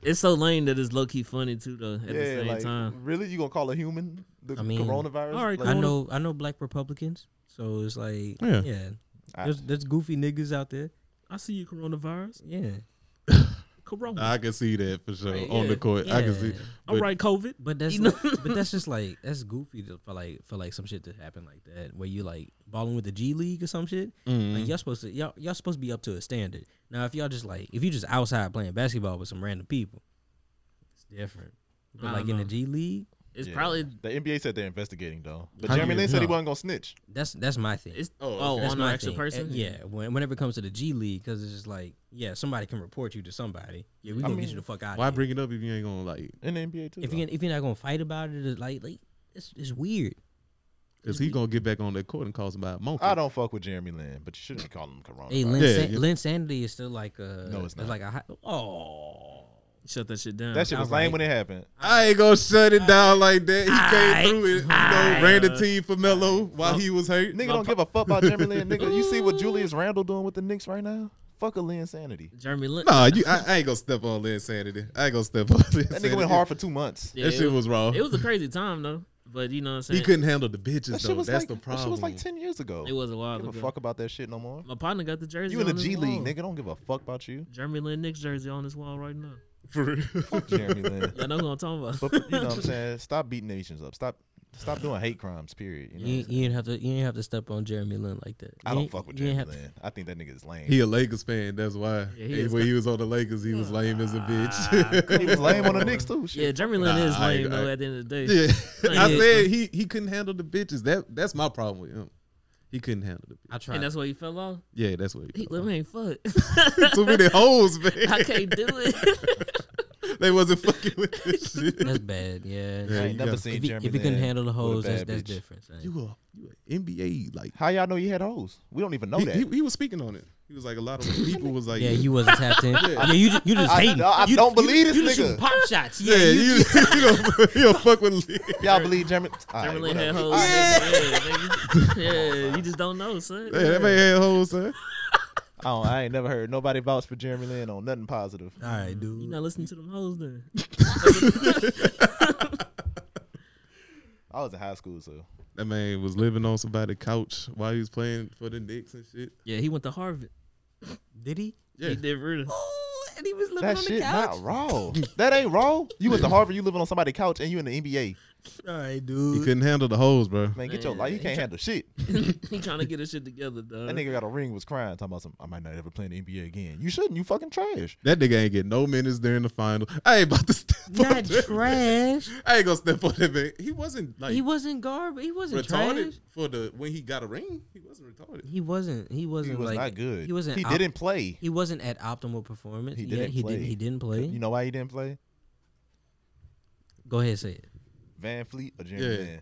S3: It's so lame that it's low key funny too, though. At the
S4: yeah,
S3: same
S4: like
S3: time,
S4: really, you gonna call a human the
S5: I mean,
S4: coronavirus?
S3: all right,
S4: Like,
S5: I know I know black Republicans, so it's like
S1: Yeah.
S5: yeah,
S4: I-
S5: There's, there's goofy niggas out there.
S3: I see you coronavirus.
S5: Yeah,
S3: Corona.
S1: I can see that for sure
S5: Right,
S1: on the
S3: yeah,
S1: court. I can see.
S5: yeah.
S1: but-
S3: All right, COVID.
S5: but that's
S3: You know?
S5: but that's just like that's goofy to, for like for like some shit to happen like that where you like balling with the G League or some shit.
S3: Mm-hmm.
S5: Like y'all supposed to y'all y'all supposed to be up to a standard. Now if y'all just like if you just outside playing basketball with some random people, it's different. But
S3: I
S5: like in
S3: don't
S5: the
S3: know.
S5: G League,
S3: It's
S4: yeah.
S3: probably
S4: The NBA said they're investigating though, but
S1: How
S4: Jeremy
S1: you
S4: Lin said he
S5: know?
S4: wasn't gonna snitch.
S5: that's that's my thing.
S3: it's
S1: Oh,
S3: oh,
S1: okay.
S5: That's
S3: on an
S5: my
S3: actual
S5: thing.
S3: person.
S5: Uh, yeah, when, whenever it comes to the G League, because it's just like, yeah, somebody can report you to somebody. Yeah, we gonna get
S4: mean,
S5: you the fuck out.
S1: Why
S5: of here.
S1: bring it up if you ain't gonna like?
S4: In the NBA too.
S5: If
S4: though.
S5: you if you're not gonna fight about it, it's like like it's it's weird.
S1: Cause he gonna get back on that court and call somebody a monkey.
S4: I don't fuck with Jeremy Lin, but you shouldn't call him coronavirus.
S5: Hey, Lynn,
S1: Yeah,
S5: San-
S1: yeah.
S5: Lynn Sanity is still like a
S4: No, it's not.
S5: like a high, oh.
S3: Shut that shit down.
S4: that shit was lame
S5: Alright.
S4: when it happened.
S1: I ain't gonna shut it down like that. He
S5: Aight.
S1: came through it. You know, ran the team for Melo while he was hurt.
S4: Nigga, don't give a fuck about Jeremy Lin. Nigga, you see what Julius Randle doing with the Knicks right now? Fuck a Lin sanity.
S3: Jeremy Lin.
S1: Nah, you, I, I ain't gonna step on Lin Sanity. I ain't gonna step on Lin
S4: That
S1: Sanity.
S4: nigga went hard for two months.
S3: Yeah,
S1: that shit
S3: it,
S1: was wrong.
S3: it was a crazy time though. But you know what I'm saying.
S1: he couldn't handle the bitches
S4: That
S1: though.
S4: shit was
S1: That's
S4: like
S1: the
S4: that
S1: problem.
S4: shit was like ten years ago.
S3: It was a while
S4: Don't give a
S3: ago.
S4: fuck about that shit no more.
S3: My partner got the jersey.
S4: You in the
S3: on his
S4: G League,
S3: wall.
S4: nigga. Don't give a fuck about you.
S3: Jeremy Lin Knicks jersey on his wall right now.
S1: for real.
S4: Fuck Jeremy Lin.
S3: Y'all know who I'm talking about.
S4: But you know what I'm saying? Stop beating Asians up. Stop stop doing hate crimes, period. You know
S5: You,
S4: what I'm
S5: you didn't have to you didn't have to step on Jeremy Lynn like that.
S4: saying? I
S5: You
S4: don't
S5: ain't-
S4: fuck with
S5: you ain't
S4: Jeremy
S5: have to-
S4: Lin. I think that nigga's lame.
S1: He a Lakers fan. That's why.
S3: Yeah, he is. Ah,
S1: when he was on the Lakers, he was lame as a bitch.
S4: He was lame on the Knicks too.
S3: yeah,
S4: Shit.
S3: Jeremy Lin
S1: Nah,
S3: is
S1: I ain't-
S3: lame though.
S1: I-
S3: At the end of the day,
S1: yeah, I
S3: Yeah.
S1: said he he couldn't handle the bitches. That that's my problem with him. He couldn't handle the bitches.
S5: I tried.
S3: and that's why he fell off.
S1: Yeah, that's what
S3: He
S1: he.
S3: like, man, fuck.
S1: Too many hoes, man.
S3: I can't do it.
S1: they wasn't fucking with this shit.
S5: that's bad. Yeah.
S1: Yeah,
S4: I
S1: you
S4: ain't never
S1: got-
S4: seen
S5: If you,
S4: Jeremy
S5: if you couldn't
S4: Lin
S5: handle the
S4: with a
S5: hoes, that's,
S4: bad
S5: that's
S4: bitch.
S5: different. son.
S1: You a you a NBA like
S4: How y'all know you had hoes? We don't even know
S1: he,
S4: that.
S1: he, he was speaking on it. He was like a lot of people was like
S5: Yeah, you wasn't tapped in. yeah, you just, you just
S4: I-
S5: hating.
S4: no, I
S5: you,
S4: don't believe
S5: you,
S4: this
S5: you just
S4: nigga.
S5: shooting pop shots. Yeah,
S1: yeah,
S5: you,
S1: you you don't, you don't fuck with Lin.
S4: y'all believe Jeremy? All right,
S3: Jeremy Lin had
S4: whatever.
S3: hoes. nigga. Yeah, nigga. yeah, you just don't know, son.
S1: Yeah, that man had hoes, son.
S4: I, don't, I ain't never heard nobody vouch for Jeremy Lin on nothing positive.
S5: All right, dude.
S3: You not listening to them hoes then?
S4: I was in high school, so
S1: That man was living on somebody's couch while he was playing for the Knicks and shit.
S3: Yeah, he went to Harvard.
S5: Did he?
S1: Yeah,
S3: He did really.
S5: Ooh, and he was living
S4: that shit not raw. that ain't raw. You went to Harvard, you living on somebody's couch, and you in the NBA.
S5: All right,
S1: he
S5: dude.
S1: couldn't handle the hoes, bro.
S4: Man, get your life. You can't handle shit.
S3: he trying to get his shit together, dog.
S4: That nigga got a ring, was crying, talking about some. I might not ever play in the NBA again. You shouldn't. You fucking trash.
S1: That nigga ain't get no minutes during the final. I ain't about to step on
S5: Not
S1: that.
S5: trash.
S1: I ain't gonna step on that man. He wasn't like
S5: He wasn't garbage. He wasn't
S1: retarded
S5: trash.
S1: for the when he got a ring. He wasn't retarded.
S5: He wasn't. He
S4: He
S5: wasn't
S4: was
S5: like
S4: not good.
S5: He wasn't.
S4: He
S5: op-
S4: didn't play.
S5: He wasn't at optimal performance.
S4: He
S5: He didn't.
S4: didn't
S5: He
S4: play.
S5: didn't. He didn't play.
S4: You know why he didn't play?
S5: Go ahead, say it.
S4: Van Fleet or Jeremy
S1: Yeah.
S4: Lin?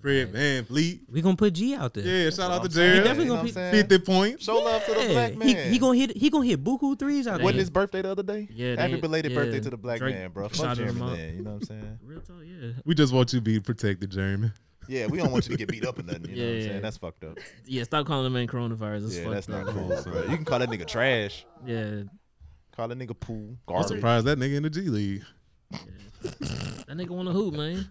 S1: Fred Van Fleet.
S5: We gonna put G out there.
S1: Yeah, shout out to
S4: I'm saying.
S5: He
S1: Jerry.
S5: definitely
S4: You
S5: gonna
S4: know what I'm
S5: be-
S4: saying?
S1: Fifty points.
S4: Show love to the black
S5: Yeah,
S4: man.
S5: he, he gonna hit. He gonna hit buku threes out
S3: What
S5: there.
S4: Wasn't his birthday the other day?
S3: Yeah,
S4: Happy
S3: they-
S4: belated birthday
S3: yeah,
S4: to the black
S3: Drake
S4: man, bro. Fuck
S3: shouted
S4: Jeremy
S3: him out.
S4: Lin. You know what I'm saying?
S3: Real talk, yeah.
S1: We just want you to be protected, Jeremy.
S4: Yeah, we don't want you to get beat up or nothing. You know what I'm
S3: Yeah.
S4: saying? That's fucked up.
S3: Yeah, stop calling the man coronavirus. That's
S4: yeah,
S3: fucked
S4: that's not
S3: up.
S4: cool, bro. You can call that nigga trash.
S3: Yeah,
S4: Call that nigga poo.
S1: I'm
S4: Garbage.
S1: surprised that nigga in the G League.
S3: that nigga want to hoop, man.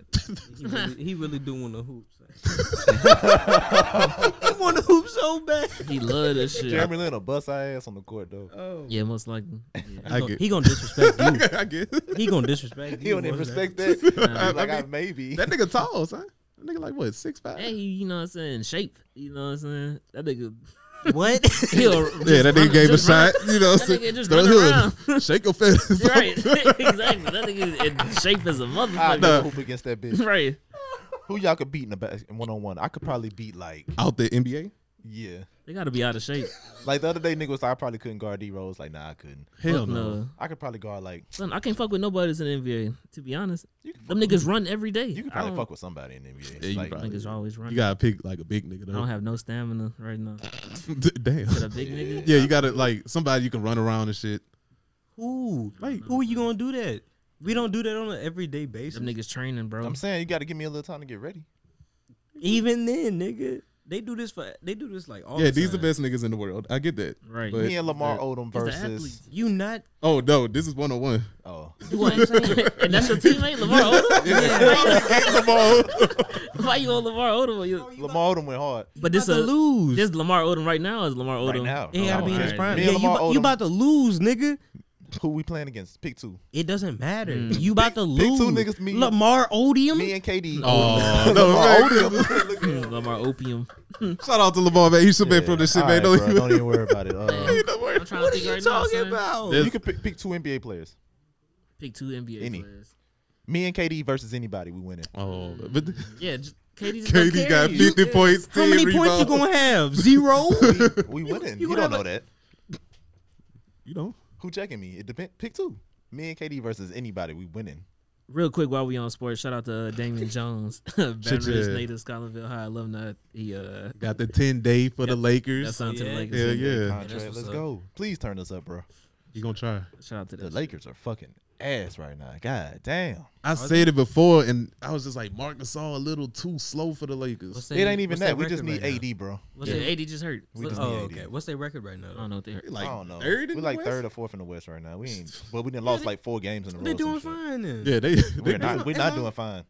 S5: he, really, he really do want to hoop. son. he want to hoop so bad.
S3: He love that shit.
S4: Jeremy Lin will bust our ass on the court though.
S1: Uh,
S3: Yeah, most likely. Yeah.
S1: I
S5: He gonna,
S1: get-
S5: he gonna disrespect you.
S1: I guess that
S5: He gonna disrespect you.
S4: He don't even
S5: boy.
S4: respect that.
S1: I
S4: He's like I
S1: mean,
S4: maybe.
S1: nigga tall, son. That nigga like what six five.
S3: Hey, you know what I'm saying? Shape. You know what I'm saying? That nigga.
S5: What?
S3: He'll
S1: yeah, that nigga gave a
S3: just
S1: shot.
S3: run-
S1: You know,
S3: That nigga just
S1: throw
S3: run
S1: the hood. shake your fist.
S3: Right. exactly. That nigga in shape as a
S1: Ah,
S4: I
S3: motherfucker.
S4: never
S1: Nah.
S4: hoop against that bitch.
S3: Right.
S4: Who y'all could beat in the bas- one on one? I could probably beat like
S1: Out the NBA?
S4: yeah.
S3: They gotta be out of shape.
S4: Like the other day, nigga was like, I probably couldn't guard D Rose. Like, nah, I couldn't.
S1: Hell
S3: Fuck
S1: no.
S4: I could probably guard like
S3: Son, I can't fuck with nobody that's in the NBA. To be honest,
S4: you could,
S3: them niggas run every day.
S4: you could
S3: I
S4: probably
S3: don't-
S4: fuck with somebody in the NBA.
S1: Mm. Yeah, you
S4: like,
S1: probably-
S3: Niggas always
S1: You
S3: running.
S1: gotta pick like a big nigga
S3: I don't
S1: though.
S3: have no stamina right now.
S1: Damn.
S3: But a big nigga,
S1: Yeah, you gotta like somebody you can run around and shit.
S6: Who?
S1: Like-
S6: who are you gonna do that? We don't do that on an everyday basis.
S3: them niggas training, bro.
S4: I'm saying you got to give me a little time to get ready.
S6: Even then, nigga, they do this for they do this like all.
S1: yeah,
S6: the
S1: these
S6: time.
S1: the best niggas in the world. I get that.
S3: Right.
S1: But-
S4: me and Lamar Odom
S3: the
S4: versus
S3: athletes.
S6: You not?
S1: Oh no, this is one on one.
S4: oh
S5: You know what I'm saying?
S3: and that's your teammate, Lamar Odom. Why you on Lamar Odom? You-
S4: Lamar Odom went hard
S3: But
S6: This
S3: this
S6: about to
S3: a
S6: lose.
S3: this Lamar Odom right now is Lamar Odom.
S4: right now.
S6: it gotta
S4: Oh,
S6: be in
S4: all
S6: his
S4: right.
S6: prime.
S4: Me
S6: Yeah,
S4: and
S6: you,
S4: Lamar
S6: bu- you
S4: Odom.
S6: about to lose, nigga.
S4: Who we playing against? Pick two.
S6: It doesn't matter. You about to
S4: pick
S6: lose.
S4: Hmm. two niggas, me-
S6: Lamar Odium.
S4: Me and KD.
S1: Oh, no,
S4: Lamar
S1: man.
S4: Odom. Look at him.
S3: Lamar Opium.
S1: Shout out to Lamar, man. He should be from this shit,
S4: all
S1: man.
S4: right,
S1: Don't
S4: bro,
S1: even-
S4: don't even worry about it. Uh,
S1: don't worry.
S3: I'm trying to think right now. son.
S6: about?
S1: There's-
S4: you could pick, pick two NBA players.
S3: Pick two NBA
S4: Any.
S3: players.
S4: Me and KD versus anybody, we winning.
S1: Oh, but
S3: Yeah, just, Katie just don't
S1: Katie
S3: carry
S1: got
S3: you.
S1: 50 points.
S6: uh, How many
S1: 10
S6: points you
S1: rebounds.
S6: gonna have? Zero.
S4: We winning.
S6: you
S4: You,
S6: gonna have
S4: don't know
S6: a-
S4: that.
S1: You know?
S4: Who checking me? It depends. Pick two. Me and KD versus anybody, we winning.
S3: Real quick, while we on sports, shout out to uh, Damian Jones, Baton
S1: Shit,
S3: Rouge
S1: yeah.
S3: native, Scotlandville High alumni. He uh,
S1: Got the 10 day for the
S3: got
S1: Lakers.
S3: signed to the
S6: Yeah.
S1: Hell
S3: Lakers.
S1: yeah.
S4: Contract,
S5: what's
S4: let's
S5: up.
S4: go. Please turn us up, bro.
S1: You gonna try.
S3: Shout out to
S4: The
S3: that.
S4: Lakers are fucking ass right now. God damn.
S1: I said it before, and I was just like, Mark Gasol a little too slow for the Lakers.
S5: What's
S4: It
S5: they-
S4: ain't even
S5: what's
S4: that.
S5: their
S4: We just need
S5: record right now?
S4: AD, bro.
S3: What's it? AD just hurt.
S4: We just
S5: Oh,
S4: need AD.
S5: okay. What's their record right now?
S3: Oh, I don't know what they hurt.
S1: Like,
S4: I don't know.
S1: third in
S4: we
S1: the
S4: like
S1: West?
S4: third or fourth in the West right now. We ain't, but we done lost like four games in a row.
S6: They're
S4: or some
S6: doing
S4: shit.
S6: fine then.
S1: Yeah, they they,
S4: We're not. We're
S6: and
S4: not
S6: I-
S4: doing fine.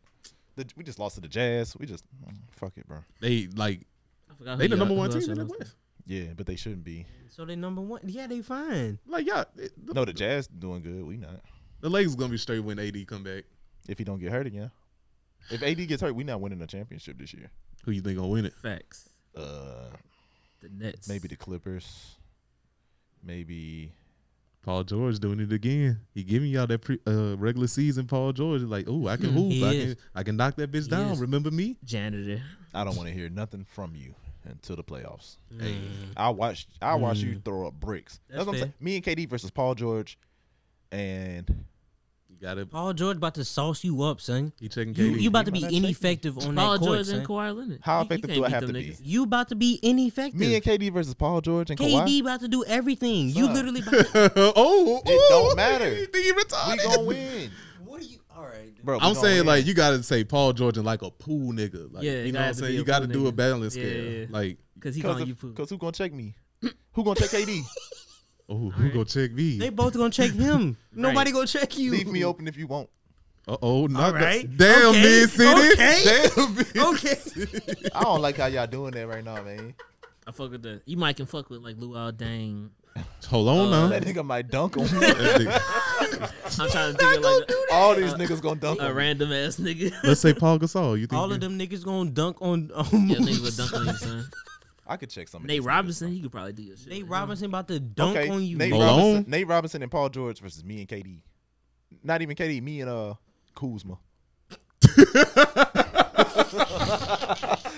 S4: The, we just lost to the Jazz. We just mm, fuck it, bro.
S1: they like
S3: I forgot who
S1: they the
S3: y'all-
S1: number
S3: who
S1: one
S3: else
S1: team in
S3: y'all
S1: the
S3: lost to.
S1: West.
S4: Yeah, but they shouldn't be.
S6: So they number one. Yeah, they fine.
S1: Like yeah, it- the,
S4: No, the Jazz doing good. We not.
S1: the Lakers gonna be straight when AD come back.
S4: If he don't get hurt again. If AD gets hurt, we not winning a championship this year.
S1: Who you think gonna win it?
S3: Facts.
S4: Uh,
S3: The Nets.
S4: maybe the Clippers. Maybe
S1: Paul George doing it again. He giving y'all that pre, uh, regular season. Paul George is like, oh, I can move.
S6: He
S1: I
S6: is.
S1: can I can knock that bitch
S3: He
S1: down.
S3: is.
S1: Remember me?
S3: janitor.
S4: I don't want to hear nothing from you until the playoffs. Hey, I watch. I watch you throw up bricks. That's,
S6: That's
S4: what I'm saying. Me and KD versus Paul George, and
S1: You got it.
S6: Paul George about to sauce you up, son.
S1: He checking KD.
S6: You, you about to be
S4: Why not take me?
S6: ineffective on
S3: Paul
S6: that court,
S3: George and
S6: son.
S3: Kawhi Leonard.
S4: How
S3: You- you
S4: effective
S3: can't
S4: do I
S3: beat
S4: have
S3: them
S4: to
S3: niggas.
S6: You about to be ineffective.
S4: me and KD versus Paul George and Kawhi.
S6: KD about to do everything. You
S4: Son.
S6: literally. About
S1: oh,
S4: It don't
S1: ooh,
S4: matter.
S1: he- he retarded.
S4: we gonna win,
S5: What are you? All right. dude.
S4: bro. we
S1: I'm
S4: gonna
S1: saying
S4: win.
S1: like you gotta say Paul George and like a pool nigga. Like,
S3: Yeah, it
S1: you
S3: gotta
S1: know what I'm
S3: have to
S1: saying.
S3: be
S1: You
S3: a
S1: gotta
S3: pool
S1: do a
S3: nigga.
S1: balance
S3: Yeah,
S1: scale.
S3: yeah, yeah.
S1: Like,
S3: Cause he
S4: Cause,
S3: calling
S4: if,
S3: you poop.
S4: Cause who gonna check me? Who gonna check KD?
S1: oh, who gonna check me?
S6: they both gonna check him. Nobody gonna check you.
S4: Leave me open if you won't.
S1: Uh oh, not the-
S6: right.
S1: damn
S6: Okay.
S1: mid city.
S6: Okay.
S1: Damn mid.
S6: Okay.
S4: I don't like how y'all doing that right now, man.
S3: I fuck with that. You might can fuck with like Luau Dang.
S1: Hold on
S4: That
S1: now.
S4: nigga might dunk on me.
S1: That
S3: Uh.
S1: nigga-
S3: I'm trying to think of like
S4: All these niggas gonna dunk
S6: Uh,
S3: a, a
S4: on me.
S3: random ass nigga.
S1: Let's say Paul Gasol. You think
S6: All
S1: you-
S6: of them niggas gonna dunk on. on
S3: yeah, nigga would dunk on you, son.
S4: I could check somebody.
S3: Nate Robinson, he could probably do your shit.
S6: Nate
S3: right
S6: Robinson about to dunk
S4: okay,
S6: on you.
S4: Nate
S1: Malone?
S4: Robinson, Nate Robinson and Paul George versus me and KD. Not even KD. Me and uh Kuzma.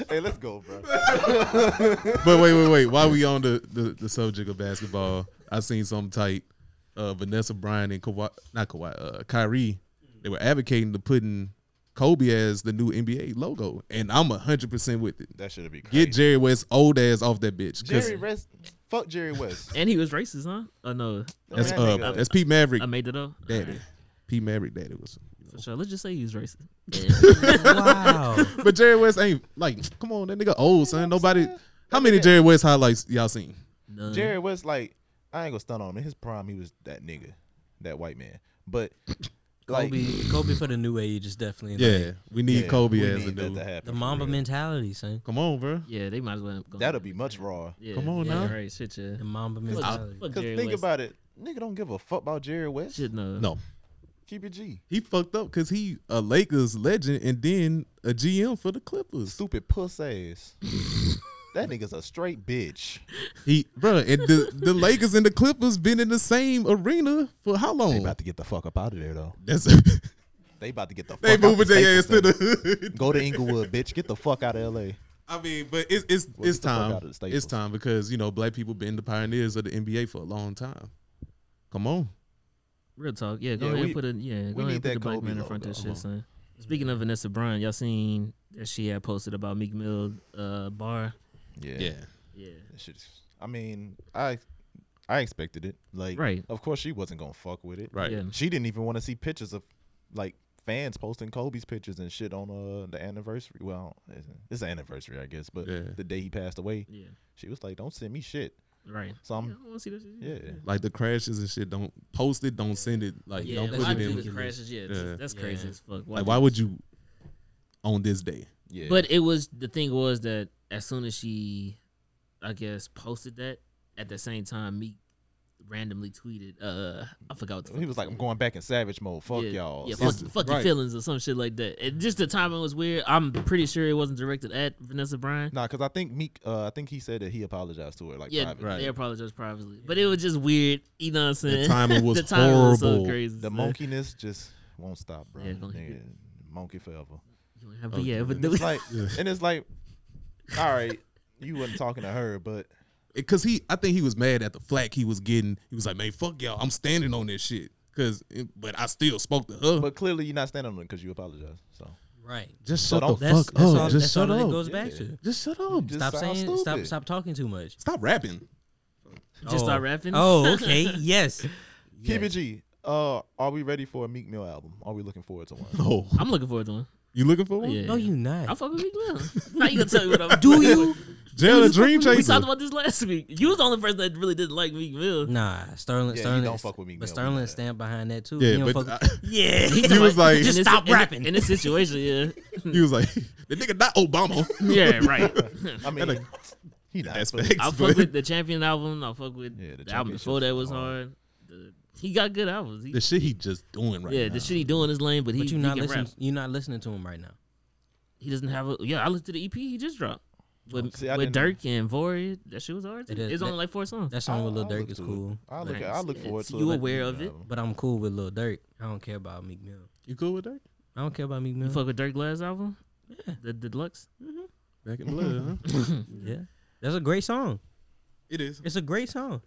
S4: hey, let's go, bro.
S1: But wait, wait, wait. While we on the, the, the subject of basketball, I seen some tight uh, Vanessa Bryan and Kawhi, not Kawhi, uh, Kyrie. They were advocating to putting Kobe as the new NBA logo, and I'm hundred percent with it.
S4: That should have been crazy.
S1: Get Jerry West old ass off that bitch. 'cause
S4: Jerry West. Fuck Jerry West.
S3: now. And he was racist, huh? Oh no,
S1: that's
S4: That
S1: uh,
S4: nigga-
S1: that's Pete Maverick
S3: I made it up. Uh,
S1: daddy. Pete Maverick daddy was.
S3: For sure. Let's just say he was racist.
S6: wow.
S1: But Jerry West ain't like, come on, that nigga old son. Nobody. How many Jerry West highlights y'all seen?
S3: None.
S4: Jerry West, like, I ain't gonna stunt on him. In his prime, he was that nigga, that white man. But like,
S6: Kobe, Kobe for the new age is definitely like,
S1: Yeah, we need
S4: yeah,
S1: Kobe
S4: we
S1: as
S4: need
S1: a
S4: that
S1: dude.
S4: to happen
S6: the
S4: for
S6: Mamba
S4: real.
S6: mentality, son.
S1: Come on, bro.
S3: Yeah, they might as well go.
S4: That'll be much raw.
S3: Yeah,
S1: Come on
S3: yeah,
S1: now.
S3: Right, shit, yeah.
S6: The Mamba
S3: Fuck-
S6: mentality.
S3: fuck
S4: Cause
S3: Jerry
S4: think
S3: West.
S4: about it, nigga don't give a fuck about Jerry West.
S3: shit. No,
S1: No,
S4: Keep it G.
S1: he fucked up because he a Lakers legend and then a GM for the Clippers.
S4: Stupid puss ass. that nigga's a straight bitch.
S1: He, bro, and the, the Lakers and the Clippers been in the same arena for how
S4: They
S1: long?
S4: about to get the fuck up out of there though.
S1: That's
S4: They about to get the fuck
S1: They
S4: out the
S1: moving their ass to
S4: Staples Center.
S1: the
S4: Go to Inglewood, bitch. Get the fuck out of LA.
S1: I mean, but it's it's
S4: Well,
S1: it's
S4: get the fuck
S1: time.
S4: out of the Staples.
S1: It's time because you know black people been the pioneers of the NBA for a long time. Come on,
S3: Real talk. Yeah, go
S4: Yeah,
S3: ahead
S4: we-
S3: and put a yeah,
S4: we
S3: go ahead
S4: need
S3: and put
S4: that
S3: the black
S4: Kobe
S3: man in front of
S4: logo.
S3: that shit, son. Speaking of Vanessa Bryant, y'all seen that she had posted about Meek Mill uh bar.
S4: Yeah.
S1: yeah,
S3: Yeah.
S4: That shit's- I mean, I I expected it. Like,
S3: Right.
S4: of course she wasn't gonna fuck with it.
S1: right.
S3: Yeah.
S4: She didn't even want to see pictures of like fans posting Kobe's pictures and shit on uh, the anniversary. Well, it's- it's an anniversary, I guess, but
S1: Yeah.
S4: the day he passed away,
S3: Yeah.
S4: she was like, "Don't send me shit."
S3: Right.
S4: So
S3: Yeah, I
S4: I'm,
S3: wanna see that shit.
S4: yeah,
S1: Like the crashes and shit. Don't post it. Don't send it. Like
S3: Yeah,
S1: don't
S3: that's
S1: put it in.
S3: ridiculous crashes. Yeah,
S1: Yeah.
S3: that's, that's crazy
S6: Yeah.
S3: as fuck.
S1: Like why would you on this day?
S4: yeah.
S3: But it was the thing was that as soon as she, I guess, posted that at the same time, Meek randomly tweeted. Uh, I forgot what the fuck
S4: he was like, "I'm going back in savage mode. Fuck
S3: yeah,
S4: y'all."
S3: Yeah,
S4: So-
S3: fuck,
S1: It's-
S3: fuck your
S1: right.
S3: feelings or some shit like that. And just the timing was weird. I'm pretty sure it wasn't directed at Vanessa Bryan.
S4: Nah, because I think Meek, uh, I think he said that he apologized to her, like,
S3: yeah,
S4: private.
S1: Right.
S3: they apologized privately, but it was just weird. You know what I'm saying?
S1: timing was
S3: the timing was so
S1: horrible.
S3: crazy.
S4: The
S3: son.
S4: monkiness just won't stop, bro.
S3: Yeah, it's gonna
S4: Nigga,
S3: hit.
S4: monkey forever.
S3: But yeah, but
S4: And
S3: the,
S4: it's like, and it's like, all right, you wasn't talking to her, but
S1: because he I think he was mad at the flack he was getting. He was like, man, fuck y'all. I'm standing on this shit. Cause, but I still spoke to her.
S4: but clearly you're not standing on it because you apologize. So
S6: Right.
S1: just
S4: so
S1: shut the
S4: don't-
S6: That's,
S1: fuck
S6: that's
S1: up.
S6: all,
S1: just
S6: that's
S1: shut
S6: all
S1: up.
S6: it goes back
S4: Yeah.
S6: to.
S1: just shut up.
S4: Just
S6: Stop
S4: sound
S6: saying stop
S4: stupid.
S6: stop talking too much.
S1: Stop rapping.
S3: just
S6: oh.
S3: start rapping.
S6: Oh, okay. Yes.
S4: Keep it G. Uh, are we ready for a Meek Mill album? Are we looking forward to one?
S1: No,
S3: I'm looking forward to one.
S1: you looking for one?
S3: Yeah.
S6: Oh, No, you
S3: I
S6: not.
S3: fuck with Meek Mill. How you gonna tell me what I'm
S6: Do you?
S1: Jail the Dream
S3: We
S1: Chaser.
S3: talked about this last week. You was the only person that really didn't like Meek Mill.
S6: Nah, Sterling.
S4: he
S6: Sterling
S4: don't fuck with Meek
S6: But
S4: Mill, we know
S6: Sterling
S4: that.
S6: stand behind that too.
S1: yeah,
S6: he don't
S1: but
S6: fuck,
S1: I-
S6: yeah.
S1: he was like,
S6: Just
S3: In this-
S6: stop
S3: in-
S6: rapping.
S3: in this situation. Yeah,
S1: he was like, the nigga not Obama.
S3: yeah, right.
S4: I mean,
S1: Like,
S4: he not.
S1: That's
S4: but-
S1: facts.
S3: I fuck
S1: but-
S3: with the champion album. I fuck with
S4: Yeah, the
S3: the, album before
S4: Championship's
S3: that was
S4: hard.
S3: hard. The- he got good albums. He,
S1: the shit he just doing right
S3: yeah,
S1: now.
S3: the shit he doing is lame, but he
S6: but you
S3: he
S6: not
S3: can
S6: listening.
S3: rap.
S6: You not listening to him right now.
S3: He doesn't have a yeah. I listened to the EP he just dropped
S1: Oh,
S3: with,
S4: See, I
S3: with
S4: didn't-
S3: Dirk and Vori. That shit was hard. Too.
S6: It is-
S3: it's only
S6: that-
S3: like four songs.
S6: That song with Lil
S4: I'll
S6: Durk
S4: look
S6: is
S4: to it.
S6: cool,
S4: I look.
S3: Nice.
S4: I look
S3: Yeah,
S4: forward
S3: so
S4: to.
S3: you
S4: like,
S3: aware
S4: Meek
S3: of
S4: Mill
S3: it?
S4: album.
S6: but I'm cool with Lil Durk. I don't care about Meek Mill.
S1: You cool with that?
S6: I don't care about Meek Mill.
S3: You fuck with Dirk Glass album, the, the deluxe.
S1: Back in blood, huh?
S6: Yeah, that's a great song.
S1: it is.
S6: It's a great song.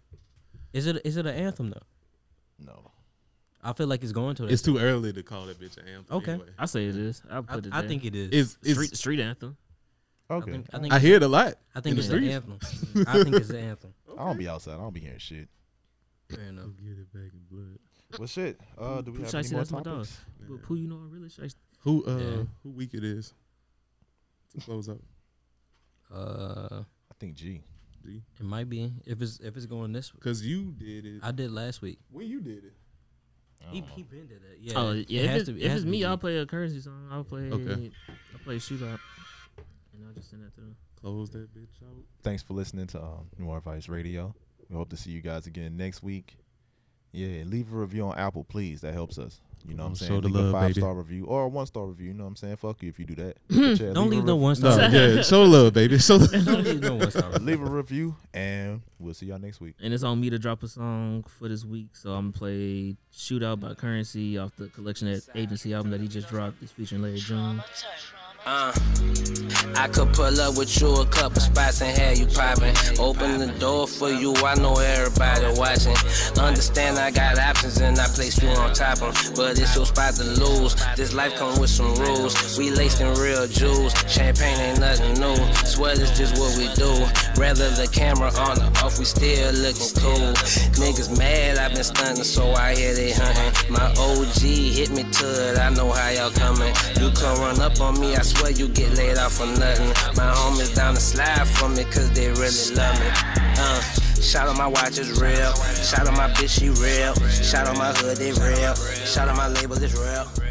S6: Is it? Is it an anthem though?
S4: No.
S6: I feel like it's going to. That.
S1: It's too early to call that bitch an anthem.
S6: Okay.
S1: anyway.
S3: I say it is. I
S6: I,
S3: put it.
S6: I
S3: there.
S6: think it is.
S1: It's, it's,
S3: street street anthem.
S6: I
S4: Okay.
S6: think. I think.
S1: I hear it a lot.
S6: I
S1: in
S6: think
S1: the
S6: it's an
S1: streets.
S6: anthem. I think it's an anthem.
S4: I don't be outside. I don't be hearing shit.
S6: Fair enough.
S1: Get it back in blood.
S4: Well, shit. Uh, do we have
S3: Precisely,
S4: any more
S3: that's my dog.
S4: topics?
S3: But who you know really? Shiesty.
S1: Who uh
S6: Yeah.
S1: who week it is? To close up.
S6: Uh,
S4: I think G.
S1: G.
S6: it might be if it's if it's going this.
S1: Cause you did it.
S6: I did last week.
S1: when you did it.
S4: I
S6: He,
S4: don't know.
S6: he been did it. Yeah.
S3: Oh
S6: it
S3: yeah. If,
S6: has
S3: it's,
S6: to be- it
S3: if
S6: has to
S3: it's
S6: be
S3: me,
S6: G.
S3: I'll play a currency song. I'll play.
S1: Okay.
S3: I'll play shootout. And I'll just send that to them.
S1: Close that bitch out.
S4: Thanks for listening to um, Noir Vice Radio. We hope to see you guys again next week. Yeah, leave a review on Apple, please. That helps us. You know what I'm
S1: Show
S4: saying?
S1: the
S4: leave a
S1: love,
S4: five
S1: baby.
S4: star review or a one star review. You know what I'm saying? Fuck you if you do that. But yeah,
S6: Don't
S4: a
S6: leave no
S4: rev-
S6: one
S1: No,
S6: star.
S1: yeah, show love, baby. Show love.
S6: Don't leave no one star.
S4: leave a review, and we'll see y'all next week.
S3: and it's on me to drop a song for this week. So I'm gonna play "Shootout" by Currency off the collection that Agency album that he just dropped. It's featuring Larry June.
S7: Uh, I could pull up with you a couple spots and have you poppin'. Open the door for you, I know everybody watching. Understand I got options and I place you on top of 'em. But it's your spot to lose. This life comes with some rules. We laced in real jewels. Champagne ain't nothing new. Sweat is just what we do. Rather the camera on or off, we still looking cool. Niggas mad, I've been stunting, so I hear they hunting. My OG hit me to it, I know how y'all coming. You come run up on me, I swear you get laid off for nothing. My homies down the slide from me, cause they really love me. Uh, shout out my watch is real. Shout out my bitch, she real. Shout out my hood, it real. Shout out my label, it's real.